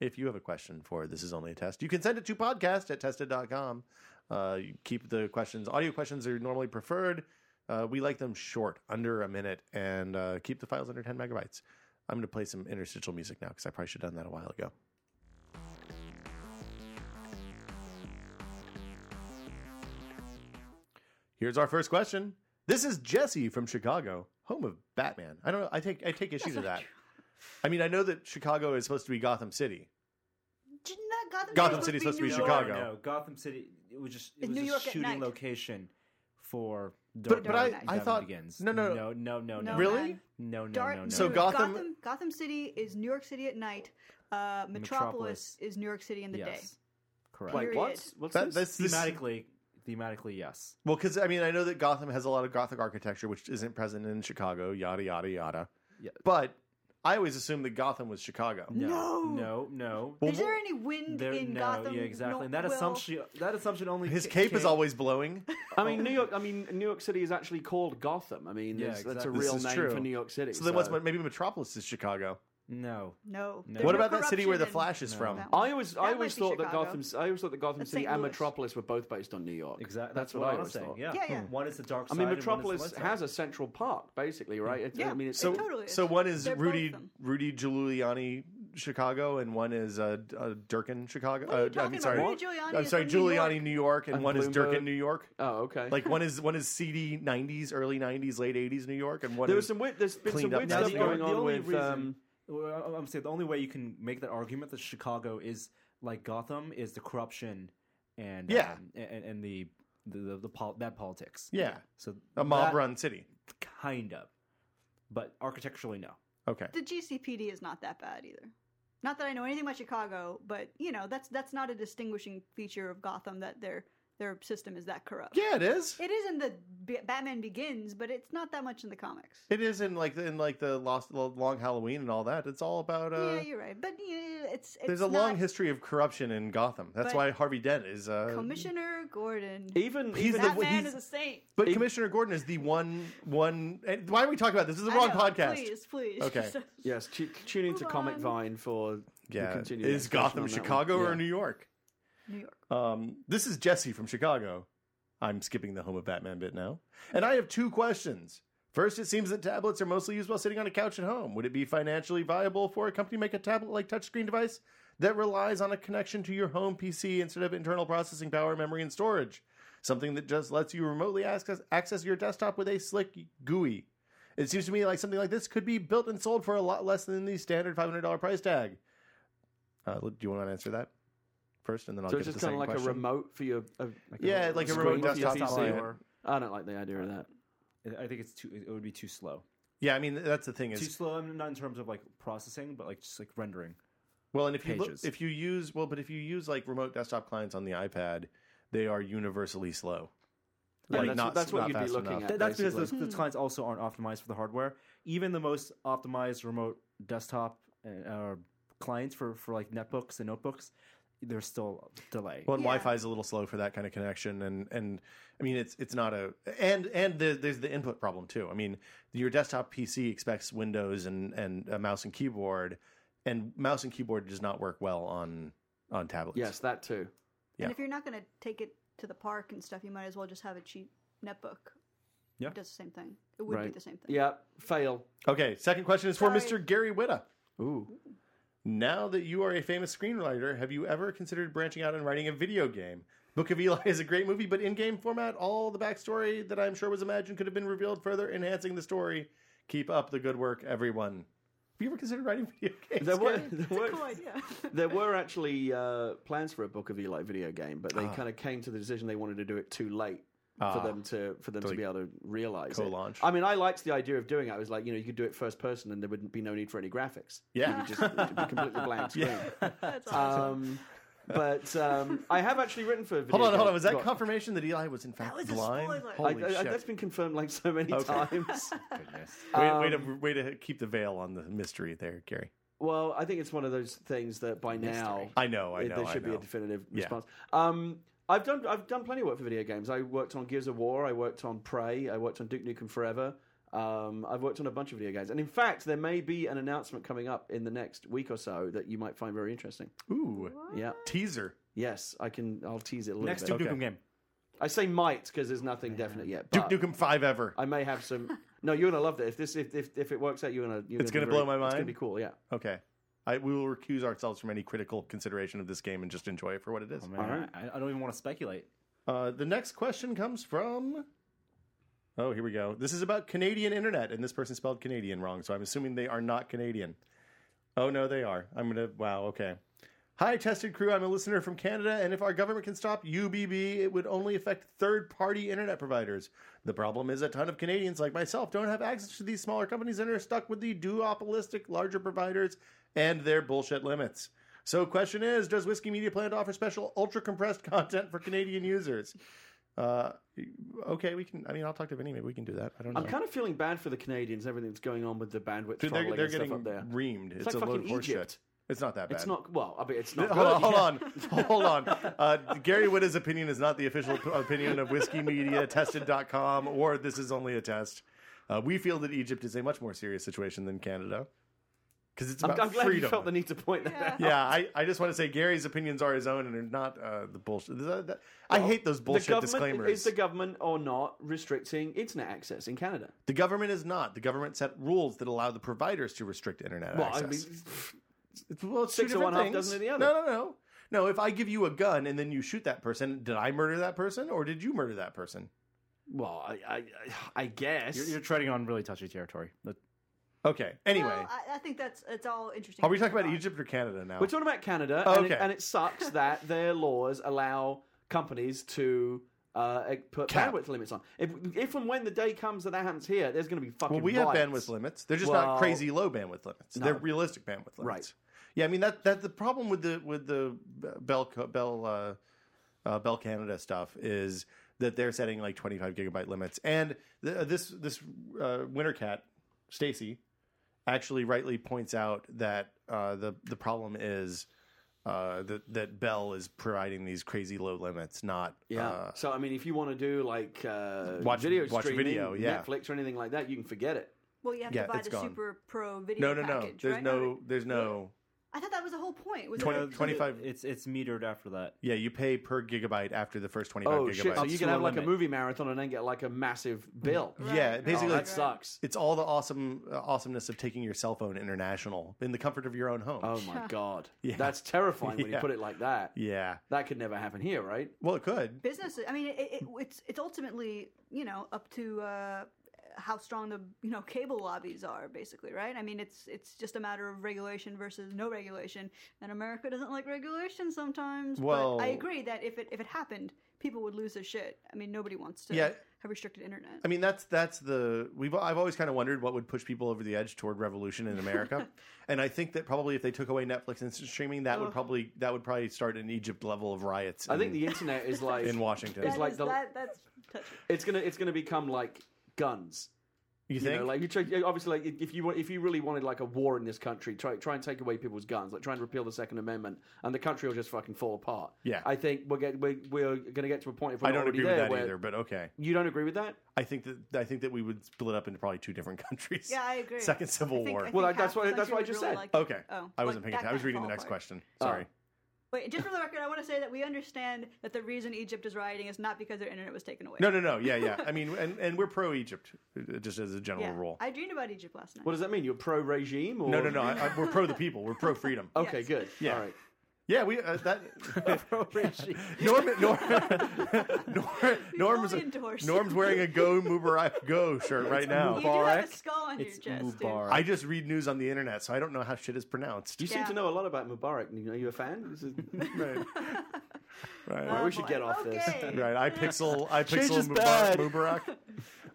S2: if you have a question for this is only a test, you can send it to podcast at tested.com. Uh, you keep the questions. Audio questions are normally preferred. Uh, we like them short, under a minute, and uh, keep the files under 10 megabytes. I'm going to play some interstitial music now because I probably should have done that a while ago. Here's our first question. This is Jesse from Chicago, home of Batman. I don't know. I take I take issue to that. I mean, I know that Chicago is supposed to be Gotham City.
S4: Didn't that Gotham,
S2: Gotham
S4: was
S2: City's supposed to be
S4: New
S2: Chicago.
S4: York?
S3: No, Gotham City. It was just it
S4: In
S3: was
S4: New
S3: a
S4: York at
S3: shooting
S4: night.
S3: location for
S2: But-
S3: Dark
S4: but
S3: Knight
S4: I-
S3: and
S2: I
S3: Batman
S2: thought-
S3: Begins.
S2: no, no,
S3: no, no, no, no.
S4: No,
S2: Really?
S4: man.
S3: No, no,
S4: Dark,
S3: no, no.
S2: So
S4: New-
S2: Gotham-
S4: Gotham, Gotham City is New York City at night. Uh, Metropolis,
S3: Metropolis.
S4: is New York City in the day.
S3: yes, correct.
S5: Like
S4: Period.
S5: what? What's
S2: That, that's
S5: this?
S2: this,
S3: thematically, thematically, yes.
S2: well, because I mean, I know that Gotham has a lot of Gothic architecture, which isn't present in Chicago. Yada yada yada.
S3: Yeah.
S2: But I always assumed that Gotham was Chicago.
S3: Um, No,
S4: No.
S3: no, no.
S2: Well,
S4: is there any wind
S3: There-
S4: in
S3: no,
S4: Gotham?
S3: yeah, exactly.
S4: No,
S3: and that
S4: well,
S3: assumption, that assumption only.
S2: His
S3: ca-
S2: cape is
S3: came-
S2: always blowing.
S5: I mean, New York. I mean, New York City is actually called Gotham. I mean,
S3: Yeah,
S5: there's- that's a
S3: exactly.
S2: This
S5: real
S2: is
S5: name
S2: true.
S5: for New York City.
S2: So then, what's maybe Metropolis is Chicago?
S3: No,
S4: No.
S3: No.
S4: There's
S2: What
S4: no
S2: about that city where the
S4: corruption in-
S2: Flash is from?
S4: that one.
S5: I always, I
S4: might
S5: always
S4: be
S5: thought that
S4: Chicago.
S5: Gotham, I always thought that Gotham
S4: That's
S5: City
S4: St.
S5: and
S4: Louis.
S5: Metropolis were both based on New York.
S3: exactly.
S5: That's, what, I
S3: was
S5: was
S3: saying.
S5: thought.
S3: Yeah.
S4: Yeah, yeah.
S3: One is the dark
S5: I
S3: side.
S5: mean,
S3: and one is the
S5: Metropolis
S3: light side.
S5: has a central park, basically, right? It's,
S4: Yeah.
S5: I mean, it's
S2: So,
S4: It totally is.
S2: so one is
S4: They're both
S2: Rudy
S4: them.
S2: Rudy Giuliani Chicago, and one is uh, D- uh, Durkin Chicago.
S4: What are you
S2: uh, I
S4: talking
S2: mean,
S4: about?
S2: sorry,
S4: Rudy Giuliani
S2: I'm
S4: is
S2: sorry,
S4: from New York.
S2: Giuliani New York, and
S5: And
S2: one is Durkin
S5: Bloomberg.
S2: New York.
S5: oh, okay.
S2: Like one is one is seedy '90s, early '90s, late '80s New York, and one
S5: there was
S2: is
S5: some weird, there's been some
S2: cleaned up
S5: weird
S2: now.
S5: stuff
S2: The
S5: going
S3: the
S5: on
S3: only
S5: with.
S3: reason-
S5: um,
S3: Well, I'm saying the only way you can make that argument that Chicago is like Gotham is the corruption and
S2: Yeah.
S3: um, and, and the the, the, the pol- that politics.
S2: yeah,
S3: So
S2: a mob
S3: that
S2: run city.
S3: kind of, but architecturally, no.
S2: Okay,
S4: The GCPD is not that bad either. Not that I know anything about Chicago, but you know that's that's not a distinguishing feature of Gotham that their their system is that corrupt.
S2: yeah, it is.
S4: It is in the B- Batman Begins, but it's not that much in the comics.
S2: It is in like the- in like the Lost the Long Halloween and all that. It's all about. Uh,
S4: yeah, you're right, but yeah, it's, it's
S2: there's a
S4: not-
S2: long history of corruption in Gotham. That's
S4: But-
S2: why Harvey Dent is. Uh,
S4: Commissioner Gordon,
S5: even
S2: He's
S5: even
S2: the-
S4: that man
S2: he's-
S4: is a saint.
S2: but Commissioner Gordon is the one one. and Why are we talking about this? This is the wrong
S4: I know,
S2: podcast.
S4: Please, please.
S2: Okay.
S5: yes, tu- tune into
S4: Move
S5: Comic
S4: on.
S5: Vine for the
S2: Yeah,
S5: continued
S2: is
S5: discussion
S2: Gotham
S5: on that one.
S2: Chicago or
S5: Yeah.
S2: New York?
S4: New York.
S2: Um, this is Jesse from Chicago. I'm skipping the home of Batman bit now. And I have two questions. First, it seems that tablets are mostly used while sitting on a couch at home. Would it be financially viable for a company to make a tablet like touchscreen device that relies on a connection to your home PC instead of internal processing power, memory, and storage? Something that just lets you remotely access, access your desktop with a slick GUI. It seems to me like something like this could be built and sold for a lot less than the standard $500 price tag. Uh, do you want to answer that first, and then I'll
S5: So
S2: get
S5: it's
S2: to the
S5: just kind
S2: second
S5: of like
S2: question?
S5: a remote for your. uh, like
S2: Yeah, like a
S5: screen
S2: remote
S5: for your
S2: desktop
S5: PC.
S2: tablet.
S5: I don't like the idea of that.
S3: I- I think it's too. It would be too slow.
S2: Yeah, I mean that's the thing
S3: Too
S2: is
S3: slow. I mean, not in terms of like processing, but like just like rendering.
S2: well, and if you look,
S3: pages.
S2: if you use well, but if you use like remote desktop clients on the iPad, they are universally slow.
S5: Yeah, that's- that's what you'd be
S2: fast
S5: looking
S2: enough.
S5: at.
S3: Th- that's because
S5: basically.
S3: those, those clients also aren't optimized for the hardware. Even the most optimized remote desktop uh, uh, clients for, for like netbooks and notebooks, there's still delay.
S2: Well, and
S4: Yeah.
S2: Wi-Fi is a little slow for that kind of connection, and and I mean it's it's not a and and the, there's the input problem too. I mean your desktop PC expects Windows and and a mouse and keyboard, and mouse and keyboard does not work well on on tablets.
S5: Yes, that too.
S2: Yeah.
S4: And if you're not going to take it to the park and stuff, you might as well just have a cheap netbook.
S3: Yeah.
S4: It does the same thing. It would be
S5: Right.
S4: the same thing.
S5: Yeah, fail.
S2: Okay. Second question is for
S4: Sorry.
S2: Mr. Gary Witta.
S5: Ooh.
S2: Now that you are a famous screenwriter, have you ever considered branching out and writing a video game? Book of Eli is a great movie, but in game format, all the backstory that I'm sure was imagined could have been revealed further, enhancing the story. Keep up the good work, everyone. Have you ever considered writing video games?
S5: There were,
S2: Gary?
S5: there, were, there were actually uh, plans for a book of Eli video game, but they kind of came to the decision they wanted to do it too late for
S2: Ah.
S5: them to for them to,
S2: like,
S5: be able to realize it.
S2: co-launch.
S5: I mean, I liked the idea of doing it. I was like, you know, you could do it first person, and there wouldn't be no need for any graphics.
S2: Yeah.
S5: you could just it'd be completely blank screen.
S4: That's awesome.
S5: Um, but um, I have actually written for. Video
S2: Hold on, hold on.
S5: games.
S2: Was that
S5: Go on.
S2: confirmation that Eli was in fact
S4: was a
S2: blind?
S4: spoiler.
S5: I,
S2: Holy
S5: I- I-
S2: shit!
S5: that's been confirmed like so many times.
S2: way, way to
S5: um,
S2: way to keep the veil on the mystery there, Gary.
S5: Well, I think it's one of those things that by now
S2: I know, I
S5: it-
S2: know.
S5: there
S2: I
S5: should be
S2: know.
S5: a definitive
S2: Yeah.
S5: response. Um, I've done I've done plenty of work for video games. I worked on Gears of War. I worked on Prey. I worked on Duke Nukem Forever. Um, I've worked on a bunch of video games, and in fact, there may be an announcement coming up in the next week or so that you might find very interesting.
S2: Ooh,
S5: Yeah.
S2: teaser.
S5: Yes, I can. I'll tease it a little
S7: Next
S5: bit.
S7: Duke Nukem game.
S5: I say might because there's nothing definite yet.
S2: Duke
S5: But
S2: Nukem Five ever.
S5: I may have some. No, you're gonna love that. If this if if, if it works out, you're gonna. You're
S2: It's
S5: gonna, be
S2: gonna blow
S5: very-
S2: my
S5: It's gonna
S2: mind?
S5: be cool. Yeah.
S2: Okay. I, we will recuse ourselves from any critical consideration of this game and just enjoy it for what it is.
S3: Oh, Man,
S5: All right.
S3: I, I don't even want to speculate.
S2: Uh, the next question comes from. Oh, here we go. This is about Canadian internet, and this person spelled Canadian wrong, so I'm assuming they are not Canadian. Oh, no, they are. I'm going to. Wow, okay. Hi, tested crew. I'm a listener from Canada, and if our government can stop UBB, it would only affect third party internet providers. The problem is a ton of Canadians like myself don't have access to these smaller companies and are stuck with the duopolistic larger providers and their bullshit limits. So, question is Does Whiskey Media plan to offer special ultra compressed content for Canadian users? Uh, okay, we can. I mean, I'll talk to Vinny. Maybe we can do that. I don't know.
S5: I'm kind of feeling bad for the Canadians. Everything that's going on with the bandwidth
S2: Dude, they're,
S5: throttling
S2: they're
S5: and stuff
S2: getting
S5: up there.
S2: reamed. It's,
S5: like
S2: a load of
S5: fucking
S2: horseshit.
S5: Egypt.
S2: It's not that bad.
S5: It's not well. I mean, it's not.
S2: Hold on,
S5: good.
S2: hold on, hold on. Uh, Gary Wood's opinion is not the official p- opinion of Whiskey Media, Tested.com, or This Is Only a Test. Uh, we feel that Egypt is a much more serious situation than Canada because it's
S5: I'm,
S2: about
S5: I'm glad
S2: freedom.
S5: you felt the need to point that out.
S2: yeah, I, I just want to say Gary's opinions are his own and are not uh, the bullshit. th- th- I hate those
S5: the
S2: bullshit
S5: government,
S2: disclaimers.
S5: Is the government or not restricting internet access in Canada?
S2: The government is not. The government set rules that allow the providers to restrict internet
S5: Well,
S2: Uh, access.
S5: I mean,
S2: It's, well, it's
S5: Six
S2: two
S5: of one,
S2: different
S5: half
S2: things.
S5: dozen of the other.
S2: No, no, no. No, if I give you a gun and then you shoot that person, did I murder that person or did you murder that person?
S5: well, I, I, I guess.
S3: You're, you're treading on really touchy territory. But
S2: Okay. Anyway,
S4: Well, I, I think that's it's all interesting.
S2: are we talking about Egypt or Canada now?
S5: We're talking about Canada,
S2: Oh,
S5: and, it,
S2: okay.
S5: and it sucks that their laws allow companies to uh, put
S2: Cap.
S5: bandwidth limits on. If, if and when the day comes that that happens here, there's going to be fucking.
S2: well, we have
S5: riots.
S2: bandwidth limits. They're just
S5: Well-
S2: not crazy low bandwidth limits. They're realistic bandwidth limits.
S5: Right.
S2: Yeah, I mean that that the problem with the with the Bell Co- Bell uh, uh, Bell Canada stuff is that they're setting like 25 gigabyte limits, and th- this this uh, winter cat Stacy actually rightly points out that uh, the the problem is uh, that that Bell is providing these crazy low limits, not
S5: Yeah.
S2: uh,
S5: so I mean, if you want to do like uh,
S2: Watch-
S5: video
S2: watch
S5: streaming,
S2: video, yeah.
S5: Netflix or anything like that, you can forget it.
S4: Well, you have
S2: Yeah,
S4: to buy
S2: it's
S4: the
S2: gone.
S4: super pro video
S2: no no no.
S4: package,
S2: There's
S4: right?
S2: no there's no
S4: I thought that was the whole point. Was
S2: Twenty-
S4: that-
S2: 25
S3: It's it's metered after that.
S2: yeah you pay per gigabyte after the first 25
S5: Oh
S2: gigabytes.
S5: shit! So you
S3: Up
S5: can
S3: to
S5: have
S3: a
S5: like a
S3: limit.
S5: movie marathon and then get like a massive bill.
S2: Yeah,
S4: Right.
S5: Oh,
S2: basically,
S5: that
S2: it's,
S5: sucks.
S2: it's all the awesome uh, awesomeness of taking your cell phone international in the comfort of your own home.
S5: Oh my god,
S2: Yeah.
S5: that's terrifying when you
S2: Yeah.
S5: put it like that.
S2: Yeah.
S5: That could never happen here, right?
S2: Well, it could.
S4: business. I mean, it, it, it's it's ultimately you know up to uh, how strong the you know cable lobbies are, basically, right? I mean, it's it's just a matter of regulation versus no regulation, and America doesn't like regulation sometimes.
S2: Well-
S4: but I agree that if it if it happened, people would lose their shit. I mean, nobody wants to
S2: Yeah.
S4: have restricted internet.
S2: I mean, that's that's the we've I've always kind of wondered what would push people over the edge toward revolution in America, and I think that probably if they took away Netflix and streaming, that would probably that would probably start an Egypt level of riots.
S5: Uh-huh. I
S2: in,
S5: think the internet is like
S2: Mm. in Washington.
S4: That
S5: it's like
S4: is-
S5: the-
S4: that, that's touchy.
S5: it's gonna it's gonna become like guns.
S2: you
S5: You
S2: think?
S5: know, like you try, obviously, like if you want, if you really wanted like a war in this country, try try and take away people's guns, like try and repeal the Second Amendment, and the country will just fucking fall apart.
S2: Yeah.
S5: I think we're get we're, we're gonna get to a point if we're
S2: I
S5: not
S2: don't
S5: already
S2: agree with
S5: there
S2: that
S5: where-
S2: either, but okay.
S5: You don't agree with that?
S2: I think that I think that we would split up into probably two different countries.
S4: Yeah, I agree.
S2: Second Civil
S4: I think-
S2: War.
S4: I
S5: Well,
S4: think
S5: that's
S4: half the
S5: what- that's
S4: country
S5: what I
S4: would
S5: just
S4: really
S5: said.
S4: like it.
S2: okay,
S4: Oh,
S2: I wasn't
S4: like
S2: paying attention.
S4: that
S2: I was
S4: kind
S2: reading the
S4: of
S2: next
S4: ballpark.
S2: question.
S5: Oh.
S2: Sorry.
S4: Wait, just for the record, I want to say that we understand that the reason Egypt is rioting is not because their internet was taken away.
S2: No, no, no. Yeah, yeah. I mean, and, and we're pro Egypt, just as a general
S4: yeah.
S2: rule.
S4: I dreamed about Egypt last night.
S5: What does that mean? You're pro regime? Or...
S2: no, no, no. I, I, we're pro the people. We're pro freedom.
S5: Okay,
S4: Yes.
S5: good.
S2: Yeah.
S5: All right.
S2: Yeah, we uh, that
S5: Appropriation.
S2: Norm Norm Norm Norm's,
S4: fully endorse.
S2: Norm's wearing a go Mubarak go shirt right
S4: You
S2: now.
S4: do have
S3: Mubarak.
S4: a skull on
S3: It's
S4: your chest. dude.
S3: Mubarak.
S2: I just read news on the internet, so I don't know how shit is pronounced.
S5: You seem
S4: Yeah.
S5: to know a lot about Mubarak. You know, you a fan? This is-
S2: Right, right,
S5: Alright, we should
S4: Oh, boy.
S5: get off this.
S4: Okay.
S2: right. I pixel, I
S3: Change
S2: pixel
S3: is bad.
S2: Mubarak. Mubarak.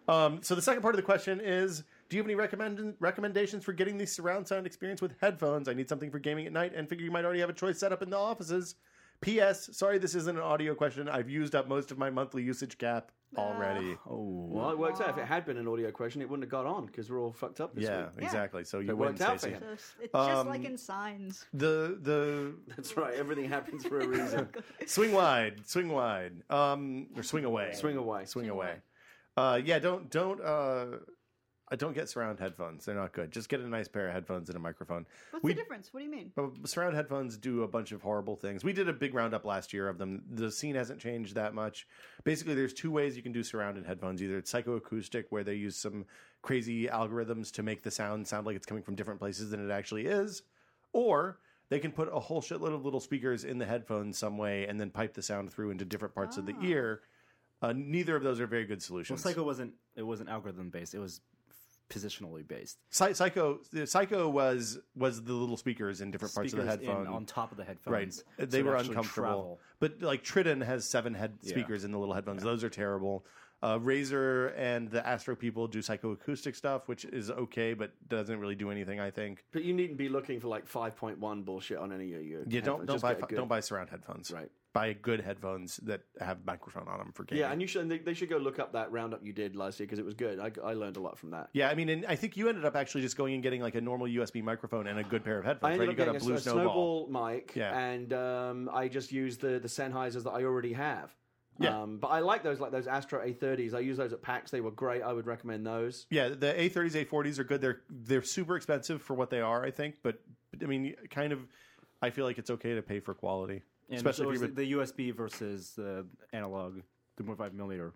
S2: Um, so the second part of the question is: Do you have any recommend recommendations for getting the surround sound experience with headphones? I need something for gaming at night, and figure you might already have a choice set up in the offices. P.S. Sorry, this isn't an audio question. I've used up most of my monthly usage cap already.
S3: Oh,
S5: Well, it worked out. If it had been an audio question, it wouldn't have got on because we're all fucked up this
S2: Yeah,
S5: week.
S2: exactly. So you
S5: it
S2: win,
S5: worked out for
S2: Stacey.
S5: him.
S4: So it's it's just
S2: Um,
S4: like in signs.
S2: The the
S5: That's right. Everything happens for a reason.
S2: swing wide, swing wide, um, or swing away,
S5: Swing away.
S2: swing away. Uh, yeah, don't don't uh, I don't get surround headphones. They're not good. Just get a nice pair of headphones and a microphone.
S4: What's
S2: we-
S4: the difference? What do you mean?
S2: Uh, Surround headphones do a bunch of horrible things. We did a big roundup last year of them. The scene hasn't changed that much. Basically, there's two ways you can do surround in headphones. Either it's psychoacoustic, where they use some crazy algorithms to make the sound sound like it's coming from different places than it actually is, or they can put a whole shitload of little speakers in the headphones some way and then pipe the sound through into different parts of the ear. Uh, neither of those are very good
S3: Well,
S2: solutions.
S3: Psycho wasn't. It wasn't algorithm based. It was positionally based.
S2: Psy- psycho, the psycho was was the little speakers in different parts of the
S3: Speakers in-
S2: headphone
S3: on top of the
S2: Right.
S3: headphones. so
S2: They
S3: it
S2: were
S3: actually
S2: uncomfortable.
S3: travel.
S2: But like Tridden has seven head speakers in the little headphones. Those are terrible. Uh, Razor and the Astro people do psychoacoustic stuff, which is okay, but doesn't really do anything. I think.
S5: But you needn't be looking for like 5.1 bullshit on any of your.
S2: Yeah, don't
S5: headphones.
S2: don't
S5: Just
S2: buy
S5: get a good-
S2: don't buy surround headphones.
S5: Right.
S2: Buy good headphones that have microphone on them for gaming.
S5: Yeah, and you should. and They, they should go look up that roundup you did last year because it was good. I, I learned a lot from that.
S2: Yeah, I mean, and I think you ended up actually just going and getting like a normal USB microphone and a good pair of
S5: I
S2: headphones.
S5: ended
S2: Right? You
S5: up
S2: got
S5: getting
S2: a
S5: a,
S2: blue
S5: a
S2: snowball.
S5: snowball mic,
S2: Yeah.
S5: and um, I just used the the Sennheisers that I already have.
S2: Yeah.
S5: Um, but I like those, like those Astro A30s. I use those at PAX. They were great. I would recommend those.
S2: Yeah, the A30s, A40s are good. They're they're super expensive for what they are, I think. But I mean, kind of, I feel like it's okay to pay for quality,
S3: And
S2: especially
S3: so
S2: if
S3: is
S2: you've been
S3: the USB versus the analog 3.5 millimeter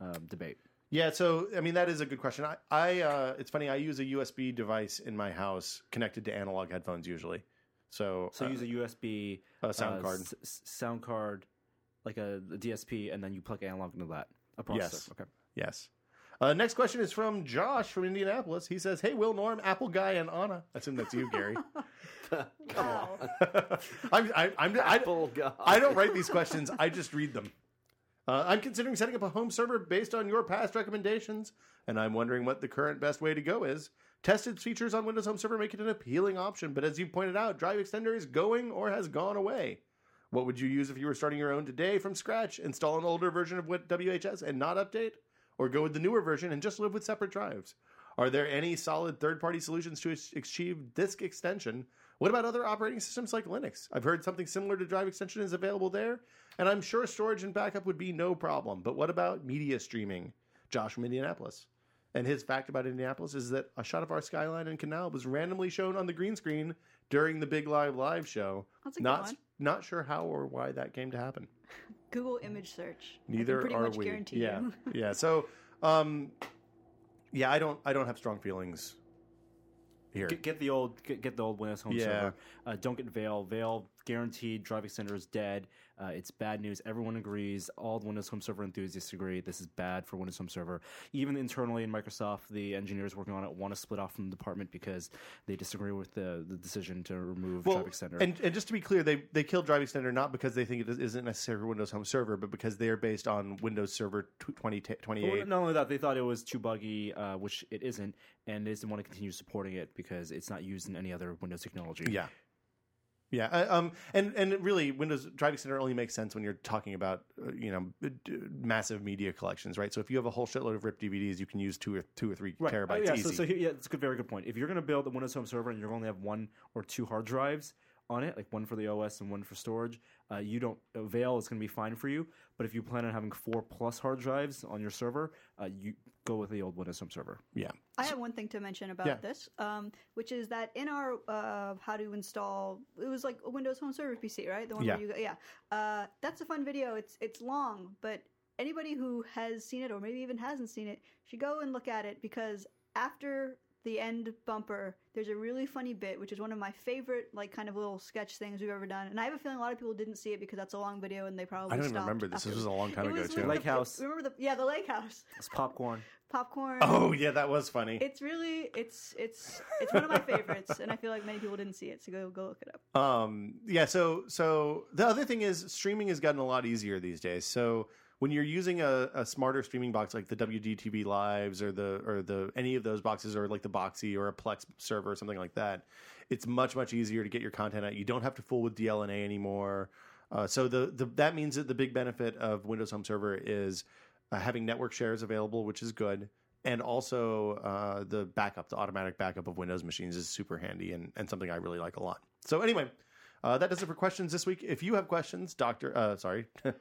S3: um, debate.
S2: Yeah, so I mean that is a good question. I, I uh, it's funny. I use a USB device in my house connected to analog headphones usually. So,
S3: So
S2: uh,
S3: use a USB
S2: a sound
S3: uh,
S2: card.
S3: s- s- sound card, like a, a DSP, and then you plug analog into that. A processor.
S2: Yes.
S3: Okay.
S2: yes. Uh, next question is from Josh from Indianapolis. He says, "Hey, Will, Norm, Apple Guy, and Anna. I assume that's you, Gary.
S4: Wow.
S2: I'm, I, I'm, I,
S5: Apple guy.
S2: I don't write these questions. I just read them. Uh, I'm considering setting up a home server based on your past recommendations, and I'm wondering what the current best way to go is. Tested features on Windows Home Server make it an appealing option, but as you pointed out, Drive Extender is going or has gone away. What would you use if you were starting your own today from scratch? Install an older version of Win- WHS and not update? Or go with the newer version and just live with separate drives? Are there any solid third party solutions to ach- achieve disk extension? What about other operating systems like Linux? I've heard something similar to drive extension is available there, and I'm sure storage and backup would be no problem. But what about media streaming? Josh from Indianapolis. And his fact about Indianapolis is that a shot of our skyline and canal was randomly shown on the green screen during the Big Live live show.
S4: That's a good
S2: not
S4: one.
S2: not sure how or why that came to happen.
S4: Google image search. I can
S2: Neither
S4: pretty
S2: are
S4: much
S2: we.
S4: Guarantee
S2: yeah,
S4: you.
S2: yeah. So, um, yeah, I don't I don't have strong feelings here.
S3: Get, get the old get, get the old Windows Home
S2: Yeah.
S3: Server. Uh, don't get Veil. Veil guaranteed. Drive Extender is dead. Uh, it's bad news. Everyone agrees. All the Windows Home Server enthusiasts agree. This is bad for Windows Home Server. Even internally in Microsoft, the engineers working on it want to split off from the department because they disagree with the, the decision to remove
S2: Well,
S3: Drive Extender.
S2: and, and just to be clear, they they killed Drive Extender not because they think it is- isn't necessary for Windows Home Server, but because they are based on Windows Server tw- 20,
S3: Well,
S2: 28.
S3: not only that, they thought it was too buggy, uh, which it isn't, and they didn't want to continue supporting it because it's not used in any other Windows technology.
S2: Yeah. Yeah, I, um, and and really, Windows Drive Extender only makes sense when you're talking about uh, you know d- massive media collections, right? So if you have a whole shitload of ripped DVDs, you can use two or two or three
S3: Right. Oh,
S2: terabytes
S3: yeah,
S2: easy.
S3: So, so here, yeah, it's a good, very good point. If you're going to build a Windows Home Server and you're going to have one or two hard drives on it, like one for the OS and one for storage, uh, you don't uh, Veil is going to be fine for you. But if you plan on having four plus hard drives on your server, uh, you go with the old Windows Home Server.
S2: yeah,
S4: I have one thing to mention about
S2: Yeah.
S4: this, um, which is that in our uh, how to install, it was like a Windows Home Server PC, right? The one
S2: Yeah.
S4: where you, go- yeah, uh, that's a fun video. It's it's long, but anybody who has seen it or maybe even hasn't seen it should go and look at it because after the end bumper, there's a really funny bit, which is one of my favorite, like, kind of little sketch things we've ever done. And I have a feeling a lot of people didn't see it because that's a long video and they probably
S8: I don't even
S4: stopped
S8: remember this. This
S4: after-
S8: was a long time
S4: It
S8: ago
S4: was
S8: too.
S4: when
S3: Lake
S4: the-
S3: House.
S4: Remember the yeah, the lake house,
S3: It's popcorn.
S4: popcorn.
S2: Oh yeah, that was funny.
S4: It's really it's it's it's one of my favorites, and I feel like many people didn't see it, so go go look it up.
S2: um yeah so so the other thing is streaming has gotten a lot easier these days so when you're using a, a smarter streaming box like the wdtv lives or the or the any of those boxes or like the boxy or a plex server or something like that it's much much easier to get your content out you don't have to fool with dlna anymore uh, so the, the that means that the big benefit of windows home server is uh, having network shares available which is good and also uh, the backup, the automatic backup of Windows machines is super handy and, and something I really like a lot. So anyway, uh, that does it for questions this week. If you have questions, Doctor, uh, sorry, wow,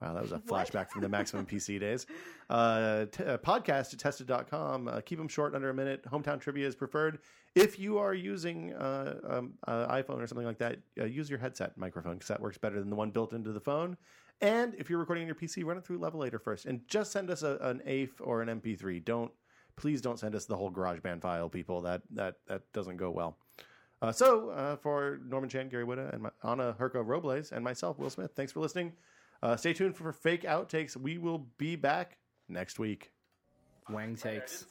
S2: that was a
S4: What?
S2: flashback from the Maximum PC days. Uh, t- uh, podcast at tested.com. Uh, keep them short, under a minute. Hometown trivia is preferred. If you are using uh, um, uh, iPhone or something like that, uh, use your headset microphone because that works better than the one built into the phone. And if you're recording on your PC, run it through Levelator first, and just send us a, an AIF or an MP3. Don't please don't send us the whole GarageBand file, people. That that that doesn't go well. Uh, so uh, for Norman Chan, Gary Witta, and my, Anna Herco Robles, and myself, Will Smith. Thanks for listening. Uh, stay tuned for fake outtakes. We will be back next week.
S3: Wang takes.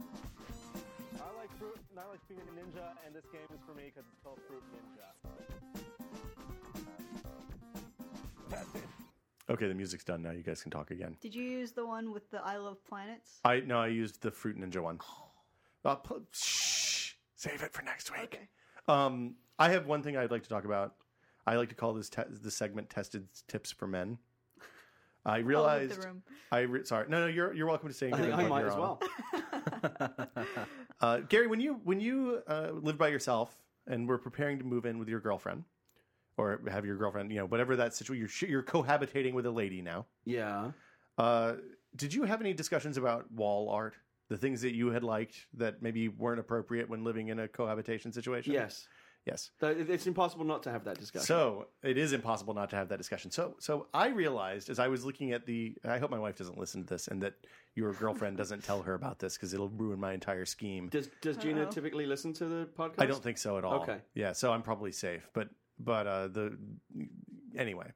S2: I like fruit, and I like being a ninja, and this game is for me because it's called Fruit Ninja. Okay, the music's done now. You guys can talk again.
S4: Did you use the one with the I Love Planets?
S2: I no, I used the Fruit Ninja one. Uh, pl- shh, save it for next week.
S4: Okay.
S2: Um, I have one thing I'd like to talk about. I like to call this te- this segment "Tested Tips for Men." I
S4: I'll leave
S2: realized.
S4: Oh, the room.
S2: I re- sorry. No, no. You're you're welcome to stay. in
S5: I think
S2: your
S5: I
S2: room
S5: might
S2: you're
S5: as
S2: on.
S5: well.
S2: Uh, Gary, when you when you uh, live by yourself and we're preparing to move in with your girlfriend, or have your girlfriend, you know, whatever that situation, you're sh- you're cohabitating with a lady now.
S5: Yeah.
S2: Uh, did you have any discussions about wall art? The things that you had liked that maybe weren't appropriate when living in a cohabitation situation?
S5: Yes.
S2: Yes.
S5: Though it- It's impossible not to have that discussion.
S2: So it is impossible not to have that discussion. So so I realized as I was looking at the I hope my wife doesn't listen to this and that your girlfriend doesn't tell her about this because it'll ruin my entire scheme.
S5: does does Gina
S4: Uh-oh.
S5: typically listen to the podcast?
S2: I don't think so at all.
S5: Okay.
S2: Yeah, so I'm probably safe. But but uh the anyway.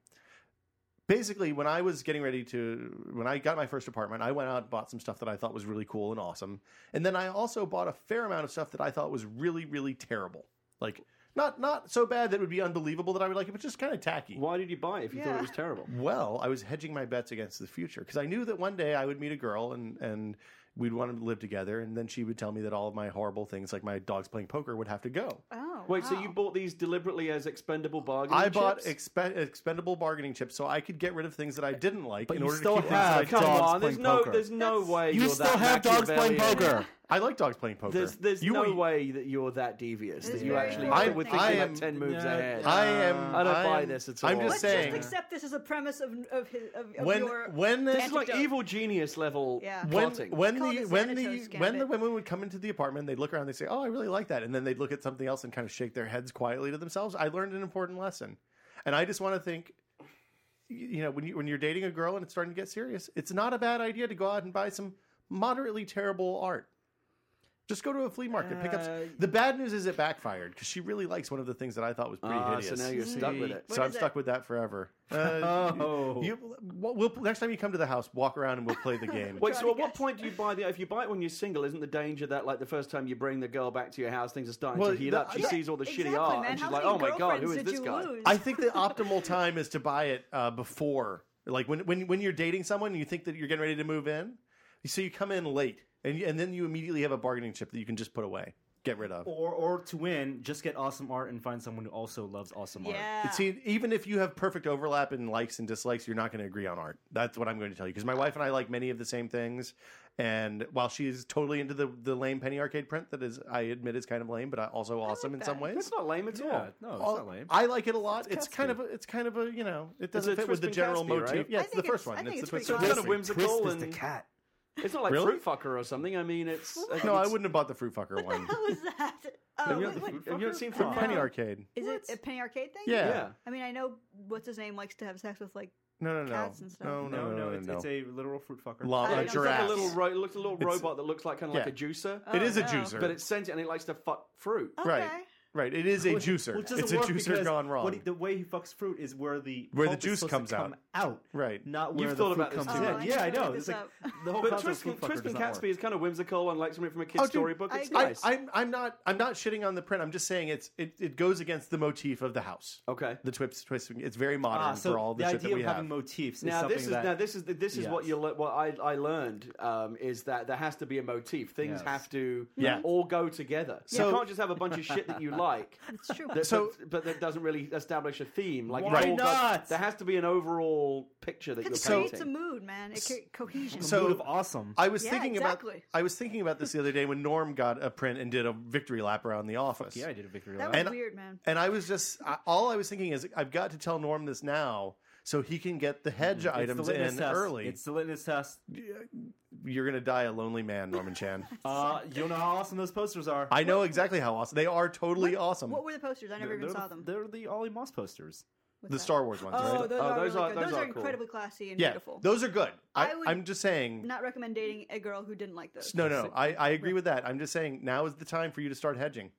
S2: Basically, when I was getting ready to when I got my first apartment, I went out and bought some stuff that I thought was really cool and awesome. And then I also bought a fair amount of stuff that I thought was really really terrible. Like not not so bad that it would be unbelievable that I would like it, but just kind of tacky.
S5: Why did you buy it if you thought it
S4: Yeah.
S5: was terrible?
S2: Well, I was hedging my bets against the future because I knew that one day I would meet a girl and and we'd want to live together, and then she would tell me that all of my horrible things, like my dogs playing poker, would have to go.
S4: Oh,
S5: Wait, so
S4: wow.
S5: you bought these deliberately as expendable bargain?
S2: I bought expe- expendable bargaining chips so I could get rid of things that I didn't like in
S9: you
S2: order
S9: still
S2: to keep
S9: have
S2: things that I
S5: Come
S2: dogs
S5: on, there's
S2: playing
S5: no,
S2: poker.
S5: there's no
S4: That's-
S5: way.
S3: You
S5: you're
S3: still
S5: that
S3: have dogs playing
S5: Machiavellian.
S3: poker.
S2: I like dogs playing poker.
S5: There's there's
S2: You-
S5: no way that you're that devious
S4: It
S5: that
S4: is
S5: you
S4: very
S5: actually
S4: I-
S5: would think
S4: I
S5: you're
S2: am-
S5: like ten moves
S7: Yeah,
S5: ahead.
S2: I am.
S5: I don't
S2: am-
S5: buy this at
S2: I'm
S5: all.
S2: just
S4: Let's
S2: saying.
S4: just accept this as a premise of of his of, of
S2: when
S4: your.
S2: when
S5: this is like
S4: Antidote.
S5: evil genius level
S4: Yeah.
S2: when
S5: plotting.
S2: when
S4: Called
S2: the
S4: the
S2: when the
S4: Xanatos
S2: when the
S4: Gambit.
S2: women would come into the apartment, they'd look around, they'd say, "Oh, I really like that," and then they'd look at something else and kind of shake their heads quietly to themselves. I learned an important lesson, and I just want to think. y- You know, when you when you're dating a girl and it's starting to get serious, it's not a bad idea to go out and buy some moderately terrible art. Just go to a flea market, pick up.
S5: Uh,
S2: the bad news is it backfired because she really likes one of the things that I thought was pretty
S5: Ah, so
S2: hideous.
S5: now you're stuck with it.
S2: So
S4: What
S2: I'm
S4: is
S2: stuck
S4: it?
S2: with that forever. Uh,
S3: Oh.
S2: you, we'll, we'll- next time you come to the house, walk around and we'll play the game.
S5: Wait, so
S4: to
S5: at what
S4: guess.
S5: point do you buy the? If you buy it when you're single, isn't the danger that like the first time you bring the girl back to your house, things are starting
S2: Well,
S5: to heat
S2: the-
S5: up? She
S2: yeah,
S5: sees all the
S4: exactly,
S5: shitty art,
S4: man.
S5: and she's
S4: How
S5: like,
S4: many
S5: "Oh my god,
S4: girlfriends
S5: who is
S4: did
S5: this
S4: you
S5: guy?"
S4: lose?
S2: I think the optimal time is to buy it uh, before, like when when when you're dating someone and you think that you're getting ready to move in, so you come in late and you, and then you immediately have a bargaining chip that you can just put away, get rid of.
S3: Or or to win, just get awesome art and find someone who also loves awesome art.
S4: yeah.
S2: See, e, even if you have perfect overlap in likes and dislikes, you're not going to agree on art. That's what I'm going to tell you because my wife and I like many of the same things. And while she's totally into the, the lame penny arcade print that is, I admit, is kind of lame, but also awesome in some ways.
S5: That's not lame at all.
S3: no, it's
S2: All-
S3: not lame.
S2: I like it a lot. It's kind of a, it's kind of a you know it doesn't
S5: it
S2: fit with the
S5: Twisting
S2: general
S5: Catsby,
S2: motif.
S5: right?
S2: Yeah,
S4: I
S2: it's the
S4: think
S2: first
S4: it's-
S2: one.
S4: I think
S2: It's the
S4: it's
S2: twist.
S4: pretty
S5: It's kind of
S4: Twist-
S5: whimsical
S3: Twist is
S5: and
S3: the cat.
S5: it's not like
S2: Really?
S5: fruit fucker or something. I mean, it's
S2: No, I wouldn't have bought the fruit fucker
S4: What the
S2: one.
S4: hell is that? Oh,
S5: Have you,
S4: wait, wait,
S5: have you not seen fruit
S2: From
S5: fucker?
S2: Penny Arcade.
S4: is it a penny arcade thing?
S2: Yeah.
S5: Yeah.
S4: I mean, I know what's his name likes to have sex with like
S2: No, no, no.
S4: Cats and stuff.
S2: No, no,
S3: No, no,
S2: no,
S3: it's,
S2: no.
S3: it's a literal fruit fucker.
S2: Llama, a
S4: I don't-
S5: Like
S2: giraffe.
S5: a little ro- it looks a little
S2: It's-
S5: robot that looks like kind of like a juicer,
S2: it
S4: Oh,
S2: is a
S4: no.
S2: juicer.
S5: but it sends it and it likes to fuck fruit.
S2: Right.
S4: Okay.
S2: Right. It is a
S3: Which-
S2: juicer.
S3: which doesn't
S2: it's a
S3: work
S2: juicer
S3: because
S2: gone wrong.
S3: what he- the way he fucks fruit is where the
S2: Where the
S3: pulp is
S2: juice
S3: supposed
S2: comes
S3: to come
S2: out.
S3: out,
S2: Right.
S3: Not
S5: You've
S3: where
S5: thought
S3: the fruit
S5: about this
S3: comes
S5: too
S3: in.
S5: much.
S3: yeah, I know.
S4: Look
S3: It's
S4: this
S3: like
S4: up.
S3: the whole
S5: But
S3: concept of
S5: Twisting,
S3: fruit fucker
S5: Twisting
S3: does not work.
S5: Catsby is kind of whimsical and like something from a kid's
S2: Oh, dude,
S5: storybook.
S4: I
S5: It's
S4: agree.
S2: I,
S5: nice.
S2: I'm I'm not I'm not shitting on the print. I'm just saying it's it, it goes against the motif of the house.
S5: okay.
S2: The twips twisting. It's very modern
S3: Ah, so
S2: for all the,
S3: the
S2: shit
S3: idea
S2: that we
S3: of having
S2: have.
S3: motifs is
S5: Now
S3: something
S5: this is
S3: that
S5: now this is the, this is what
S3: Yes.
S5: you le- what I, I learned um, is that there has to be a motif. Things
S3: Yes.
S5: have to
S2: Yeah.
S5: all go together.
S2: So-
S5: you can't just have a bunch of shit that you like.
S4: It's true.
S5: That,
S2: So-
S5: but, but that doesn't really establish a theme. Like
S3: Why
S5: you've all got-
S3: not?
S5: there has to be an overall picture that
S4: It
S5: you're
S2: So-
S4: creates a
S5: painting.
S4: mood, man. It creates cohesion.
S3: mood
S2: so-
S3: of awesome.
S2: I was
S4: Yeah,
S2: thinking about
S4: exactly.
S2: I was thinking about this the other day when Norm got a print and did a victory lap around the office.
S3: yeah, I did a victory
S4: that
S3: lap.
S4: was
S2: And-
S4: weird, man.
S2: And I was just I, all I was thinking is I've got to tell Norm this now so he can get the hedge
S3: Mm-hmm. It's the
S2: items
S3: litmus
S2: in
S3: test.
S2: early.
S3: It's the litmus test.
S2: You're gonna die a lonely man, Norman Chan.
S3: Uh, you don't know how awesome those posters are.
S2: I know exactly how awesome they are. Totally awesome.
S4: What were the posters? I never
S3: they're
S4: even saw
S3: the,
S4: them.
S3: They're the Ollie Moss posters.
S4: What's
S2: the
S4: that?
S2: Star Wars ones,
S4: Oh,
S2: right?
S4: those,
S5: Oh,
S4: are
S5: those
S4: really
S5: are-
S4: good.
S5: those
S4: Those
S5: are
S4: are
S5: cool.
S4: incredibly classy and
S2: yeah,
S4: beautiful.
S2: those are good. I,
S4: I would-
S2: I'm just saying.
S4: Not recommend dating a girl who didn't like those.
S2: No, no, I, I agree with that. I'm just saying now is the time for you to start hedging.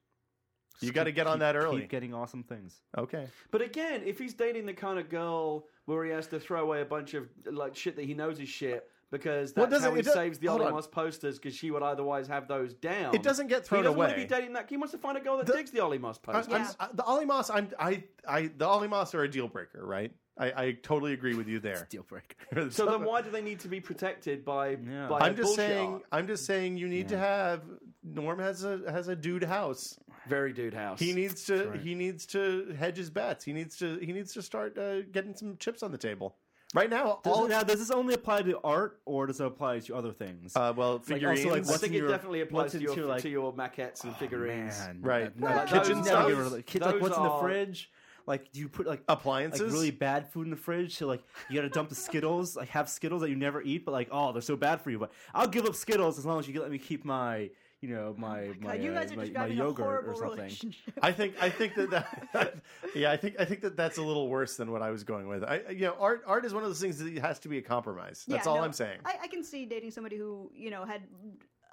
S2: You got to get on that early.
S3: Keep getting awesome things.
S2: Okay.
S5: But again, if he's dating the kind of girl where he has to throw away a bunch of like shit that he knows is shit because
S2: Well,
S5: that's
S2: doesn't-
S5: how he
S2: it does-
S5: saves the
S2: hold
S5: Ollie
S2: on.
S5: Moss posters because she would otherwise have those down.
S2: It doesn't get thrown
S5: he doesn't Want
S2: away.
S5: to be dating that. He wants to find a girl that
S2: The-
S5: digs the Ollie Moss
S2: I,
S5: poster.
S2: I'm,
S4: Yeah.
S2: I, the Ollie Moss, I'm, I, I, the Ollie Moss are a deal breaker, right? I, I totally agree with you there.
S3: Deal breaker.
S5: So then, why do they need to be protected by?
S3: Yeah.
S5: by
S2: I'm just
S5: bullshit
S2: saying.
S5: art?
S2: I'm just saying. You need to have. Norm has a has a dude house.
S5: very dude house.
S2: He needs to. He needs to hedge his bets. He needs to. He needs to start uh, getting some chips on the table. Right now,
S3: Does
S2: all
S3: it- now, does this only apply to art, or does it apply to other things?
S2: uh, well
S3: like,
S2: figurines.
S3: also, like,
S5: I
S3: what's
S5: think
S3: in
S5: it
S3: your-
S5: definitely applies
S3: what's
S5: to
S3: in
S5: your
S3: your, like-
S5: to your maquettes
S2: Oh,
S5: and figurines.
S2: right.
S3: No,
S2: Uh,
S5: Like,
S3: kitchen
S5: those-
S3: stuff. Oh,
S5: those-
S3: Kids, like what's in the
S5: those are-
S3: fridge? Like, do you put like
S2: Appliances?
S3: Like really bad food in the fridge. So like, you gotta dump the Skittles. Like have Skittles that you never eat, but like, oh, they're so bad for you. But I'll give up Skittles as long as you let me keep my, you know, my my,
S4: Oh God, you
S3: uh,
S4: guys
S3: my,
S4: are
S3: my
S4: describing a
S3: yogurt
S4: horrible
S3: or something.
S4: relationship.
S2: I think I think that, that yeah I think I think that that's a little worse than what I was going with. I you know art art is one of those things that has to be a compromise. That's
S4: Yeah,
S2: all
S4: no,
S2: I'm saying.
S4: I, I can see dating somebody who you know had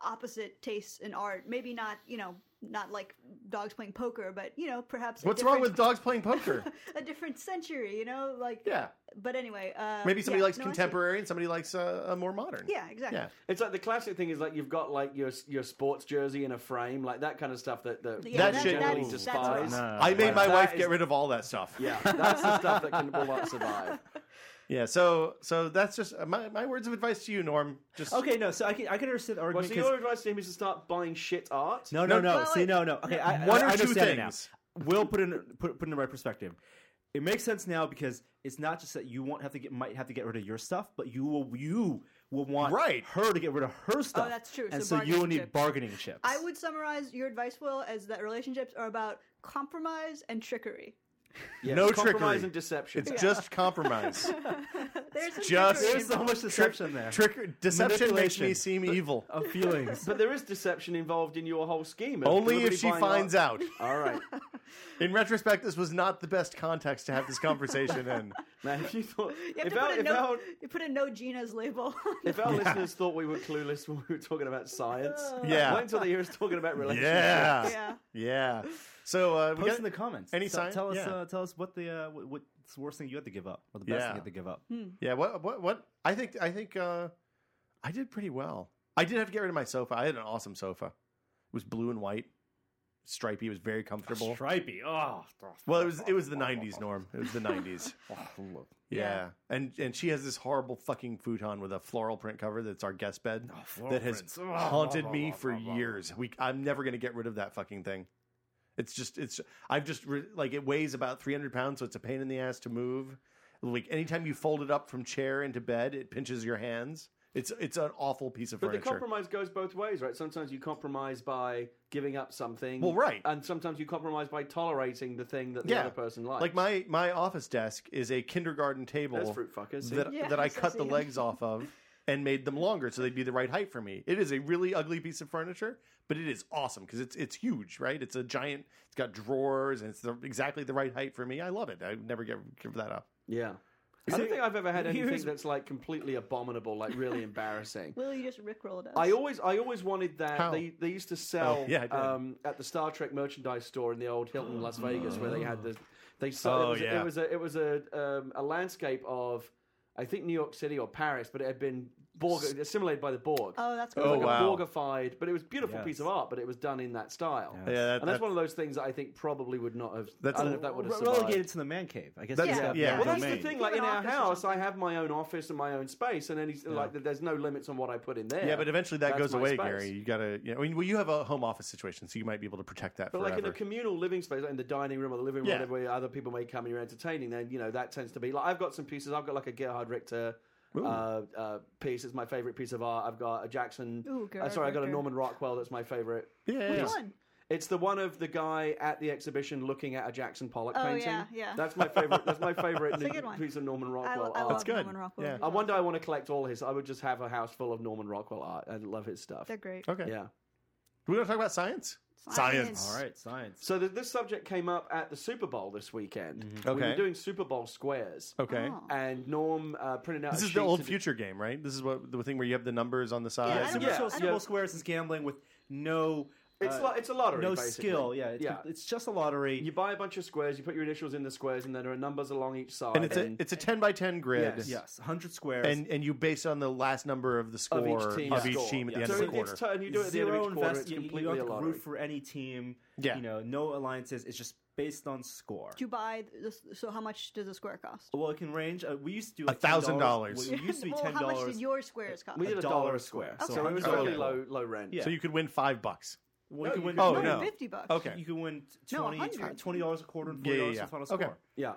S4: opposite tastes in art. Maybe not you know not like dogs playing poker, but you know perhaps a
S2: What's wrong with
S4: different-
S2: dogs playing poker?
S4: a different century? You know, like
S2: Yeah.
S4: But anyway, uh,
S2: Maybe somebody
S4: yeah,
S2: likes
S4: no, I see.
S2: contemporary and somebody likes uh, a more modern.
S4: Yeah, exactly.
S2: Yeah.
S5: It's like the classic thing is like you've got like your your sports jersey in a frame, like that kind of stuff that that,
S4: Yeah,
S2: That
S5: that
S2: shit-
S5: generally
S2: that's-
S4: that's
S5: despise.
S4: wrong.
S3: Uh,
S2: I made my
S5: That
S2: wife
S5: is-
S2: get rid of all that stuff.
S5: Yeah, that's the stuff that can will not survive.
S2: yeah. So, so that's just uh, my, my words of advice to you, Norm. Just
S3: okay, no. So I can I can understand the
S5: Well,
S3: argument.
S5: so
S3: 'cause-
S5: your advice to him is to start buying shit art.
S3: No, no, no.
S4: Well,
S3: See,
S4: it-
S3: no, no. Okay, I,
S2: One
S3: I,
S2: or
S3: I
S2: two
S3: understand it
S2: things.
S3: Now. Will put in put, put in the right perspective. It makes sense now because it's not just that you won't have to get might have to get rid of your stuff, but you will you will want
S2: Right.
S3: her to get rid of her stuff.
S4: Oh, that's true.
S3: And
S4: So
S3: so, you will
S4: bargaining
S3: need
S4: chips.
S3: bargaining chips.
S4: I would summarize your advice, Will, as that relationships are about compromise and trickery.
S5: Yeah,
S2: no
S5: compromise
S2: trickery.
S5: and deception.
S2: It's just compromise.
S4: There's some
S2: Just-
S4: trickery
S3: There's so
S4: involved.
S3: much deception there
S2: Trick deception makes me
S3: Manipulation.
S2: seem evil.
S3: of feelings.
S5: but there is deception involved in your whole scheme. of
S2: Only if
S5: deliberately
S2: she
S5: buying
S2: finds
S5: art.
S2: out.
S5: All right,
S2: In retrospect, this was not the best context to have this conversation in.
S5: now if you thought
S4: You have
S5: if
S4: to
S5: our,
S4: put, a
S5: if
S4: no,
S5: our
S4: you put a no Gina's label. on
S5: if our listeners thought we were clueless when we were talking about science,
S4: Uh.
S2: Yeah.
S5: wait until they hear us talking about relationships.
S2: Yeah.
S4: it. yeah.
S2: Yeah. So uh, we
S3: Post
S2: got-
S3: in the comments.
S2: Any
S3: So
S2: sign-
S3: Tell us.
S2: yeah.
S3: Uh, tell us what the uh, what, what's the worst thing you had to give up, or the
S2: Yeah.
S3: best thing you had to give up.
S4: Hmm.
S2: yeah. What? What? What? I think. I think. Uh, I did pretty well. I did have to get rid of my sofa. I had an awesome sofa. It was blue and white, stripy. It was very comfortable.
S3: Stripey. Oh,
S2: well, it was. It was the '90s, Norm. It was the '90s. Yeah. And and she has this horrible fucking futon with a floral print cover that's our guest bed that has
S3: prints. Oh,
S2: haunted
S3: oh,
S2: me
S3: oh,
S2: for
S3: oh, oh.
S2: years. We I'm never gonna get rid of that fucking thing. It's just it's I've just re, like it weighs about 300 pounds, so it's a pain in the ass to move. Like anytime you fold it up from chair into bed, it pinches your hands. It's it's an awful piece of
S5: But the
S2: furniture.
S5: compromise goes both ways, right? Sometimes you compromise by giving up something.
S2: Well, right.
S5: And sometimes you compromise by tolerating the thing that the
S2: Yeah.
S5: other person likes.
S2: Like my my office desk is a kindergarten table
S5: Those fruit fuckers. see?
S2: that,
S4: Yeah,
S2: that I
S4: I
S2: cut the
S4: see.
S2: legs off of and made them longer so they'd be the right height for me. It is a really ugly piece of furniture, but it is awesome because it's it's huge, right? It's a giant. It's got drawers and it's the, exactly the right height for me. I love it. I would never give, give that up.
S5: yeah. I don't
S7: See,
S5: think I've ever had anything
S7: here's-
S5: that's like completely abominable, like really embarrassing.
S4: Will, you just rickrolled us.
S5: I always, I always wanted that.
S2: How? Oh,
S5: They, they used to sell
S2: yeah, I did.
S5: um, at the Star Trek merchandise store in the old Hilton, Las Vegas, where they had the. They
S2: Oh,
S5: saw it, was,
S2: yeah.
S5: it was a it was a um, a landscape of, I think New York City or Paris, but it had been Borg, assimilated by the Borg.
S4: Oh, that's
S5: It
S4: cool.
S5: was
S2: Oh,
S5: like
S2: wow.
S5: a Borgified, but it was a beautiful piece of
S7: Yes.
S5: art, but it was done in that style.
S2: Yeah, that-
S5: and that's
S2: that-
S5: one of those things that I think probably would not have.
S2: That's
S5: I don't
S2: a-
S5: know if that would have
S3: Re-
S5: survived.
S3: relegated to the man cave. I guess.
S2: That's-
S3: it's got
S2: yeah.
S3: that
S5: Well, that's the
S3: domain.
S5: thing.
S4: Give
S5: Like
S4: an
S5: in our
S4: office or
S5: house, I
S4: something.
S5: have my own office and my own space, and any like there's no limits on what I put in there.
S2: Yeah, but eventually that goes
S5: That's my
S2: away,
S5: space.
S2: Gary. You gotta. You know, I mean, well, you have a home office situation, so you might be able to protect that
S5: But
S2: forever.
S5: like in a communal living space, like in the dining room or the living room,
S2: Yeah.
S5: whatever, where other people may come and you're entertaining, then you know that tends to be like I've got some pieces. I've got like a Gerhard Richter uh, uh, piece. It's my favorite piece of art. I've got a Jackson.
S4: Ooh,
S5: uh,
S4: Gerhard
S5: sorry, I got a
S4: Richter.
S5: Norman Rockwell. That's my favorite.
S2: yeah,
S4: Which
S2: yeah.
S4: one?
S5: It's the one of the guy at the exhibition looking at a Jackson Pollock
S4: Oh,
S5: painting.
S4: yeah, yeah.
S5: That's my favorite. That's my favorite
S4: a good one.
S5: piece of Norman
S4: I,
S5: Rockwell
S4: I
S5: art.
S4: love
S2: good.
S4: Norman Rockwell.
S2: Yeah.
S5: I one day I want to collect all his. I would just have a house full of Norman Rockwell art. I love his stuff.
S4: They're great.
S2: okay.
S5: Yeah.
S2: Do we want to talk about science?
S4: Science.
S3: All right, science.
S5: So th- this subject came up at the Super Bowl this weekend. We
S2: Okay.
S5: were doing Super Bowl squares.
S2: Okay.
S4: Oh.
S5: And Norm uh, printed out.
S2: This
S5: a
S2: is the
S5: sheet
S2: old
S5: to do-
S2: future game, right? This is what the thing where you have the numbers on the
S4: I
S2: side.
S4: don't
S3: Super
S4: know.
S3: yeah,
S4: I
S3: Bowl,
S4: don't
S3: Super Bowl
S4: know.
S3: Squares is gambling with no.
S5: It's
S3: uh,
S5: lo- it's a lottery.
S3: no
S5: basically.
S3: skill. Yeah, it's,
S5: yeah.
S3: it's just a lottery.
S5: You buy a bunch of squares. You put your initials in the squares, and then there are numbers along each side.
S2: and it's a it's a ten by ten grid.
S5: Yes.
S3: yes, hundred squares.
S2: And and you base on the last number of the score
S5: of each team. score.
S2: team at the
S5: Yeah.
S2: end
S5: so
S2: of the
S5: it-
S2: quarter.
S5: It's t- and you do it at the end of
S3: zero
S5: each quarter.
S3: invest.
S5: It's
S3: You,
S5: completely
S3: you don't
S5: a
S3: have to
S5: lottery.
S3: root for any team.
S2: Yeah.
S3: you know, no alliances. It's just based on score.
S4: Do you buy the, so how much does a square cost?
S3: Well, it can range. Uh, we used to do like
S2: $1,000.
S3: It used to be
S4: Well,
S3: ten
S4: how much did
S3: dollars.
S4: your squares cost?
S5: we did a dollar a square,
S3: square.
S5: so
S4: Okay.
S5: it was
S2: Okay.
S5: really
S2: Okay.
S5: low low rent.
S3: Yeah.
S2: So you could win five bucks.
S3: Well, you
S5: No,
S3: can win,
S5: you
S2: Oh,
S4: no,
S2: no.
S4: 50 bucks.
S2: Okay.
S3: You can win
S4: No,
S3: 20
S4: 100.
S3: twenty dollars a quarter
S2: Yeah,
S3: and forty
S2: yeah,
S3: dollars
S2: yeah.
S3: the final
S2: Okay.
S3: score.
S5: Yeah.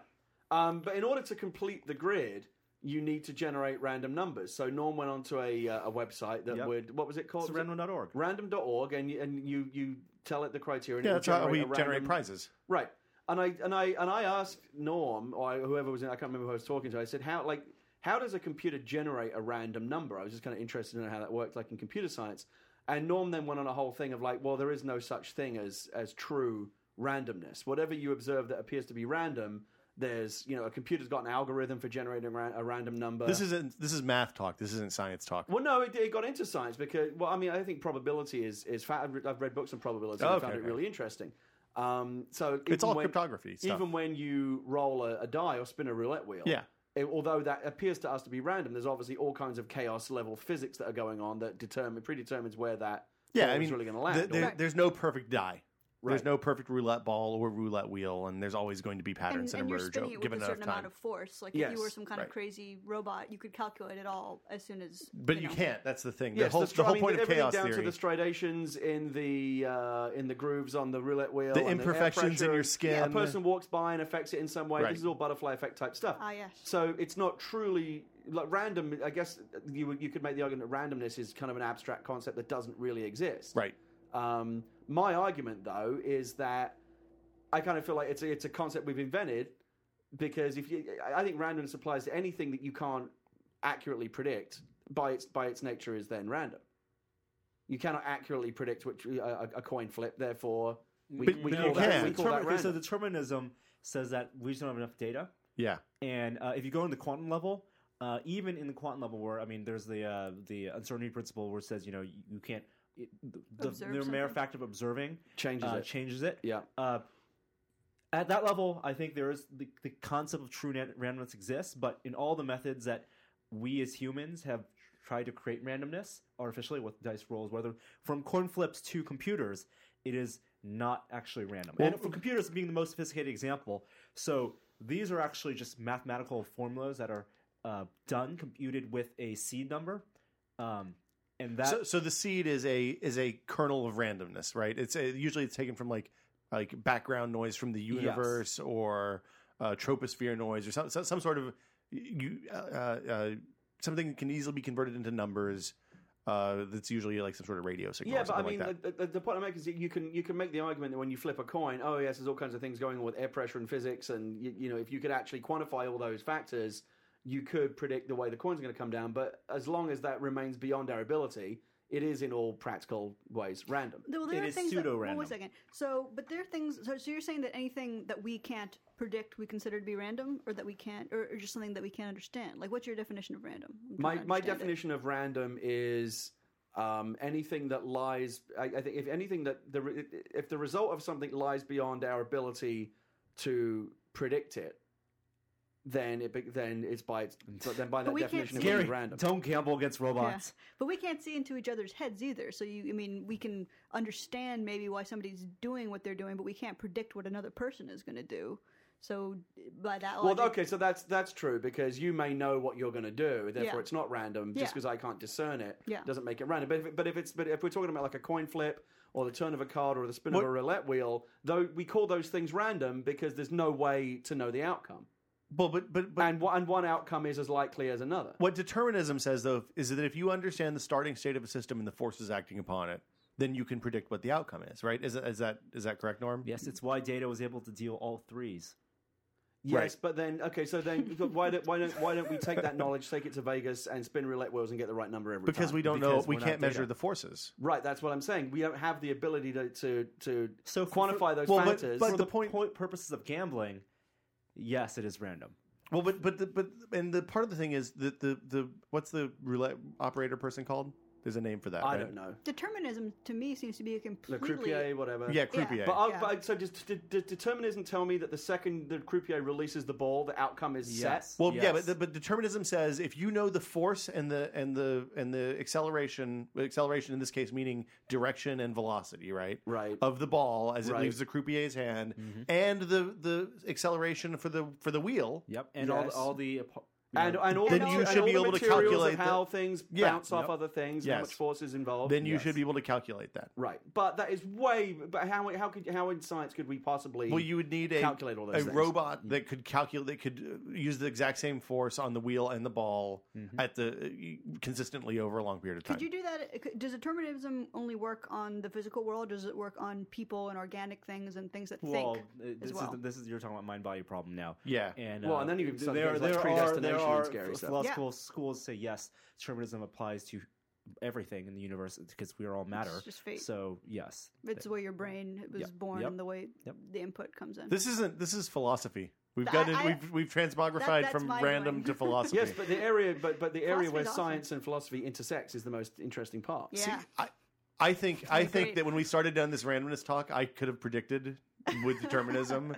S5: Um, but in order to complete the grid, you need to generate random numbers. So Norm went onto a, uh, a website that
S3: Yep.
S5: would what was it called?
S3: It's random.org.
S5: Random.org, and you, and you you tell it the criteria. And
S2: Yeah,
S5: it will
S2: that's how
S5: generate
S2: we
S5: a random-
S2: generate prizes.
S5: Right. And I and I and I asked Norm or I- whoever was in, I can't remember who I was talking to. I said, "How like how does a computer generate a random number?" I was just kind of interested in how that worked, like in computer science. And Norm then went on a whole thing of like, "Well, there is no such thing as as true randomness. Whatever you observe that appears to be random." There's, you know, a computer's got an algorithm for generating a ran- a random number.
S2: This isn't this is math talk. This isn't science talk.
S5: Well, no, it, it got into science because, well, I mean, I think probability is is. Fa- I've, re- I've read books on probability. and
S2: Okay,
S5: found it
S2: Oh, okay.
S5: really interesting. Um, so
S2: It's
S5: even
S2: all
S5: when-
S2: cryptography stuff.
S5: Even when you roll a, a die or spin a roulette wheel,
S2: Yeah.
S5: it- although that appears to us to be random, there's obviously all kinds of chaos level physics that are going on that determine predetermines where that
S2: yeah,
S5: ball
S2: I
S5: is
S2: mean,
S5: really going to land.
S2: the- there-
S5: or-
S2: there's no perfect die. There's
S5: Right.
S2: no perfect roulette ball or roulette wheel, and there's always going to be patterns
S4: And, and
S2: that
S4: you're
S2: emerge
S4: spinning it with
S2: given
S4: a
S2: enough
S4: certain amount
S2: time.
S4: of force. Like if
S5: Yes,
S4: you were some kind
S2: right.
S4: of crazy robot, you could calculate it all as soon as.
S2: but you
S4: know.
S2: can't. That's the thing. The
S5: Yes,
S2: whole,
S5: stri-
S2: the whole
S5: I mean,
S2: point of
S5: everything
S2: chaos
S5: down
S2: theory.
S5: to the stridations in the uh, in the grooves on the roulette wheel,
S2: The
S5: and air
S2: imperfections in
S5: pressure.
S2: your skin.
S5: A person walks by and affects it in some way.
S2: Right.
S5: This is all butterfly effect type stuff.
S4: Ah, yes.
S5: So it's not truly like random. I guess you would- you could make the argument that randomness is kind of an abstract concept that doesn't really exist.
S2: Right.
S5: Um, my argument though is that I kind of feel like it's a, it's a concept we've invented because if you, I- I think randomness applies to anything that you can't accurately predict by its by its nature is then random. You cannot accurately predict which a, a- a coin flip. Therefore, we, we
S2: you
S5: call that,
S2: can.
S5: we call that
S3: Determin- okay, so
S5: random.
S3: determinism says that we just don't have enough data.
S2: Yeah.
S3: And uh, if you go in the quantum level, uh, even in the quantum level, where I mean, there's the uh, the uncertainty principle, where it says you know you, you can't it, the, the
S4: Observe
S3: mere
S4: something.
S3: fact of observing
S5: Changes
S3: uh,
S5: it.
S3: changes it.
S5: Yeah.
S3: Uh, at that level, I think there is the, the concept of true ran- randomness exists, but in all the methods that we as humans have tried to create randomness artificially with dice rolls, whether from coin flips to computers, it is not actually random. and for computers being the most sophisticated example, so these are actually just mathematical formulas that are uh, done computed with a seed number, um, and that
S2: so, so the seed is a is a kernel of randomness, right? It's a, usually it's taken from like like background noise from the universe or uh, troposphere noise or some some, some sort of you uh, uh, something that can easily be converted into numbers. Uh, that's usually like some sort of radio signal.
S5: Yeah,
S2: or
S5: but I
S2: something
S5: mean,
S2: like that.
S5: the, the, the point I make is that you can you can make the argument that when you flip a coin, oh yes, there's all kinds of things going on with air pressure and physics, and you, you know if you could actually quantify all those factors, you could predict the way the coins are going to come down. But as long as that remains beyond our ability, it is in all practical ways random.
S4: Well, there
S3: It
S4: are
S3: is
S4: things that-
S3: pseudo-random.
S4: Wait a second. So, but there are things. So, so you're saying that anything that we can't predict, we consider to be random, or that we can't, or, or just something that we can't understand. Like, what's your definition of random? I'm trying
S5: my
S4: to
S5: my
S4: understand it.
S5: definition of random is um, anything that lies. I, I think if anything that the re- if the result of something lies beyond our ability to predict it, then it be- then it's by its, but then by that
S4: we can't
S5: definition it
S4: see-
S5: would
S3: Gary,
S5: be random.
S3: don't gamble against
S4: Yeah.
S3: robots.
S4: But we can't see into each other's heads either. So you, I mean, we can understand maybe why somebody's doing what they're doing, but we can't predict what another person is going to do. So by that
S5: Well,
S4: logic,
S5: okay, so that's that's true because you may know what you're going to do, therefore
S4: Yeah.
S5: it's not random. Just
S4: Yeah.
S5: because I can't discern it
S4: Yeah.
S5: doesn't make it random. But if, but if it's but if we're talking about like a coin flip or the turn of a card or the spin of a roulette wheel, though we call those things random because there's no way to know the outcome,
S2: Well, but but but
S5: and one, and one outcome is as likely as another.
S2: what determinism says though is that if you understand the starting state of a system and the forces acting upon it, then you can predict what the outcome is. Right? Is, is that is that correct, Norm?
S3: Yes, it's why Data was able to deal all threes.
S5: Yes,
S2: Right.
S5: but then okay, so then why don't why don't why don't we take that knowledge, take it to Vegas, and spin roulette wheels and get the right number every time?
S2: Because we don't
S3: Because
S2: know, we
S3: we're
S2: can't
S3: not
S2: measure
S3: data.
S2: the forces.
S5: right. That's what I'm saying. We don't have the ability to to to
S3: So for-
S5: quantify those
S2: well, but-
S5: factors.
S2: but
S3: For
S2: the
S3: the,
S2: point-
S3: point, purposes of gambling, yes, it is random.
S2: Well, but but the, but and the part of the thing is that the the what's the roulette operator person called? There's a name for that.
S5: I
S2: right?
S5: don't know.
S4: determinism to me seems to be a
S5: Le
S4: completely
S5: croupier, whatever.
S2: Yeah, croupier.
S5: Uh, But, I'll,
S4: Yeah.
S5: but so does, d- d- determinism tell me that the second the croupier releases the ball, the outcome is
S3: Yes.
S5: set?
S2: Well, yeah, but,
S3: Yes.
S2: the, but determinism says if you know the force and the and the and the acceleration, acceleration in this case meaning direction and velocity, right?
S5: Right.
S2: Of the ball as
S5: Right.
S2: it leaves the croupier's hand, and the the acceleration for the for the wheel.
S3: Yep, and
S5: Yes.
S3: all all the apo- you
S5: And,
S3: know,
S5: and all
S2: Then
S5: the,
S2: you
S5: and
S2: should
S5: all
S2: be
S5: the
S2: able to
S5: materials
S2: calculate
S5: of how
S2: the-
S5: things
S2: Yeah.
S5: bounce off
S2: Yep.
S5: other things, how
S2: Yes.
S5: much force is involved.
S2: Then you
S3: Yes.
S2: should be able to calculate that.
S5: right, but that is way. But how how could how in science could we possibly?
S2: Well, you would need a
S5: Calculate all those
S2: a
S5: things. Mm.
S2: robot that could calculate that could uh, use the exact same force on the wheel and the ball
S5: Mm-hmm.
S2: at the uh, consistently over a long period of time.
S4: Could you do that? could- Does determinism only work on the physical world? Does it work on people and organic things and things that
S3: well,
S4: think
S3: uh, this
S4: as well?
S3: is this is you're talking about mind body problem now.
S2: Yeah.
S3: and
S5: well,
S3: uh,
S5: and then you start
S3: there,
S5: things like
S3: there are
S5: predestination
S3: there are
S5: and scary
S3: ph-
S5: stuff.
S3: philosophical schools say yes, determinism applies to everything in the universe because we are all matter.
S4: just fate.
S3: So yes,
S4: it's the way your brain was
S3: Yep.
S4: born
S3: Yep.
S4: and the way
S3: Yep.
S4: the input comes in.
S2: This isn't. This is philosophy. We've
S4: I-
S2: got it.
S4: I-
S2: We've we've transmogrified
S4: that's
S2: from
S4: my
S2: random
S4: doing.
S2: to philosophy.
S5: Yes, but the area, but but the area where
S4: Philosophy's awesome.
S5: science and philosophy intersects is the most interesting part.
S4: yeah.
S2: I, I think I think
S4: Agreed.
S2: that when we started down this randomness talk, I could have predicted with determinism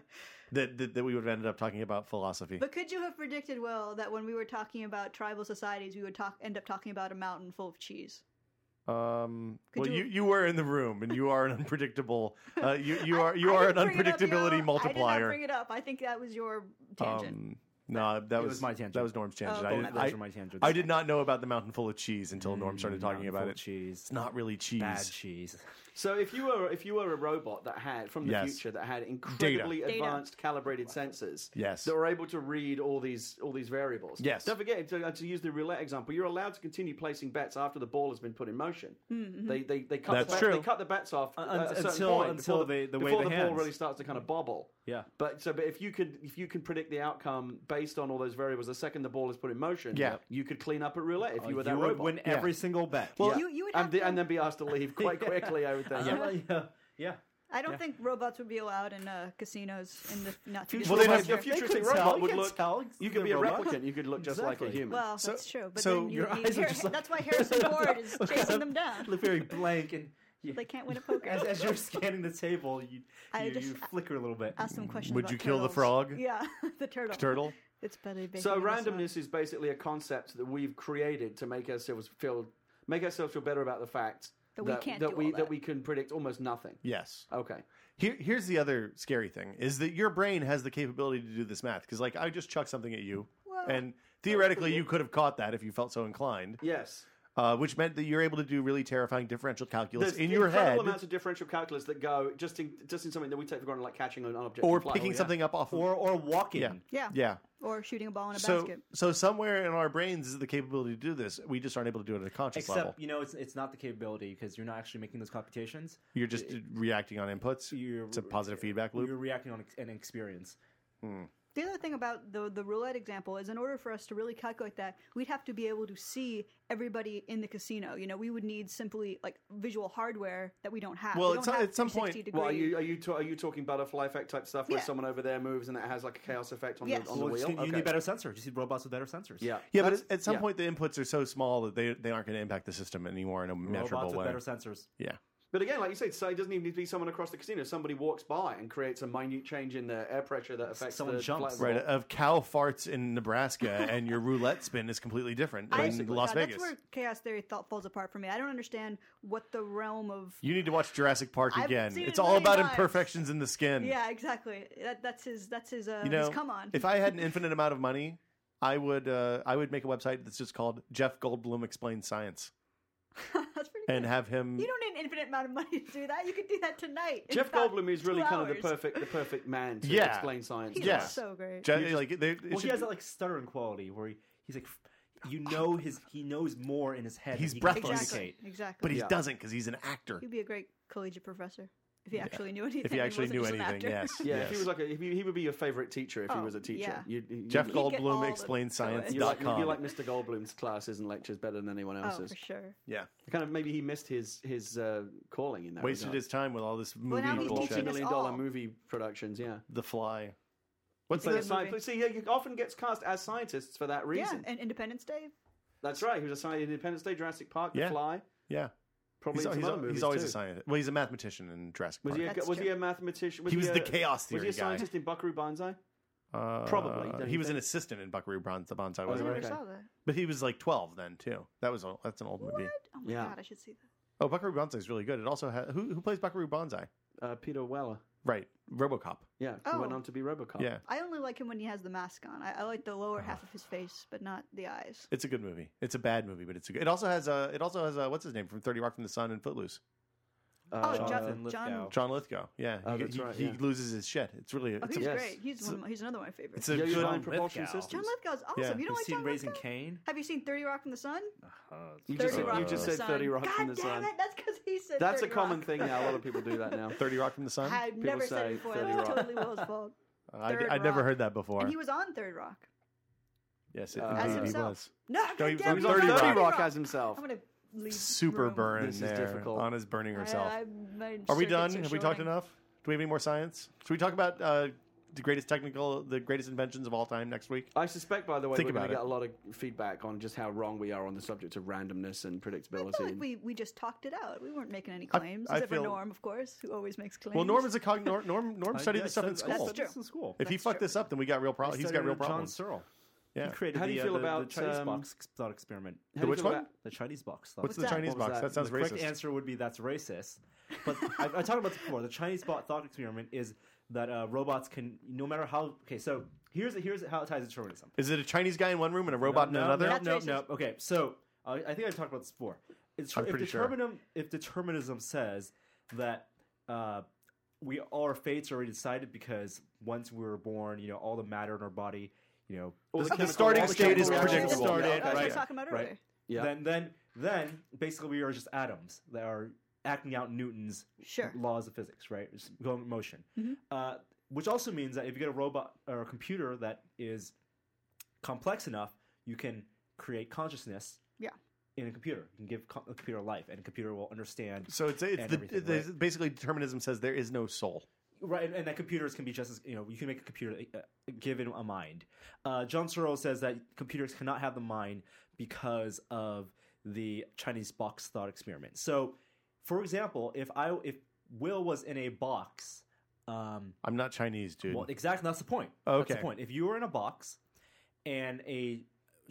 S2: that, that that we would have ended up talking about philosophy.
S4: But could you have predicted well that when we were talking about tribal societies, we would talk end up talking about a mountain full of cheese?
S2: um,
S4: Could
S2: well,
S4: you-
S2: you, you were in the room, and you are an unpredictable. Uh, you you are you
S4: I
S2: are an
S4: didn't bring it up,
S2: unpredictability
S4: y'all. I did not
S2: multiplier.
S4: bring it up. I think that was your tangent.
S2: Um, no, that was,
S3: was my tangent.
S2: That was Norm's tangent.
S4: Oh,
S2: I,
S4: okay.
S2: didn't-
S3: Those
S2: I-
S3: were my tangents.
S2: I did not know about the mountain full of cheese until Norm started talking
S3: Mountain
S2: about
S3: full
S2: it.
S3: of cheese,
S2: It's not really cheese.
S3: bad cheese.
S5: So if you were if you were a robot that had from the
S2: Yes.
S5: future that had incredibly
S4: Data.
S5: advanced calibrated sensors,
S2: Yes.
S5: that were able to read all these all these variables.
S2: Yes.
S5: Don't forget to, uh, to use the roulette example. You're allowed to continue placing bets after the ball has been put in motion. They, they they cut
S2: That's
S5: the bet,
S2: true.
S5: they cut the bets off
S3: Un-
S5: at a certain
S3: until-
S5: point
S3: until
S5: before
S3: they- the way
S5: before
S3: the
S5: the ball
S3: hands.
S5: really starts to kind of bobble.
S3: Yeah.
S5: But so but if you could if you can predict the outcome based on all those variables the second the ball is put in motion,
S2: Yeah.
S5: you could clean up at roulette if you were that
S3: Uh, you would
S5: robot.
S3: win every single bet.
S5: Yeah.
S4: You- you would
S5: and,
S4: have
S5: the-
S4: to-
S5: and then be asked to leave quite quickly. I would think.
S3: yeah, yeah, yeah.
S4: I don't think robots would be allowed in uh, casinos in the not too
S2: Well,
S4: distant
S2: they'd
S5: Well,
S2: have-
S5: your
S4: future.
S5: futuristic
S3: could
S5: robot
S3: tell, you
S5: would
S3: could
S5: look.
S3: tell
S5: you
S3: they're
S5: could be a
S3: robot.
S5: replicant. You could look just like a
S3: Exactly.
S5: human.
S4: Well,
S2: So-
S4: that's true. But
S2: so
S4: then you
S3: your
S4: need,
S3: eyes are
S4: here-
S3: just like-
S4: that's why Harrison Ford is chasing them down.
S3: Look very blank, and you,
S4: They can't win a poker.
S3: as, as you're scanning the table, you
S4: I
S3: you,
S4: just- uh,
S3: you flicker a little bit.
S4: Ask some questions.
S2: Would
S4: about
S2: you kill the
S4: turtles.
S2: frog?
S4: Yeah, the turtle.
S2: Turtle.
S4: It's better.
S5: so randomness is basically a concept that we've created to make ourselves feel make ourselves feel better about the fact
S4: That we can't do
S5: we
S4: all
S5: that.
S4: that.
S5: we can predict almost nothing.
S2: Yes.
S5: Okay.
S2: Here, here's the other scary thing is that your brain has the capability to do this math because like I just chucked something at you
S4: Well-
S2: and theoretically you could have caught that if you felt so inclined,
S5: Yes.
S2: uh, which meant that you're able to do really terrifying differential calculus in your
S5: incredible
S2: head
S5: amounts of differential calculus that go just in just in something that we take for granted, like catching an object
S2: or
S5: in flight.
S2: picking
S3: Oh,
S2: something up off of,
S3: or or walking.
S2: yeah
S4: Yeah.
S2: yeah.
S4: Or shooting a ball in a
S2: So
S4: basket.
S2: so somewhere in our brains is the capability to do this. We just aren't able to do it at a conscious
S3: Except
S2: level.
S3: you know it's it's not the capability because you're not actually making those computations.
S2: You're just reacting on inputs.
S3: You're-
S2: it's a positive feedback loop.
S3: You're reacting on ex- an experience.
S4: The other thing about the the roulette example is, in order for us to really calculate that, we'd have to be able to see everybody in the casino. You know, we would need simply like visual hardware that we don't have.
S2: Well,
S4: We
S2: at
S4: don't
S2: some-
S4: have
S2: at some point-
S4: 360
S5: Well, are
S4: degree-
S5: you are you ta- are you talking butterfly effect type stuff where
S4: Yeah.
S5: someone over there moves and it has like a chaos effect on
S4: Yes.
S5: the on
S3: Well,
S5: the
S3: you
S5: wheel?
S3: need- you
S5: Okay.
S3: need better sensors. You see robots with better sensors.
S5: Yeah,
S2: Yeah,
S5: That's-
S2: but at some
S5: yeah.
S2: point the inputs are so small that they they aren't going to impact the system anymore in a measurable
S3: robots with
S2: way.
S3: better sensors.
S2: Yeah.
S5: But again, like you said, so it doesn't even need to be someone across the casino. Somebody walks by and creates a minute change in the air pressure that affects
S3: Someone
S5: the
S3: jumps.
S5: flight
S2: Right,
S5: level.
S2: of cow farts in Nebraska and your roulette spin is completely different in
S4: Basically,
S2: Las
S4: God,
S2: Vegas.
S4: That's where chaos theory thought falls apart for me. I don't understand what the realm of.
S2: You need to watch Jurassic Park
S4: I've
S2: again.
S4: seen it
S2: It's
S4: a
S2: all
S4: million
S2: about
S4: times.
S2: imperfections in the skin.
S4: Yeah, exactly. That, that's his. That's his. Uh,
S2: you know,
S4: his come on.
S2: if I had an infinite amount of money, I would uh, I would make a website that's just called Jeff Goldblum explains science
S4: that's pretty
S2: and
S4: good.
S2: have him.
S4: You don't need an infinite amount of money to do that. You could do that tonight. in
S5: Jeff
S4: about
S5: Goldblum is really
S4: two
S5: kind of the
S4: hours.
S5: perfect the perfect man to
S2: Yeah.
S5: explain science.
S4: He's
S5: to
S2: Yeah.
S5: us.
S4: so great.
S2: Je- like they, it
S3: Well,
S2: should
S3: he has
S2: be-
S3: that like stuttering quality where he, he's like, you know, his he knows more in his head.
S2: He's
S3: than he can
S2: breathless.
S4: Exactly.
S3: communicate.
S4: Exactly.
S2: but he
S5: Yeah.
S2: doesn't because he's an actor.
S4: He'd be a great collegiate professor if he actually knew anything.
S2: If he actually
S4: wasn't
S2: knew
S4: just an
S2: anything,
S4: actor.
S2: yes.
S5: Yeah,
S2: yes.
S5: if he was like a, if he, he would be your favorite teacher if he
S4: Oh,
S5: was a teacher.
S4: yeah.
S5: You'd, you'd-
S2: Jeff
S5: you'd-
S4: Gold- get all
S2: Goldblum
S4: the-
S2: explains
S4: You'd
S2: science
S4: be
S5: You'd like,
S2: dot
S5: you'd be
S2: com.
S5: like Mr. Goldblum's classes and lectures better than anyone
S4: Oh,
S5: else's.
S4: for sure.
S2: yeah,
S5: Kind of maybe he missed his his uh, calling in that.
S2: wasted
S5: regard.
S2: his time with all this movie
S4: now he's
S2: bullshit.
S4: teaching us
S5: multi-million dollar
S4: all.
S5: movie productions. Yeah.
S2: The Fly.
S5: What's
S4: a
S5: that?
S4: good
S5: Sci-
S4: movie.
S5: see, he he often gets cast as scientists for that
S4: Yeah,
S5: reason.
S4: and Independence Day.
S5: That's right. He was a scientist. Independence Day, Jurassic Park,
S2: Yeah.
S5: The Fly.
S2: Yeah,
S5: Probably
S2: he's,
S5: some
S2: he's-
S5: other
S2: he's
S5: movies
S2: always
S5: too.
S2: a scientist. Well, he's a mathematician in Jurassic
S5: Was
S2: Park.
S5: he a,
S4: That's
S5: was he
S4: true.
S5: a mathematician? Was
S2: He was
S5: a,
S2: the chaos
S5: Was he
S2: theory
S5: a
S2: guy.
S5: scientist in Buckaroo Banzai?
S2: Uh,
S5: Probably, don't
S2: he
S5: you
S2: was an
S5: think?
S2: assistant in Buckaroo Bron- the Bonsai,
S4: I
S2: wasn't
S4: never
S2: he?
S5: okay.
S4: saw that.
S2: But he was like twelve then too. That was a, that's an old movie.
S4: What? Oh my
S5: Yeah.
S4: god, I should see that.
S2: Oh, Buckaroo Banzai is really good. It also has who who plays Buckaroo Banzai?
S5: Uh, Peter Weller.
S2: Right, RoboCop.
S5: Yeah, who
S4: Oh.
S5: went on to be RoboCop.
S2: Yeah,
S4: I only like him when he has the mask on. I, I like the lower half of his face, but not the eyes.
S2: it's a good movie. It's a bad movie, but it's a good. It also has a it also has a what's his name from Thirty Rock from the Sun and Footloose.
S4: Oh,
S5: Uh,
S4: John.
S3: Jonathan
S4: John.
S3: Lithgow.
S2: John Lithgow. Yeah,
S5: Oh,
S2: he,
S5: that's
S2: he-
S5: right,
S2: he
S5: yeah.
S2: loses his shit. It's really
S4: Oh,
S2: it's
S4: he's
S2: a,
S5: yes.
S4: great. He's one. Of my, he's another one of my favorites.
S2: it's a
S5: Yeah,
S2: good-
S5: you Design Propulsion
S3: Lithgow.
S5: System.
S4: John Lithgow's awesome.
S2: Yeah.
S4: You don't
S3: You've
S4: like
S3: seen
S4: John
S3: Raising
S4: Lithgow?
S3: Cain?
S4: Have you seen Thirty Rock from the Sun? Thirty
S5: You just,
S4: Rock
S5: you
S4: from
S5: just
S4: the
S5: said
S4: Sun.
S5: 30 Rock
S4: God
S5: from the
S4: damn
S5: Sun.
S4: it! That's because he said.
S5: That's a
S4: 30
S5: common
S4: Rock.
S5: thing now. A lot of people do that now.
S2: Thirty Rock from the Sun. I,
S4: I've never said
S5: say
S4: it before.
S5: 30
S4: That's
S5: Rock.
S4: totally Will's fault. Third
S2: would never
S4: Rock.
S2: heard that before.
S4: And he was on Third Rock.
S2: yes, it,
S5: Uh,
S4: As
S2: indeed he
S4: himself.
S2: was.
S4: No,
S2: No, he was
S4: goddamn
S2: on
S4: it,
S5: He's on
S2: 30 Rock.
S5: 30 Rock as himself.
S4: I'm gonna leave.
S2: Super
S4: room.
S2: burn
S5: This is
S2: there
S5: difficult.
S2: on his burning herself.
S4: I- I- my
S2: Are we
S4: circuits
S2: done? Have we talked
S4: shorting.
S2: enough? Do we have any more science? Should we talk about uh, the greatest technical, the greatest inventions of all time next week?
S5: I suspect, by the way,
S2: Think
S5: we're going
S2: about
S5: to
S2: it.
S5: get a lot of feedback on just how wrong we are on the subject of randomness and
S4: I
S5: predictability.
S4: feel like we, we just talked it out. We weren't making any
S2: I-
S4: claims,
S2: I
S4: except for
S2: feel-
S4: Norm, of course, who always makes claims.
S2: Well, Norm is a cog- Norm. Norm, Norm studied
S3: I
S2: uh, this stuff in
S3: studied- I
S2: school.
S4: That's true.
S3: studied this in school.
S2: If he
S4: That's
S2: fucked
S4: true.
S2: this up, then we got real problems. He's got real problems.
S3: John Searle.
S2: Yeah.
S3: He created
S5: How do you
S3: the,
S5: feel
S3: uh, the-
S5: about,
S3: the Chinese
S5: um,
S3: box thought experiment?
S5: How
S2: The
S5: do you
S2: which
S5: feel
S2: one?
S5: about-
S3: The Chinese box thought
S2: What's the
S4: that?
S2: Chinese
S5: What was
S2: box?
S5: that?
S2: That sounds
S3: the correct
S2: racist.
S3: answer would be that's racist. But I, I talked about this before. The Chinese bot thought experiment is that uh, robots can, no matter how. Okay, so here's here's how it ties to determinism.
S2: Is it a Chinese guy in one room and a robot in
S3: no,
S2: another?
S3: No,
S4: That's
S3: no,
S4: racist.
S3: no. Okay, so uh, I think I talked about this before. It's,
S2: I'm
S3: if
S2: pretty sure.
S3: determinism, if determinism says that uh, we our fates are already decided because once we were born, you know, all the matter in our body, you know,
S5: All
S2: The
S5: chemical
S2: starting
S5: reactions
S2: state is
S5: are all
S2: predictable.
S5: started,
S4: That's what we
S3: right.
S4: were talking about
S3: Right.
S4: earlier.
S5: Yeah.
S3: then then then basically we are just atoms that are acting out Newton's
S4: Sure. Mm-hmm.
S3: laws of physics, right? It's going in motion. Uh, which also means that if you get a robot or a computer that is complex enough, you can create consciousness
S4: Yeah.
S3: in a computer. You can give co- a computer life, and a computer will understand.
S2: So it's, it's
S3: And
S2: the,
S3: everything,
S2: the- basically determinism says there is no soul.
S3: Right, and, and that computers can be just as you know. You can make a computer uh, given a mind. Uh, John Searle says that computers cannot have the mind because of the Chinese box thought experiment. So, for example, if I if Will was in a box, um,
S2: I'm not Chinese, dude.
S3: well, exactly. That's the point. That's
S2: Okay.
S3: the point. If you were in a box and a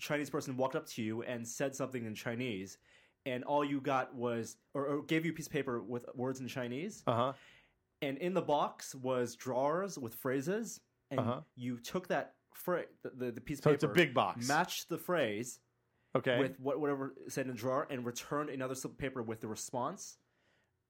S3: Chinese person walked up to you and said something in Chinese, and all you got was, or, or gave you a piece of paper with words in Chinese,
S2: Uh huh.
S3: and in the box was drawers with phrases, and
S2: Uh-huh.
S3: you took that fra- the, the, the piece of
S2: So
S3: paper,
S2: it's a big box.
S3: matched the phrase
S2: Okay.
S3: with what whatever it said in the drawer, and returned another slip of paper with the response.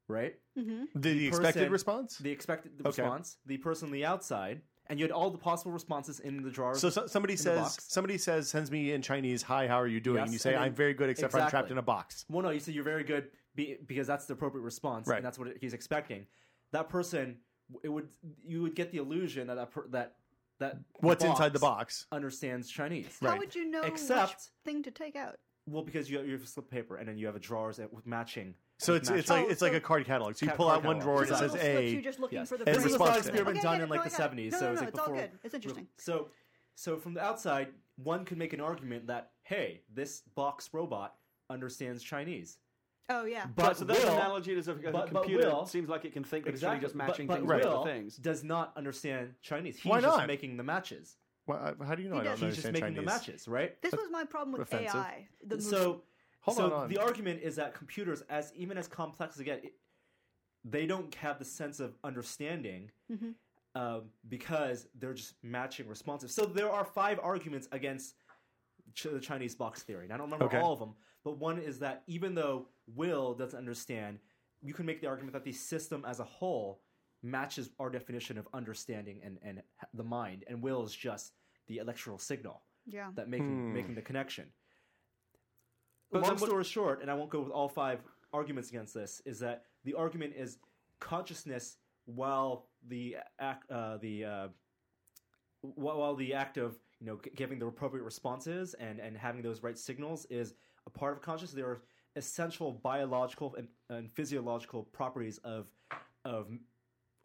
S3: Right,
S4: Mm-hmm.
S2: the, the expected
S3: person-
S2: response.
S3: the expected the
S2: Okay.
S3: response, the person on the outside, and you had all the possible responses in the drawer.
S2: So, so somebody
S3: the
S2: says
S3: box.
S2: somebody says sends me in Chinese, "Hi, how are you doing?"
S3: Yes,
S2: and you say,
S3: and then-
S2: "I'm very good, except for I'm trapped
S3: Exactly.
S2: in a box."
S3: Well, no, you said you're very good be, because that's the appropriate response,
S2: Right.
S3: and that's what he's expecting. That person, it would you would get the illusion that that, per, that that
S2: What's inside the box?
S3: understands Chinese.
S4: How would you know which
S3: Except-
S4: thing to take out?
S3: Well, because you have, you have a slip of paper and then you have a drawers that- with matching.
S2: So
S3: with
S2: it's it's
S3: matching.
S2: like it's like
S4: so-
S2: a card catalog. So you
S3: Ca-
S2: pull
S3: card
S2: out one
S3: catalog.
S2: drawer and it
S3: It's
S4: These
S3: like
S4: are
S2: says
S4: little slips You're
S2: A.
S4: just looking
S3: Yes.
S4: for the
S2: As
S3: This
S4: brain
S3: was a
S2: response
S3: thought
S2: to it.
S3: experiment
S4: Okay, I
S3: done
S4: get
S3: in
S4: it.
S3: like the
S4: No, I got it.
S3: seventies.
S4: No,
S3: so
S4: no,
S3: it was
S4: no,
S3: like
S4: it's all
S3: before.
S4: good. It's interesting.
S3: So so from the outside, one could make an argument that hey, this box robot understands Chinese.
S4: Oh yeah.
S3: But
S5: so that's an
S3: Will-
S5: analogy to something.
S3: but-
S5: Like a
S3: but
S5: computer
S3: Will-
S5: seems like it can think, but it's really just
S3: But-
S5: matching
S3: but
S5: things
S2: Right.
S5: with
S3: Will
S5: other things.
S3: does not understand Chinese. He's
S2: Why
S3: just
S2: not?
S3: making the matches.
S2: Well, I- how do you know? I
S4: He
S2: don't
S4: does. He's
S3: He's just
S2: understand
S3: making the
S2: Chinese.
S3: matches, right?
S4: This was my problem with
S2: offensive.
S4: AI. The movie.
S3: So,
S2: Hold
S3: so
S2: on.
S3: the argument is that computers, as even as complex as they get, it, they don't have the sense of understanding um, because they're just matching responses. So there are five arguments against ch- the Chinese box theory, and I don't remember
S2: Okay.
S3: all of them. But one is that even though Will doesn't understand, you can make the argument that the system as a whole matches our definition of understanding and and the mind, and Will is just the electrical signal
S4: yeah.
S3: that making making the connection.
S5: Hmm. But
S3: Long
S5: then what-
S3: story short, and I won't go with all five arguments against this, is that the argument is consciousness while the act uh, the uh, while while the act of you know g- giving the appropriate responses and and having those right signals is a part of consciousness. There are essential biological and, and physiological properties of of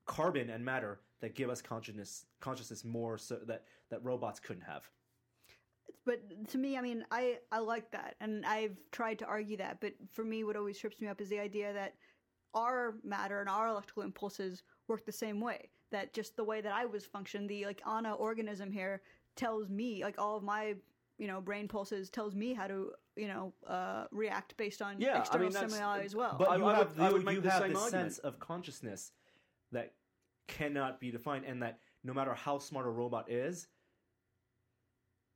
S3: carbon and matter that give us consciousness consciousness more so that that robots couldn't have.
S4: but to me, I mean, I I like that, and I've tried to argue that. But for me, what always trips me up is the idea that our matter and our electrical impulses work the same way. That just the way that I was functioned, the like Ana organism here tells me, like all of my you know brain pulses tells me how to you know uh, react based on
S5: Yeah, I
S4: external
S5: mean, that's-
S4: stimuli as well.
S3: But
S5: Uh, I-
S3: you
S5: I
S3: have,
S5: would- I
S3: you-
S5: would make
S3: you
S5: the
S3: have
S5: same
S3: this
S5: argument.
S3: sense of consciousness that cannot be defined, and that no matter how smart a robot is,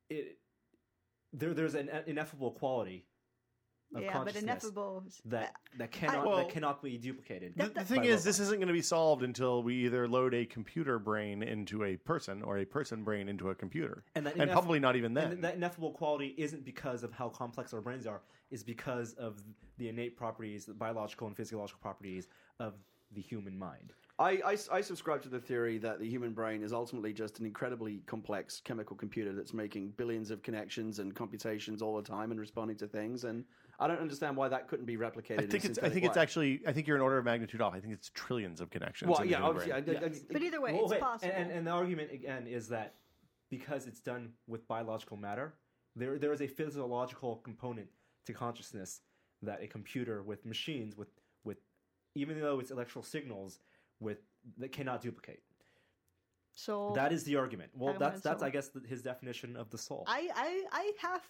S3: it there there's an ineffable quality of
S4: yeah, but
S3: consciousness
S4: ineffable. is-
S3: that that cannot
S2: Well-
S3: that cannot be duplicated.
S2: The, the thing
S3: by
S2: is,
S3: robots.
S2: this isn't going to be solved until we either load a computer brain into a person or a person brain into a computer,
S3: And that ineff-
S2: probably not even then.
S3: and that ineffable quality isn't because of how complex our brains are; is because of the innate properties, the biological and physiological properties of the human mind.
S5: I, I s- I subscribe to the theory that the human brain is ultimately just an incredibly complex chemical computer that's making billions of connections and computations all the time and responding to things. And I don't understand why that couldn't be replicated.
S2: I think
S5: in a
S2: it's. I think
S5: synthetic
S2: it's
S5: way.
S2: actually. I think you're an order of magnitude off. I think it's trillions of connections.
S5: Well,
S2: in the
S5: yeah,
S2: human
S5: obviously. I,
S2: brain.
S5: I- I-
S4: But either way,
S3: Well,
S4: it's
S3: wait,
S4: possible.
S3: And, and, and the argument again is that because it's done with biological matter, there there is a physiological component to consciousness that a computer with machines with with even though it's electrical signals with that cannot duplicate.
S4: so
S3: That is the argument. Well,
S4: I
S3: that's
S4: want
S3: that's
S4: soul.
S3: I guess the, his definition of the soul.
S4: I, I, I half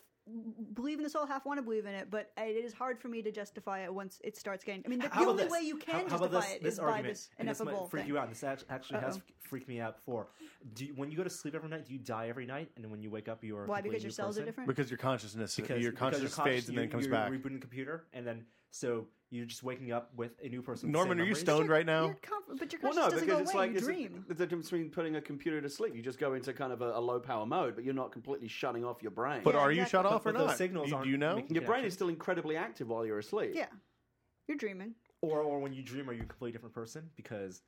S4: believe in the soul, half want to believe in it, but it is hard for me to justify it once it starts getting. I mean, the, the
S3: How about
S4: only
S3: this?
S4: way you
S3: How-
S4: can
S3: how about
S4: justify it is by this
S3: and this
S4: ineffable
S3: might freak
S4: thing.
S3: you out. and This act- actually has
S4: Uh-oh.
S3: freaked me out before. Do you, when you go to sleep every night, do you die every night? And then when you wake up, you are a
S4: Why?
S3: completely
S4: Because your
S3: new
S4: cells
S3: person?
S4: are different.
S2: because your consciousness,
S3: because
S2: your
S3: because
S2: consciousness
S3: you're
S2: fades and
S3: you-
S2: then comes
S3: you're
S2: back.
S3: Rebooting the computer, and then so you're just waking up with a new person. with the
S2: Norman,
S3: same
S2: are you
S3: memories.
S2: stoned right now?
S4: You're comf- but your
S5: Well,
S4: conscience
S5: no,
S4: doesn't
S5: because
S4: go away.
S5: it's like
S4: you
S5: it's,
S4: dream.
S5: it's the difference between putting a computer to sleep. You just go into kind of a, a low power mode, but you're not completely shutting off your brain.
S2: But
S4: Yeah,
S2: are you
S4: exactly.
S2: shut off
S3: But
S2: or
S3: those
S2: not?
S3: signals
S2: You-
S3: aren't
S2: do you know?
S3: making-
S5: your brain
S3: Yeah.
S5: is still incredibly active while you're asleep.
S4: yeah, you're dreaming.
S3: Or or when you dream, are you a completely different person because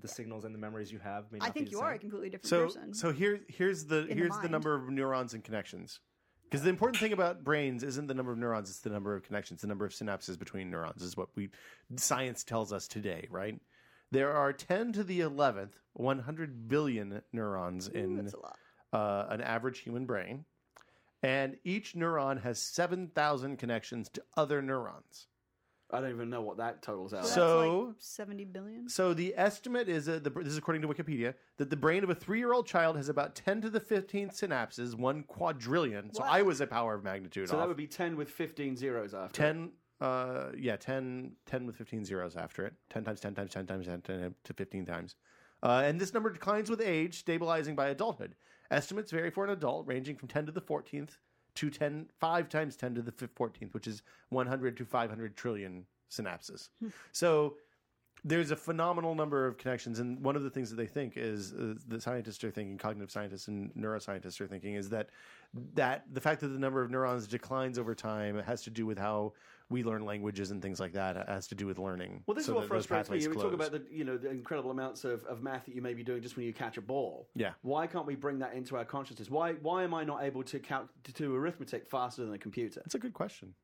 S3: the signals and the memories you have may not
S4: I think
S3: be the
S4: you are a
S3: same?
S4: completely different
S2: So,
S4: person.
S2: so here, here's the
S4: the
S2: here's the,
S4: mind.
S2: number of neurons and connections. Because the important thing about brains isn't the number of neurons; it's the number of connections, the number of synapses between neurons is what we science tells us today, right? There are ten to the eleventh, one hundred billion neurons in
S4: that's a lot.
S2: uh, an average human brain, and each neuron has seven thousand connections to other neurons.
S5: I don't even know what that totals out.
S4: Well, that's
S5: at.
S2: so-
S4: like seventy billion.
S2: So the estimate is uh, the, this is according to Wikipedia that the brain of a three-year-old child has about ten to the fifteenth synapses, one quadrillion. So
S4: Wow.
S2: I was a power of magnitude
S5: so
S2: off.
S5: that would be ten with fifteen zeros after. it.
S2: ten. Uh, yeah, 10, 10 with fifteen zeros after it. Ten times ten times ten times ten, 10 to fifteen times. Uh, and this number declines with age, stabilizing by adulthood. Estimates vary for an adult, ranging from ten to the fourteenth to 10, 5 times ten to the
S5: Hmm.
S2: fourteenth, which is one hundred to five hundred trillion synapses. so there's a phenomenal number of connections, and one of the things that they think is uh, the scientists are thinking, cognitive scientists and neuroscientists are thinking, is that that the fact that the number of neurons declines over time has to do with how we learn languages and things like that It has to do with learning.
S5: Well, this
S2: so
S5: is what
S2: that those
S5: frustrates
S2: pathways
S5: me. We talk
S2: close.
S5: about the you know the incredible amounts of, of math that you may be doing just when you catch a ball.
S2: Yeah.
S5: Why can't we bring that into our consciousness? Why why am I not able to count to do arithmetic faster than a computer?
S2: That's a good question.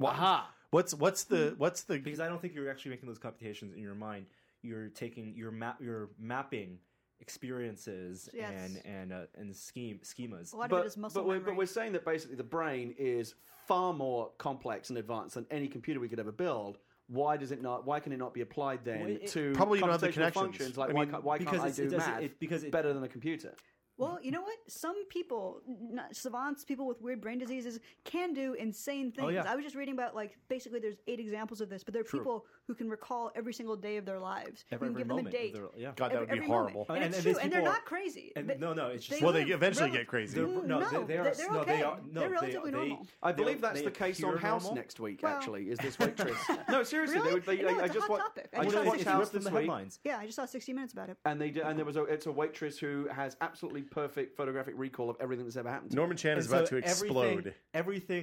S5: Aha!
S2: What's what's
S5: Hmm.
S2: the what's the
S3: because I don't think you're actually making those computations in your mind. You're taking your map, you're mapping experiences
S4: Yes.
S3: and and uh, and scheme schemas.
S4: A lot of
S5: But,
S4: it is muscle
S5: but, we're,
S4: memory.
S5: but we're saying that basically the brain is far more complex and advanced than any computer we could ever build. Why does it not? Why can it not be applied then
S3: Well, it-
S5: to
S2: Probably you don't have the
S5: computational
S2: connections.
S5: functions? Like
S2: I
S5: why
S2: mean,
S5: can't, why can't
S3: because
S5: I
S3: it's- it
S5: do
S3: doesn't-
S5: math
S3: it- because it-
S5: better than a computer?
S4: Well, you know what? Some people, not savants, people with weird brain diseases, can do insane things.
S3: Oh, yeah.
S4: I was just reading about like basically there's eight examples of this, but there are people who can recall every single day of their lives.
S3: Every- every
S4: you can give them a
S3: moment of
S4: date.
S3: their- yeah.
S2: God, that
S4: every-
S2: would be
S4: every
S2: horrible.
S4: moment. And,
S3: And-
S4: it's
S3: and these
S4: true, and they're
S3: people are-
S4: not crazy.
S3: and
S4: They-
S3: no, no, it's just-
S2: Well, they
S4: live
S2: eventually
S4: rel-
S2: get crazy.
S3: They're-
S4: Mm,
S3: no, they,
S4: no,
S3: they are,
S4: they're- they're
S3: no,
S4: okay.
S3: they are. No,
S4: They're
S3: they-
S4: relatively
S3: they-
S4: normal.
S5: I
S3: they-
S5: believe that's
S3: they
S5: the case
S3: appear
S5: on House
S3: normal.
S5: next week.
S4: Well-
S5: Actually, is this week, Tris? no, seriously,
S4: Really?
S5: they, they,
S4: No,
S5: I, I
S4: it's a
S5: just
S4: hot
S5: wa-
S4: topic. I
S5: I
S4: just
S5: just
S4: saw
S5: watched
S4: it
S5: House
S3: ripped from
S5: this
S3: the
S5: week,
S3: headlines.
S4: Yeah, I just saw 60 minutes about it.
S5: and they do, and there was a it's a waitress who has absolutely perfect photographic recall of everything that's ever happened. to her.
S2: Norman Chan is
S3: And
S2: about
S3: so
S2: to explode.
S3: Everything,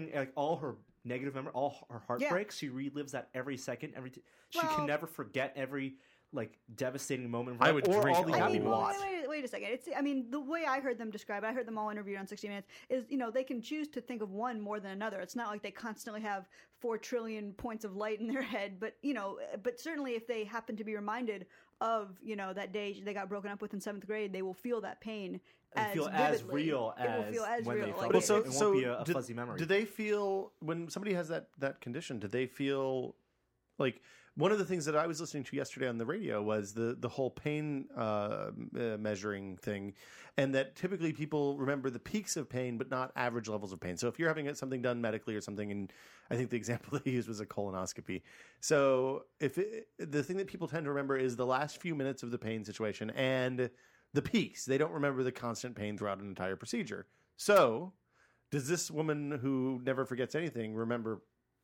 S3: everything, like all her negative memory, all her
S4: Yeah.
S3: heartbreaks, she relives that every second. Every t- she
S4: Well-
S3: can never forget every like devastating moment. Of
S2: I
S3: her
S2: would
S3: life, or
S2: drink
S3: all the
S2: a
S3: happy
S4: I mean,
S2: lot.
S3: moments.
S4: Wait, wait, wait a second. It's I mean the way I heard them describe it, I heard them all interviewed on 60 Minutes is you know they can choose to think of one more than another. It's not like they constantly have four trillion points of light in their head, but you know, uh, but certainly if they happen to be reminded of you know that day they got broken up with in seventh grade, they will feel that pain. As
S3: feel as
S4: vividly.
S3: real
S4: it will
S3: as
S4: feel as
S3: when they
S4: real.
S3: felt
S4: like
S3: it. Well,
S4: it-
S3: so- won't be a- a
S2: do-
S3: fuzzy memory.
S2: Do they feel when somebody has that that condition? Do they feel like one of the things that I was listening to yesterday on the radio was the the whole pain uh, m- uh, measuring thing, and that typically people remember the peaks of pain but not average levels of pain. So if you're having something done medically or something, and I think the example they used was a colonoscopy. So if it, the thing that people tend to remember is the last few minutes of the pain situation and the peaks, they don't remember the constant pain throughout an entire procedure. So does this woman who never forgets anything remember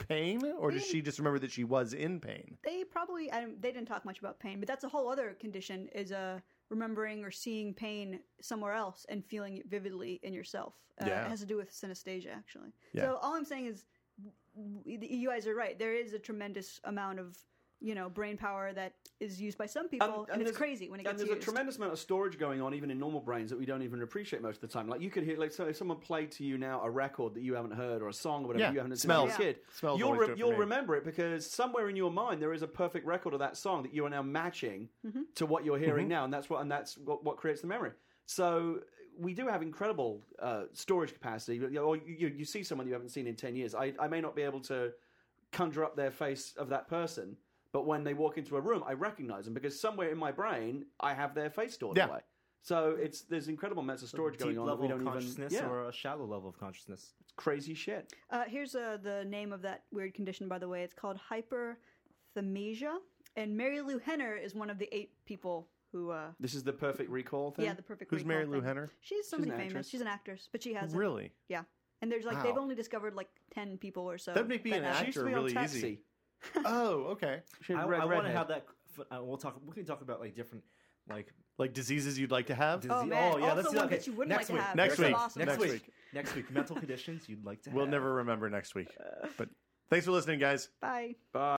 S2: pain or does she just remember that she was in pain
S4: they probably I don't- they didn't talk much about pain, but that's a whole other condition is uh, remembering or seeing pain somewhere else and feeling it vividly in yourself. Uh,
S2: Yeah.
S4: it has to do with synesthesia actually.
S2: Yeah.
S4: So all I'm saying is w- you guys are right. There is a tremendous amount of you know brain power that is used by some people, and, it's
S5: there's-
S4: crazy when it gets
S5: and there's
S4: used.
S5: a tremendous amount of storage going on, even in normal brains, that we don't even appreciate most of the time. Like you could hear, like, so if someone played to you now a record that you haven't heard or a song or whatever
S2: Yeah.
S5: you haven't
S2: Smells.
S5: seen as a kid,
S2: Yeah. Smells
S5: you'll
S2: always do it for
S5: you'll
S2: me.
S5: remember it because somewhere in your mind there is a perfect record of that song that you are now matching
S3: Mm-hmm.
S5: to what you're
S2: Mm-hmm.
S5: hearing now, and that's what and that's what, what creates the memory. So we do have incredible uh, storage capacity. You know, Or you, you see someone you haven't seen in ten years. I, I may not be able to conjure up their face of that person. But when they walk into a room, I recognize them because somewhere in my brain, I have their face stored
S2: Yeah.
S5: away. So it's there's incredible amounts of storage
S3: deep
S5: going on. that
S3: level
S5: we don't
S3: of
S5: even-
S3: consciousness
S5: yeah,
S3: or a shallow level of consciousness.
S5: it's crazy shit.
S4: Uh, here's uh, the name of that weird condition, by the way. It's called hyperthamesia, and Mary Lou Henner is one of the eight people who. Uh,
S5: This is the perfect recall thing.
S4: yeah, the perfect.
S2: Who's Mary
S4: recall
S2: Lou
S4: thing.
S2: Henner?
S4: She's somebody
S5: an
S4: famous.
S5: actress.
S4: She's an actress, but she has it.
S2: really
S4: Yeah, and there's like they've
S2: Wow.
S4: only discovered like ten people or so.
S2: That'd make me
S4: that
S2: an
S4: have-
S5: she used to
S2: actor
S5: be
S2: really
S5: on taxi.
S2: easy. oh okay
S5: She
S3: I,
S5: had red-
S3: I want to
S5: redhead.
S3: have that. Uh, we'll talk. We can talk about like different, like
S2: like diseases you'd like to have
S3: disease.
S4: Oh, man.
S3: yeah,
S4: Also
S3: that's
S4: one
S3: okay.
S4: that you wouldn't
S3: next
S4: like to
S3: week.
S4: have.
S2: Next
S3: There's some
S2: week.
S3: awesome
S2: Next
S3: ones.
S2: week.
S3: Next week. Mental conditions you'd like to.
S2: we'll
S3: have.
S2: Uh. never remember next week but thanks for listening guys
S4: Bye.
S5: Bye.